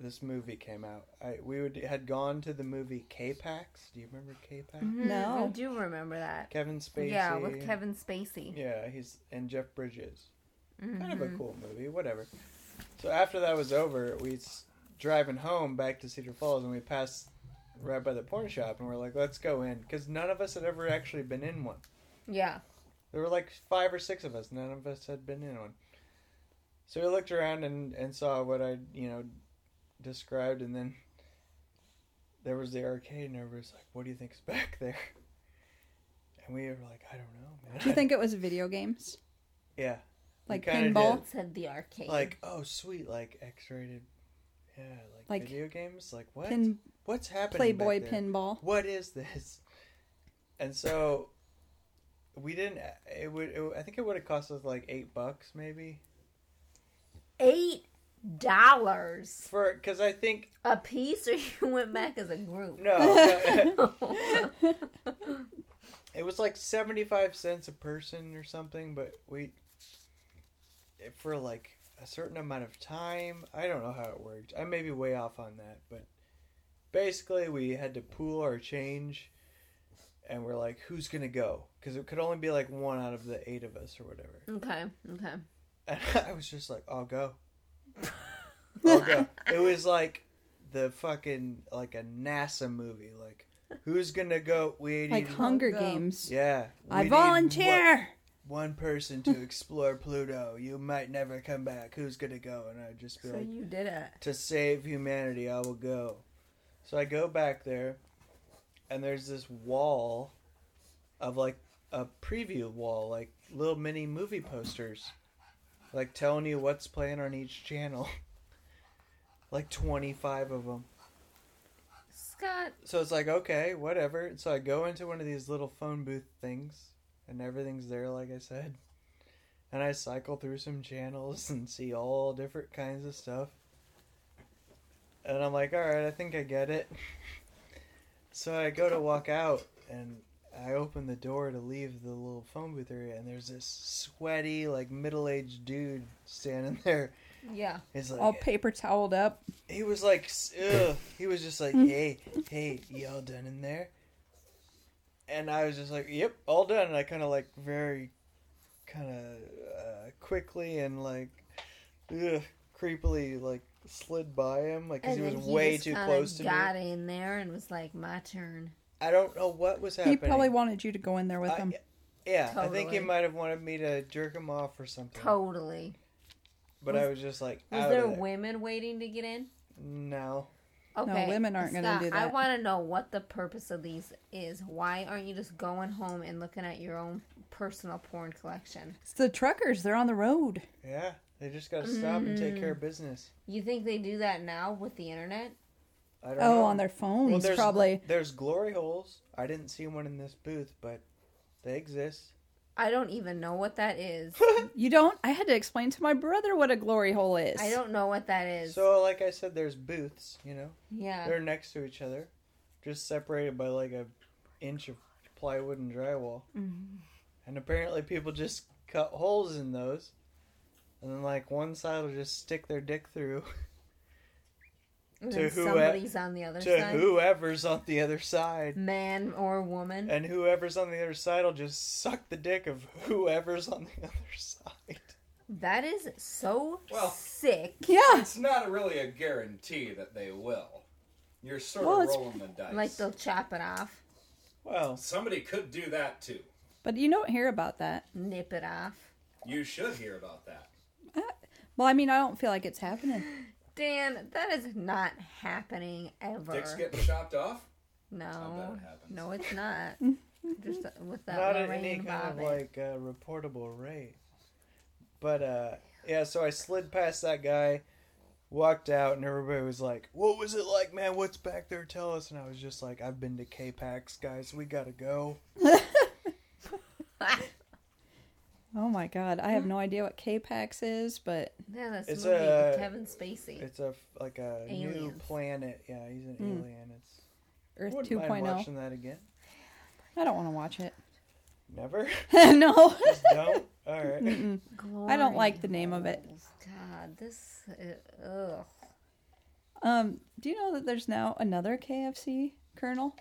[SPEAKER 5] this movie came out, I we would had gone to the movie K-Pax. Do you remember K-Pax?
[SPEAKER 1] Mhm,
[SPEAKER 2] No.
[SPEAKER 1] I do remember that.
[SPEAKER 5] Kevin Spacey.
[SPEAKER 1] Yeah, with Kevin Spacey.
[SPEAKER 5] Yeah, he's and Jeff Bridges. Kind
[SPEAKER 2] Mm-hmm.
[SPEAKER 5] of a cool movie. Whatever. So after that was over, we s- driving home back to Cedar Falls, and we passed right by the porn shop, and we're like, "Let's go in," because none of us had ever actually been in one.
[SPEAKER 1] Yeah.
[SPEAKER 5] There were like five or six of us. None of us had been in one. So we looked around and, and saw what I, you know, described, and then there was the arcade, and everybody's like, "What do you think's back there?" And we were like, "I don't know, man."
[SPEAKER 2] Do you think it was video games?
[SPEAKER 5] yeah, We
[SPEAKER 2] Like
[SPEAKER 5] kinda
[SPEAKER 2] pinball?
[SPEAKER 1] It said the arcade.
[SPEAKER 5] like oh sweet, like X-rated, yeah,
[SPEAKER 2] Like
[SPEAKER 5] like, video games, like what?
[SPEAKER 2] Pin
[SPEAKER 5] What's happening?
[SPEAKER 2] Playboy
[SPEAKER 5] back there?
[SPEAKER 2] pinball.
[SPEAKER 5] what is this? And so we didn't. uh, It would. It, I think it would have cost us like eight bucks, maybe,
[SPEAKER 1] Eight dollars
[SPEAKER 5] for because I think
[SPEAKER 1] a piece, or you went back as a group.
[SPEAKER 5] no, it was like seventy five cents a person or something. But we for like a certain amount of time. I don't know how it worked. I may be way off on that, but basically we had to pool our change. And we're like, who's gonna go? Because it could only be like one out of the eight of us or whatever.
[SPEAKER 1] okay. Okay.
[SPEAKER 5] And I was just like, I'll go. I'll go. It was like the fucking like a NASA movie. Like, who's gonna go? We
[SPEAKER 2] Like
[SPEAKER 5] need-
[SPEAKER 2] Hunger
[SPEAKER 1] Go.
[SPEAKER 2] Games.
[SPEAKER 5] Yeah,
[SPEAKER 2] I
[SPEAKER 5] we need
[SPEAKER 2] volunteer.
[SPEAKER 5] one, one person to explore Pluto. You might never come back. Who's gonna go? And I'd just be
[SPEAKER 1] So
[SPEAKER 5] like,
[SPEAKER 1] you did it.
[SPEAKER 5] to save humanity, I will go. So I go back there, and there's this wall of like a preview wall, like little mini movie posters, like telling you what's playing on each channel. like 25 of them.
[SPEAKER 1] Scott,
[SPEAKER 5] So it's like, okay, whatever. So I go into one of these little phone booth things, and everything's there, like I said. And I cycle through some channels and see all different kinds of stuff. And I'm like, all right, I think I get it. so I go to walk out, and I open the door to leave the little phone booth area, and there's this sweaty, like middle aged dude standing there.
[SPEAKER 1] yeah.
[SPEAKER 5] He's like,
[SPEAKER 2] All paper toweled up.
[SPEAKER 5] he was like, s- ugh. he was just
[SPEAKER 1] Mm-hmm.
[SPEAKER 5] like, hey, hey, y'all done in there? And I was just like, yep, all done. And I kind of like very, kind of uh, quickly and like, ugh, creepily like slid by him, like because he was
[SPEAKER 1] then
[SPEAKER 5] way
[SPEAKER 1] just
[SPEAKER 5] too
[SPEAKER 1] kinda
[SPEAKER 5] close to
[SPEAKER 1] got
[SPEAKER 5] me.
[SPEAKER 1] in there and was like, "My turn."
[SPEAKER 5] I don't know what was
[SPEAKER 2] He
[SPEAKER 5] happening.
[SPEAKER 2] probably wanted you to go in there with
[SPEAKER 5] I-
[SPEAKER 2] him.
[SPEAKER 5] Uh, yeah, I think he
[SPEAKER 1] Totally.
[SPEAKER 5] might have wanted me to jerk him off or something.
[SPEAKER 1] Totally.
[SPEAKER 5] but I was just like,
[SPEAKER 1] Was
[SPEAKER 5] out
[SPEAKER 1] there
[SPEAKER 5] of there.
[SPEAKER 1] women waiting to get in?
[SPEAKER 5] no,
[SPEAKER 1] Okay,
[SPEAKER 2] women aren't gonna
[SPEAKER 1] stop.
[SPEAKER 2] do
[SPEAKER 1] I
[SPEAKER 2] that.
[SPEAKER 1] want to know what the purpose of these is. Why aren't you just going home and looking at your own personal porn collection?
[SPEAKER 2] It's the truckers. They're on the road.
[SPEAKER 5] Yeah, they just gotta stop and take
[SPEAKER 1] Mm.
[SPEAKER 5] care of business.
[SPEAKER 1] You think they do that now with the internet?
[SPEAKER 5] I don't
[SPEAKER 2] Oh,
[SPEAKER 5] know.
[SPEAKER 2] on their
[SPEAKER 5] Well,
[SPEAKER 2] phones,
[SPEAKER 5] there's,
[SPEAKER 2] probably.
[SPEAKER 5] There's glory holes. I didn't see one in this booth, but they exist.
[SPEAKER 1] I don't even know what that is.
[SPEAKER 2] You don't? I had to explain to my brother what a glory hole is.
[SPEAKER 1] I don't know what that is.
[SPEAKER 5] So, like I said, there's booths. You know,
[SPEAKER 1] yeah.
[SPEAKER 5] they're next to each other, just separated by like a inch of plywood and drywall.
[SPEAKER 1] Mm-hmm.
[SPEAKER 5] And apparently, people just cut holes in those, and then like one side will just stick their dick through
[SPEAKER 1] And
[SPEAKER 5] to
[SPEAKER 1] then
[SPEAKER 5] who- uh,
[SPEAKER 1] somebody's on the other
[SPEAKER 5] to
[SPEAKER 1] side.
[SPEAKER 5] whoever's on the other side.
[SPEAKER 1] Man or woman.
[SPEAKER 5] And whoever's on the other side will just suck the dick of whoever's on the other side.
[SPEAKER 1] That is so
[SPEAKER 6] Well-
[SPEAKER 1] sick.
[SPEAKER 2] Yeah.
[SPEAKER 6] It's not really a guarantee that they will. You're sort
[SPEAKER 2] Well,
[SPEAKER 6] of
[SPEAKER 2] it's-
[SPEAKER 6] rolling the dice.
[SPEAKER 1] Like they'll chop it off,
[SPEAKER 5] Well,
[SPEAKER 6] Somebody could do that too.
[SPEAKER 2] But you don't hear about that.
[SPEAKER 1] nip it off.
[SPEAKER 6] You should hear about that.
[SPEAKER 2] Well, I mean, I don't feel like it's happening.
[SPEAKER 1] Dan, that is not happening ever.
[SPEAKER 6] Dicks getting chopped off?
[SPEAKER 1] No,
[SPEAKER 6] bet it happens.
[SPEAKER 1] no, it's not. Just with that
[SPEAKER 5] not at any
[SPEAKER 1] Lorraine
[SPEAKER 5] kind of
[SPEAKER 1] Bobbitt.
[SPEAKER 5] like uh, reportable rate. But uh, yeah, so I slid past that guy, walked out, and everybody was like, "What was it like, man? What's back there? Tell us." And I was just like, "I've been to K-Pax, guys. We gotta go."
[SPEAKER 2] Oh my god, I have no idea what K-Pax is, but
[SPEAKER 1] yeah, that's
[SPEAKER 5] It's
[SPEAKER 1] movie
[SPEAKER 5] a-
[SPEAKER 1] with Kevin Spacey.
[SPEAKER 5] It's a f- like a new
[SPEAKER 1] Aliens.
[SPEAKER 5] planet. Yeah, he's an alien. It's I
[SPEAKER 2] Earth oh.
[SPEAKER 5] wouldn't mind
[SPEAKER 2] 2.0.
[SPEAKER 5] watching that again.
[SPEAKER 2] I don't want to watch it.
[SPEAKER 5] Never.
[SPEAKER 2] no.
[SPEAKER 5] no. All right.
[SPEAKER 2] I don't like
[SPEAKER 1] Glory
[SPEAKER 2] the name of it.
[SPEAKER 1] holes. God, this. Uh, ugh.
[SPEAKER 2] Um, do you know that there's now another KFC Colonel?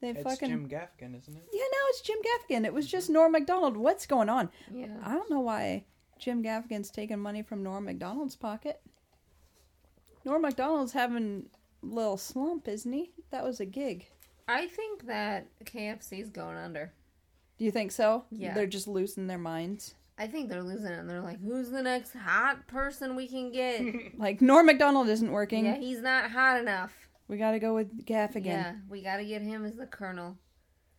[SPEAKER 2] They
[SPEAKER 5] It's
[SPEAKER 2] fucking
[SPEAKER 5] Jim Gaffigan, isn't it?
[SPEAKER 2] Yeah, now it's Jim Gaffigan. It was just Norm McDonald. What's going on?
[SPEAKER 1] Yeah.
[SPEAKER 2] I don't know why Jim Gaffigan's taking money from Norm McDonald's pocket. Norm McDonald's having a little slump, isn't he? That was a gig.
[SPEAKER 1] I think that KFC's going under.
[SPEAKER 2] Do you think so?
[SPEAKER 1] Yeah.
[SPEAKER 2] They're just losing their minds.
[SPEAKER 1] I think they're losing it, and they're like, "Who's the next hot person we can get?"
[SPEAKER 2] Like Norm McDonald isn't working.
[SPEAKER 1] yeah, he's not hot enough.
[SPEAKER 2] We got to go with Gaffigan.
[SPEAKER 1] Yeah, we got to get him as the colonel.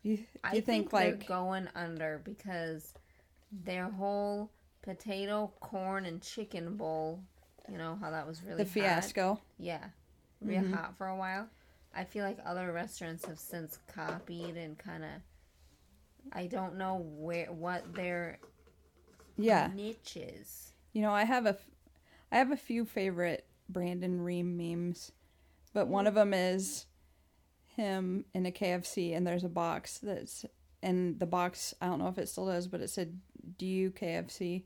[SPEAKER 2] You, you
[SPEAKER 1] I
[SPEAKER 2] think, like
[SPEAKER 1] they're going under because their whole potato, corn, and chicken bowl. You know how that was really
[SPEAKER 2] the
[SPEAKER 1] hot?
[SPEAKER 2] fiasco? Mm-hmm.
[SPEAKER 1] Yeah, real hot for a while. I feel like other restaurants have since copied and kind of. I don't know where what their
[SPEAKER 2] Yeah.
[SPEAKER 1] niche is.
[SPEAKER 2] You know, I have a, f- I have a few favorite Brandon Ream memes, but one of them is him in a KFC and there's a box that's and the box I don't know if it still does, but it said "Do you KFC?"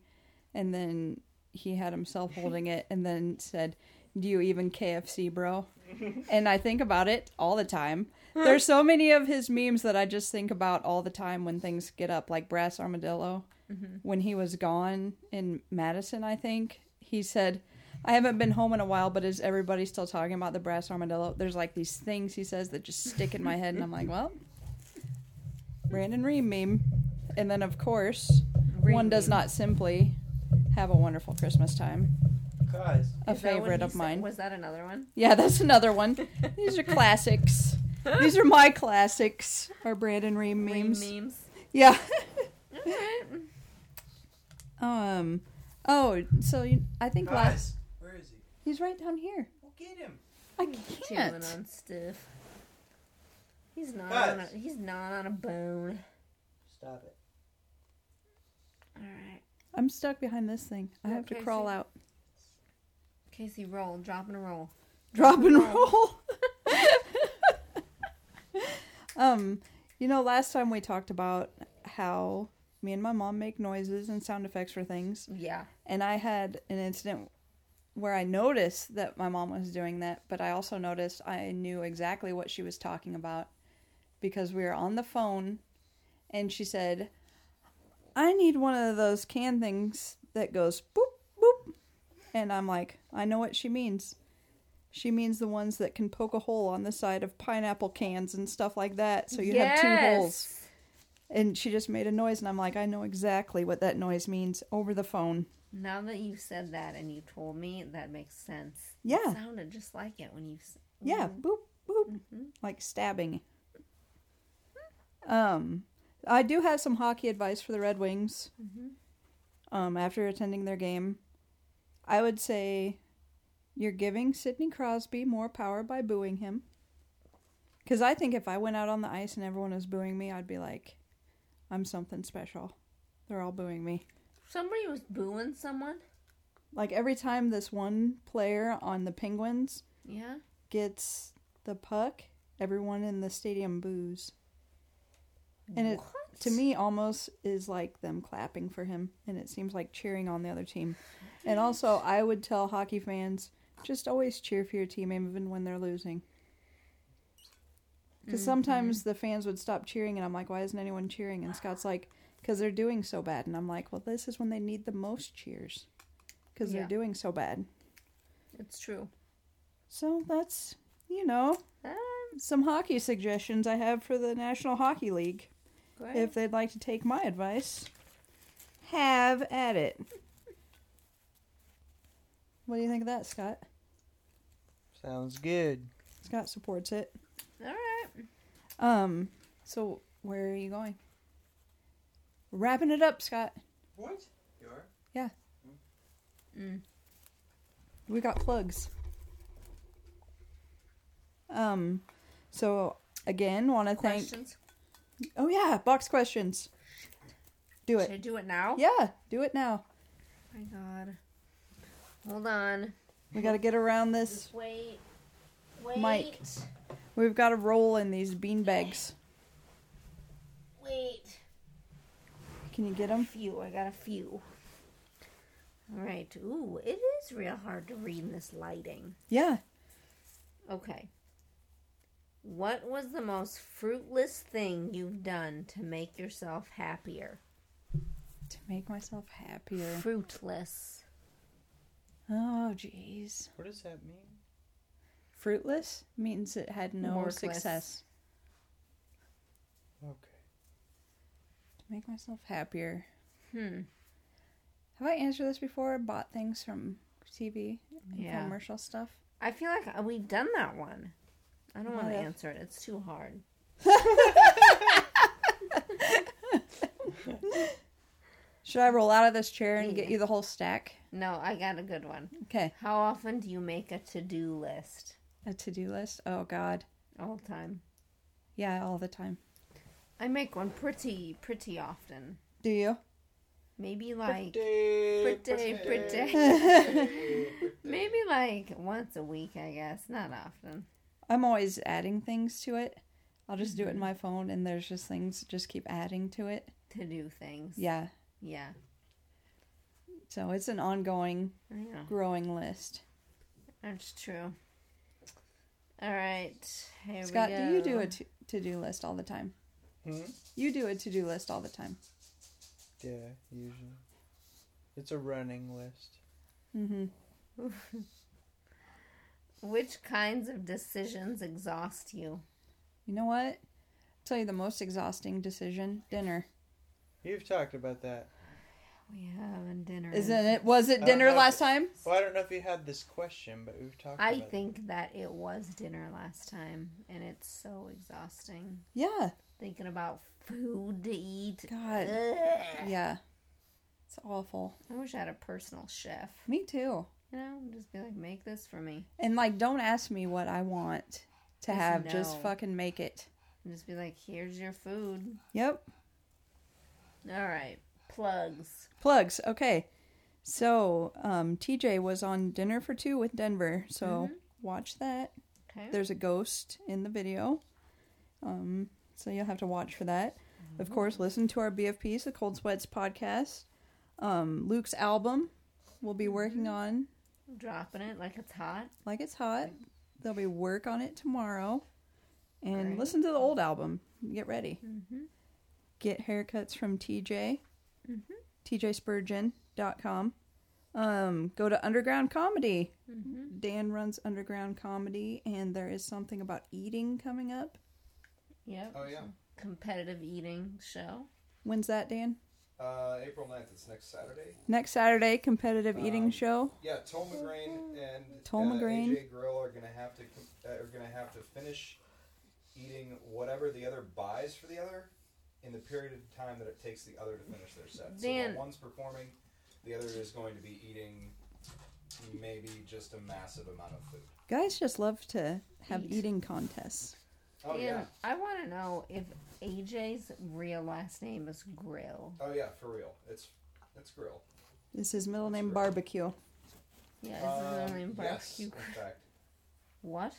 [SPEAKER 2] and then he had himself holding it and then said, "Do you even KFC, bro?" and I think about it all the time. There's so many of his memes that I just think about all the time when things get up, like Brass Armadillo. When he was gone in Madison, I think he said, "I haven't been home in a while, but is everybody still talking about the Brass Armadillo?" There's like these things he says that just stick in my head, and I'm like, "Well, Brandon Ream meme." And then, of course, one does not simply have a wonderful Christmas time. A
[SPEAKER 5] Guys.
[SPEAKER 1] Is that what
[SPEAKER 2] favorite
[SPEAKER 1] he
[SPEAKER 2] of
[SPEAKER 1] said?
[SPEAKER 2] mine.
[SPEAKER 1] Was that another one?
[SPEAKER 2] Yeah, that's another one. These are classics. These are my classics. Our Brandon Ream
[SPEAKER 1] Ream
[SPEAKER 2] memes.
[SPEAKER 1] Memes.
[SPEAKER 2] Yeah. um. Oh, so you, I think last
[SPEAKER 5] Guys. Where is he?
[SPEAKER 2] he's right down here.
[SPEAKER 5] We'll get him.
[SPEAKER 2] I
[SPEAKER 1] Chewing
[SPEAKER 2] can't.
[SPEAKER 1] on stuff. He's not.
[SPEAKER 5] Guys.
[SPEAKER 1] On a, he's not on a bone.
[SPEAKER 5] Stop it.
[SPEAKER 1] All right,
[SPEAKER 2] I'm stuck behind this thing. I
[SPEAKER 1] Yeah,
[SPEAKER 2] have to
[SPEAKER 1] okay,
[SPEAKER 2] crawl
[SPEAKER 1] so-
[SPEAKER 2] out.
[SPEAKER 1] Casey, roll. Drop and roll.
[SPEAKER 2] Drop and roll. um, you know, last time we talked about how me and my mom make noises and sound effects for things.
[SPEAKER 1] Yeah.
[SPEAKER 2] And I had an incident where I noticed that my mom was doing that, but I also noticed I knew exactly what she was talking about because we were on the phone and she said, I need one of those can things that goes boop, boop. And I'm like, I know what she means. She means the ones that can poke a hole on the side of pineapple cans and stuff like that. So you have two holes. And she just made a noise, and I'm like, I know exactly what that noise means over the phone.
[SPEAKER 1] Now that you've said that and you told me, that makes sense.
[SPEAKER 2] Yeah.
[SPEAKER 1] It sounded just like it when you. s-
[SPEAKER 2] Yeah, boop boop, like stabbing. Um, I do have some hockey advice for the Red Wings. Um, after attending their game, I would say you're giving Sidney Crosby more power by booing him. Because I think if I went out on the ice and everyone was booing me, I'd be like, I'm something special. They're all booing me.
[SPEAKER 1] Somebody was booing someone.
[SPEAKER 2] Like every time this one player on the Penguins
[SPEAKER 1] Yeah.
[SPEAKER 2] gets the puck, everyone in the stadium boos. And it
[SPEAKER 1] What?
[SPEAKER 2] to me almost is like them clapping for him and it seems like cheering on the other team. And also I would tell hockey fans just always cheer for your team even when they're losing. because
[SPEAKER 1] Mm-hmm.
[SPEAKER 2] sometimes the fans would stop cheering, and I'm like, "Why isn't anyone cheering?" And Scott's like, "Because they're doing so bad." And I'm like, "Well, this is when they need the most cheers, because
[SPEAKER 1] Yeah.
[SPEAKER 2] they're doing so bad."
[SPEAKER 1] It's true.
[SPEAKER 2] So that's you know
[SPEAKER 1] Um,
[SPEAKER 2] some hockey suggestions I have for the National Hockey League.
[SPEAKER 1] great.
[SPEAKER 2] If they'd like to take my advice, have at it. What do you think of that, Scott?
[SPEAKER 5] Sounds good.
[SPEAKER 2] Scott supports it.
[SPEAKER 1] All right.
[SPEAKER 2] Um, so where are you going? Wrapping it up, Scott.
[SPEAKER 6] What? You are?
[SPEAKER 1] Mm.
[SPEAKER 2] We got plugs. Um, so again, want to thank.
[SPEAKER 1] Questions?
[SPEAKER 2] Oh yeah, box questions. Do
[SPEAKER 1] Should I
[SPEAKER 2] it.
[SPEAKER 1] do it now?
[SPEAKER 2] Yeah, do it now.
[SPEAKER 1] My God. Hold on.
[SPEAKER 2] We got to get around this.
[SPEAKER 1] Just wait. Wait.
[SPEAKER 2] Mike. We've got to roll in these bean bags.
[SPEAKER 1] Wait.
[SPEAKER 2] Can you get
[SPEAKER 1] A
[SPEAKER 2] them?
[SPEAKER 1] few. I got a few. All right. Ooh, it is real hard to read in this lighting.
[SPEAKER 2] Yeah.
[SPEAKER 1] Okay. What was the most fruitless thing you've done to make yourself happier?
[SPEAKER 2] To make myself happier.
[SPEAKER 1] Fruitless.
[SPEAKER 2] Oh, jeez.
[SPEAKER 5] What does that mean?
[SPEAKER 2] Fruitless means it had no
[SPEAKER 1] Worthless.
[SPEAKER 2] success.
[SPEAKER 5] Okay.
[SPEAKER 2] To make myself happier.
[SPEAKER 1] Hmm.
[SPEAKER 2] Have I answered this before? Bought things from TV and
[SPEAKER 1] Yeah.
[SPEAKER 2] commercial stuff.
[SPEAKER 1] I feel like uh, we've done that one. I don't want to
[SPEAKER 2] Might have.
[SPEAKER 1] answer it. It's too hard.
[SPEAKER 2] Should I roll out of this chair and get
[SPEAKER 1] Yeah.
[SPEAKER 2] you the whole stack?
[SPEAKER 1] No, I got a good one.
[SPEAKER 2] Okay.
[SPEAKER 1] How often do you make a to-do list?
[SPEAKER 2] A to do list? Oh, God.
[SPEAKER 1] All the time.
[SPEAKER 2] Yeah, all the time.
[SPEAKER 1] I make one pretty, pretty often.
[SPEAKER 2] Do you?
[SPEAKER 1] Maybe like
[SPEAKER 5] Pretty,
[SPEAKER 1] pretty, pretty. Maybe like once a week, I guess. Not often.
[SPEAKER 2] I'm always adding things to it. I'll just
[SPEAKER 1] Mm-hmm.
[SPEAKER 2] do it in my phone, and there's just things just keep adding to it.
[SPEAKER 1] To do things.
[SPEAKER 2] Yeah.
[SPEAKER 1] Yeah.
[SPEAKER 2] So it's an ongoing,
[SPEAKER 1] I know.
[SPEAKER 2] growing list.
[SPEAKER 1] That's true. All right. Here
[SPEAKER 2] Scott,
[SPEAKER 1] we
[SPEAKER 2] do
[SPEAKER 1] go.
[SPEAKER 2] you do a to do list all the time?
[SPEAKER 5] Hmm?
[SPEAKER 2] You do a to do list all the time.
[SPEAKER 5] Yeah, usually. It's a running list.
[SPEAKER 2] Mm-hmm.
[SPEAKER 1] Which kinds of decisions exhaust you?
[SPEAKER 2] You know what? tell you the most exhausting decision dinner.
[SPEAKER 5] You've talked about that.
[SPEAKER 1] We have in dinner.
[SPEAKER 2] Isn't it? Was it
[SPEAKER 5] don't
[SPEAKER 2] dinner
[SPEAKER 5] know if
[SPEAKER 2] last
[SPEAKER 5] it-
[SPEAKER 2] time?
[SPEAKER 5] Well, I don't know if you had this question, but we've talked
[SPEAKER 1] I
[SPEAKER 5] about
[SPEAKER 1] think that it was dinner last time, and it's so exhausting.
[SPEAKER 2] Yeah.
[SPEAKER 1] Thinking about food to eat.
[SPEAKER 2] God.
[SPEAKER 1] Ugh.
[SPEAKER 2] Yeah. It's awful.
[SPEAKER 1] I wish I had a personal chef.
[SPEAKER 2] Me too.
[SPEAKER 1] You know, just be like, make this for me.
[SPEAKER 2] And like, don't ask me what I want to
[SPEAKER 1] Just
[SPEAKER 2] have. Just
[SPEAKER 1] know.
[SPEAKER 2] fucking make it.
[SPEAKER 1] And just be like, here's your food.
[SPEAKER 2] Yep.
[SPEAKER 1] All right. Plugs.
[SPEAKER 2] Plugs. Okay. So, um, TJ was on Dinner for Two with Denver. So watch that.
[SPEAKER 1] Okay.
[SPEAKER 2] There's a ghost in the video. Um, so you'll have to watch for that. Of course, listen to our BFPs, the Cold Sweats podcast. Um, Luke's album we'll be working on
[SPEAKER 1] Dropping it like it's hot.
[SPEAKER 2] like it's hot. There'll be work on it tomorrow. And
[SPEAKER 1] Great.
[SPEAKER 2] listen to the old album. Get ready. Get haircuts from TJ. TJSpurgeon.com. Um, go to Underground Comedy. Dan runs Underground Comedy, and there is something about eating coming up.
[SPEAKER 1] Yep.
[SPEAKER 6] Oh, yeah.
[SPEAKER 1] Competitive eating show.
[SPEAKER 2] When's that, Dan?
[SPEAKER 6] Uh, Uh, April 9th, it's next Saturday.
[SPEAKER 2] Next Saturday, competitive eating
[SPEAKER 6] Um,
[SPEAKER 2] show.
[SPEAKER 6] Yeah, Tom McGrain and
[SPEAKER 2] Tom
[SPEAKER 6] uh,
[SPEAKER 2] McGrain.
[SPEAKER 6] AJ Grill are gonna have to com- uh, are gonna have to finish eating whatever the other buys for the other in the period of time that it takes the other to finish their set. so
[SPEAKER 1] Dan-
[SPEAKER 6] while one's performing, the other is going to be eating maybe just a massive amount of food.
[SPEAKER 2] Guys just love to have
[SPEAKER 1] Eat.
[SPEAKER 2] eating contests.
[SPEAKER 6] Oh
[SPEAKER 1] Dan,
[SPEAKER 6] yeah,
[SPEAKER 1] I want to know if AJ's real last name is Grill.
[SPEAKER 6] oh yeah, for real. It's it's Grill.
[SPEAKER 2] This is middle name
[SPEAKER 6] right.
[SPEAKER 2] barbecue.
[SPEAKER 1] Yeah, is his
[SPEAKER 6] Um,
[SPEAKER 1] middle name
[SPEAKER 6] yes,
[SPEAKER 1] barbecue?
[SPEAKER 6] in fact,
[SPEAKER 1] What?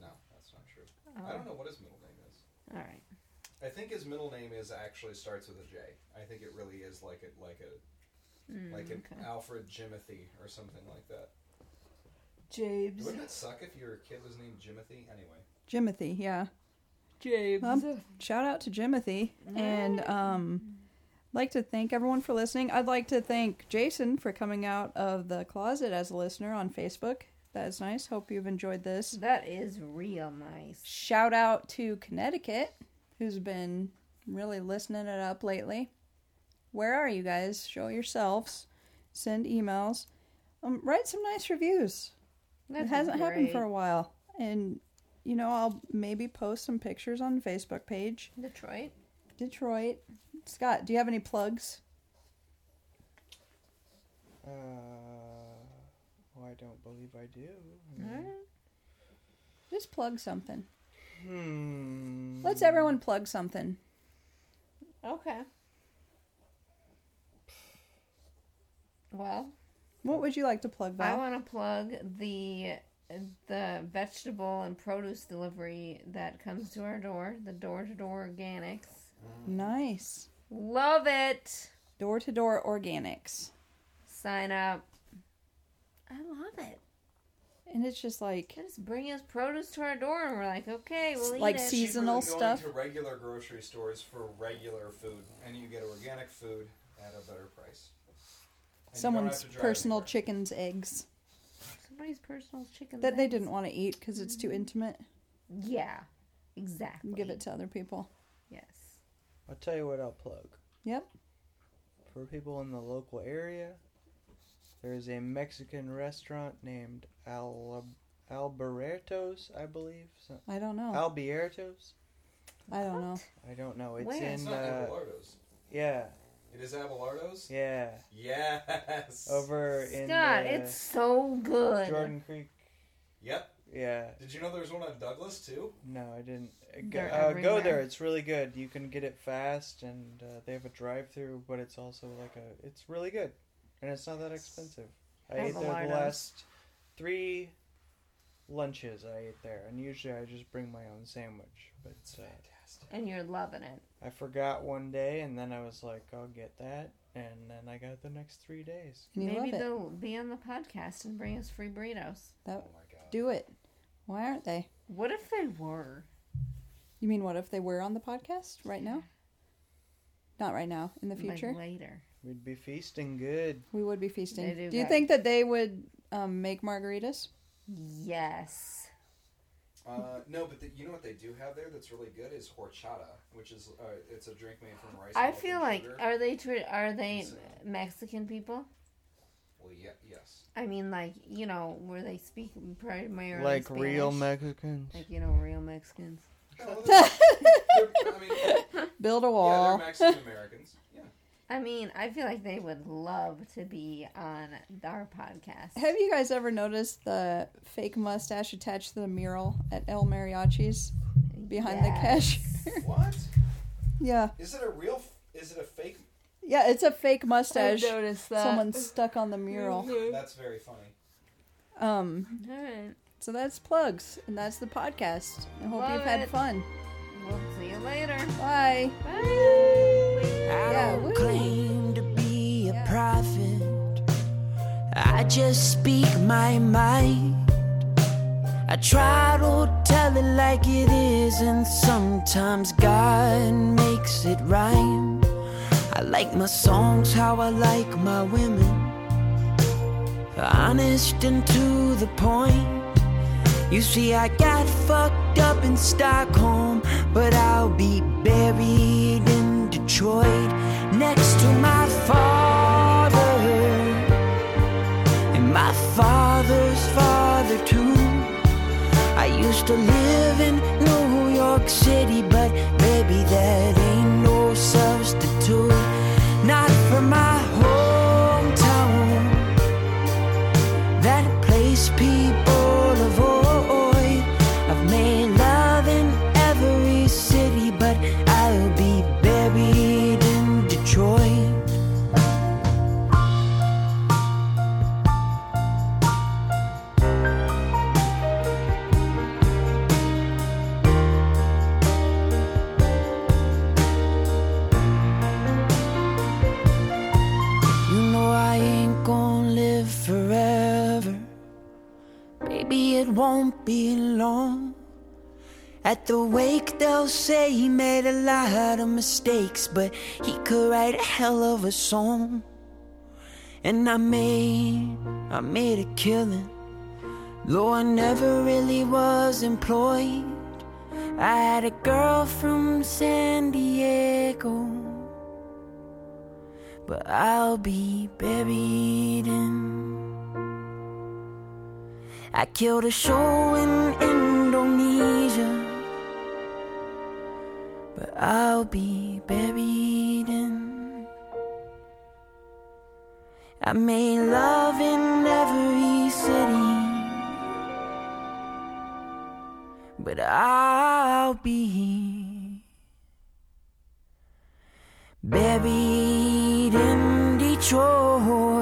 [SPEAKER 6] no, that's not true.
[SPEAKER 1] Oh,
[SPEAKER 6] I don't know what his middle name is.
[SPEAKER 1] All right.
[SPEAKER 6] I think his middle name is actually starts with a J. I think it really is like a like a
[SPEAKER 2] Hmm,
[SPEAKER 6] like an
[SPEAKER 1] okay.
[SPEAKER 6] Alfred Jimothy or something like that.
[SPEAKER 2] James.
[SPEAKER 6] Wouldn't it suck if your kid was named Jimothy anyway?
[SPEAKER 2] Jimothy, yeah.
[SPEAKER 5] James.
[SPEAKER 2] Um, shout out to Jimothy. And um like to thank everyone for listening. I'd like to thank Jason for coming out of the closet as a listener on Facebook. That is nice. Hope you've enjoyed this.
[SPEAKER 1] That is real nice.
[SPEAKER 2] Shout out to Connecticut, who's been really listening it up lately. Where are you guys? Show yourselves. Send emails. Um, write some nice reviews.
[SPEAKER 1] That's
[SPEAKER 2] it hasn't happened for
[SPEAKER 1] great.
[SPEAKER 2] a while. And, you know, I'll maybe post some pictures on Facebook page.
[SPEAKER 1] Detroit.
[SPEAKER 2] Detroit. Scott, do you have any plugs?
[SPEAKER 5] Uh, well, I don't believe I do.
[SPEAKER 6] Mm-hmm.
[SPEAKER 2] Just plug something.
[SPEAKER 5] Hmm.
[SPEAKER 2] Let's everyone plug something.
[SPEAKER 1] Okay. Well,
[SPEAKER 2] What would you like to plug,
[SPEAKER 1] I
[SPEAKER 2] Val?
[SPEAKER 1] want to plug the the vegetable and produce delivery that comes to our door, the door to door organics.
[SPEAKER 2] nice.
[SPEAKER 1] Love it.
[SPEAKER 2] Door to door organics.
[SPEAKER 1] Sign up. I love it.
[SPEAKER 2] And it's just like
[SPEAKER 1] They just bring us produce to our door, and we're like, okay, we'll eat
[SPEAKER 2] Like
[SPEAKER 1] it.
[SPEAKER 2] sea- Seasonal
[SPEAKER 6] Cheaper than
[SPEAKER 2] stuff.
[SPEAKER 6] Going to regular grocery stores for regular food, and you get organic food at a better price. And you don't have
[SPEAKER 2] someone's
[SPEAKER 6] to drive
[SPEAKER 2] personal
[SPEAKER 6] anywhere.
[SPEAKER 2] chicken's eggs
[SPEAKER 1] Somebody's personal chicken.
[SPEAKER 2] that they
[SPEAKER 1] legs.
[SPEAKER 2] didn't want to eat because it's too intimate.
[SPEAKER 1] Yeah, exactly.
[SPEAKER 2] Give it to other people.
[SPEAKER 1] Yes.
[SPEAKER 5] I'll tell you what I'll plug.
[SPEAKER 2] Yep.
[SPEAKER 5] For people in the local area, there is a Mexican restaurant named Al- Alberto's, I believe. So-
[SPEAKER 2] I don't know.
[SPEAKER 5] Oh. Alberto's?
[SPEAKER 2] I don't know.
[SPEAKER 5] I don't know. It's
[SPEAKER 1] Where?
[SPEAKER 5] in.
[SPEAKER 6] It's not
[SPEAKER 5] uh,
[SPEAKER 6] Abelardo's.
[SPEAKER 5] yeah,
[SPEAKER 6] It is Abelardo's.
[SPEAKER 5] yeah.
[SPEAKER 6] Yes.
[SPEAKER 5] Over in
[SPEAKER 1] Scott,
[SPEAKER 5] uh,
[SPEAKER 1] it's so good.
[SPEAKER 5] Jordan Creek.
[SPEAKER 6] Yep.
[SPEAKER 5] Yeah.
[SPEAKER 6] Did you know there's one on Douglas too?
[SPEAKER 5] No, I didn't. Uh, Go,
[SPEAKER 1] They're
[SPEAKER 5] uh, go
[SPEAKER 1] everywhere.
[SPEAKER 5] there. It's really good. You can get it fast, and uh, they have a drive-through, but it's also like a. It's really good, and it's not that expensive. I ate
[SPEAKER 1] Abelardo's.
[SPEAKER 5] there the last three lunches. I ate there, and usually I just bring my own sandwich. But uh,
[SPEAKER 6] Fantastic.
[SPEAKER 1] and you're loving it.
[SPEAKER 5] I forgot one day, and then I was like, I'll get that, and then I got the next three days.
[SPEAKER 2] And you
[SPEAKER 1] Maybe
[SPEAKER 2] love it.
[SPEAKER 1] they'll be on the podcast and bring us free burritos.
[SPEAKER 2] That,
[SPEAKER 6] Oh my god.
[SPEAKER 2] do it. Why aren't they?
[SPEAKER 1] What if they were?
[SPEAKER 2] You mean what if they were on the podcast right now? Not right now. In the future,
[SPEAKER 1] Like later.
[SPEAKER 5] We'd be feasting good.
[SPEAKER 2] we would be feasting.
[SPEAKER 1] They
[SPEAKER 2] Do,
[SPEAKER 1] do
[SPEAKER 2] you
[SPEAKER 1] that.
[SPEAKER 2] think that they would um, make margaritas?
[SPEAKER 1] Yes.
[SPEAKER 6] Uh, no, but the, you know what they do have there that's really good is horchata, which is uh, it's a drink made from rice.
[SPEAKER 1] I
[SPEAKER 6] milk,
[SPEAKER 1] feel
[SPEAKER 6] and
[SPEAKER 1] like
[SPEAKER 6] sugar.
[SPEAKER 1] are they tra- are they
[SPEAKER 6] Insane.
[SPEAKER 1] Mexican people?
[SPEAKER 6] well, yeah, yes.
[SPEAKER 1] I mean, like you know, where they speak primarily
[SPEAKER 5] like
[SPEAKER 1] Spanish.
[SPEAKER 5] real Mexicans.
[SPEAKER 1] like you know, real Mexicans.
[SPEAKER 6] No, they're- they're- I mean,
[SPEAKER 2] Build a
[SPEAKER 6] yeah, they're
[SPEAKER 2] wall.
[SPEAKER 6] Mexican Americans. Yeah.
[SPEAKER 1] I mean, I feel like they would love to be on our podcast.
[SPEAKER 2] Have you guys ever noticed the fake mustache attached to the mural at El Mariachi's behind the
[SPEAKER 1] Yes.
[SPEAKER 2] cashier?
[SPEAKER 6] What?
[SPEAKER 2] yeah,
[SPEAKER 6] Is it a real? f- Is it a fake?
[SPEAKER 2] yeah, it's a fake mustache.
[SPEAKER 1] noticed that.
[SPEAKER 2] Someone stuck on the mural.
[SPEAKER 6] That's very funny.
[SPEAKER 2] Um,
[SPEAKER 1] All right.
[SPEAKER 2] so that's plugs, and that's the podcast. I hope
[SPEAKER 1] Love
[SPEAKER 2] you've had
[SPEAKER 1] it.
[SPEAKER 2] fun.
[SPEAKER 1] We'll see you later.
[SPEAKER 2] Bye.
[SPEAKER 1] Bye.
[SPEAKER 4] I
[SPEAKER 2] Yeah, woo.
[SPEAKER 4] don't claim to be a
[SPEAKER 2] Yeah.
[SPEAKER 4] prophet. I just speak my mind. I try to tell it like it is, and sometimes God makes it rhyme. I like my songs how I like my women. Honest and to the point. You see, I got fucked up in Stockholm, but I'll be buried in Detroit next to my used to live in New York City, but baby, that ain't no substitute. Not for my hometown. That place people avoid. I've made love in every city, but I'll be buried in Detroit. You know I ain't gonna live forever. Baby, it won't be long. At the wake, they'll say he made a lot of mistakes, but he could write a hell of a song. And I made, I made a killing. Though I never really was employed, I had a girl from San Diego but I'll be buried in. I killed a show in Indonesia, but I'll be buried in. I made love in every city, but I'll be buried in Detroit.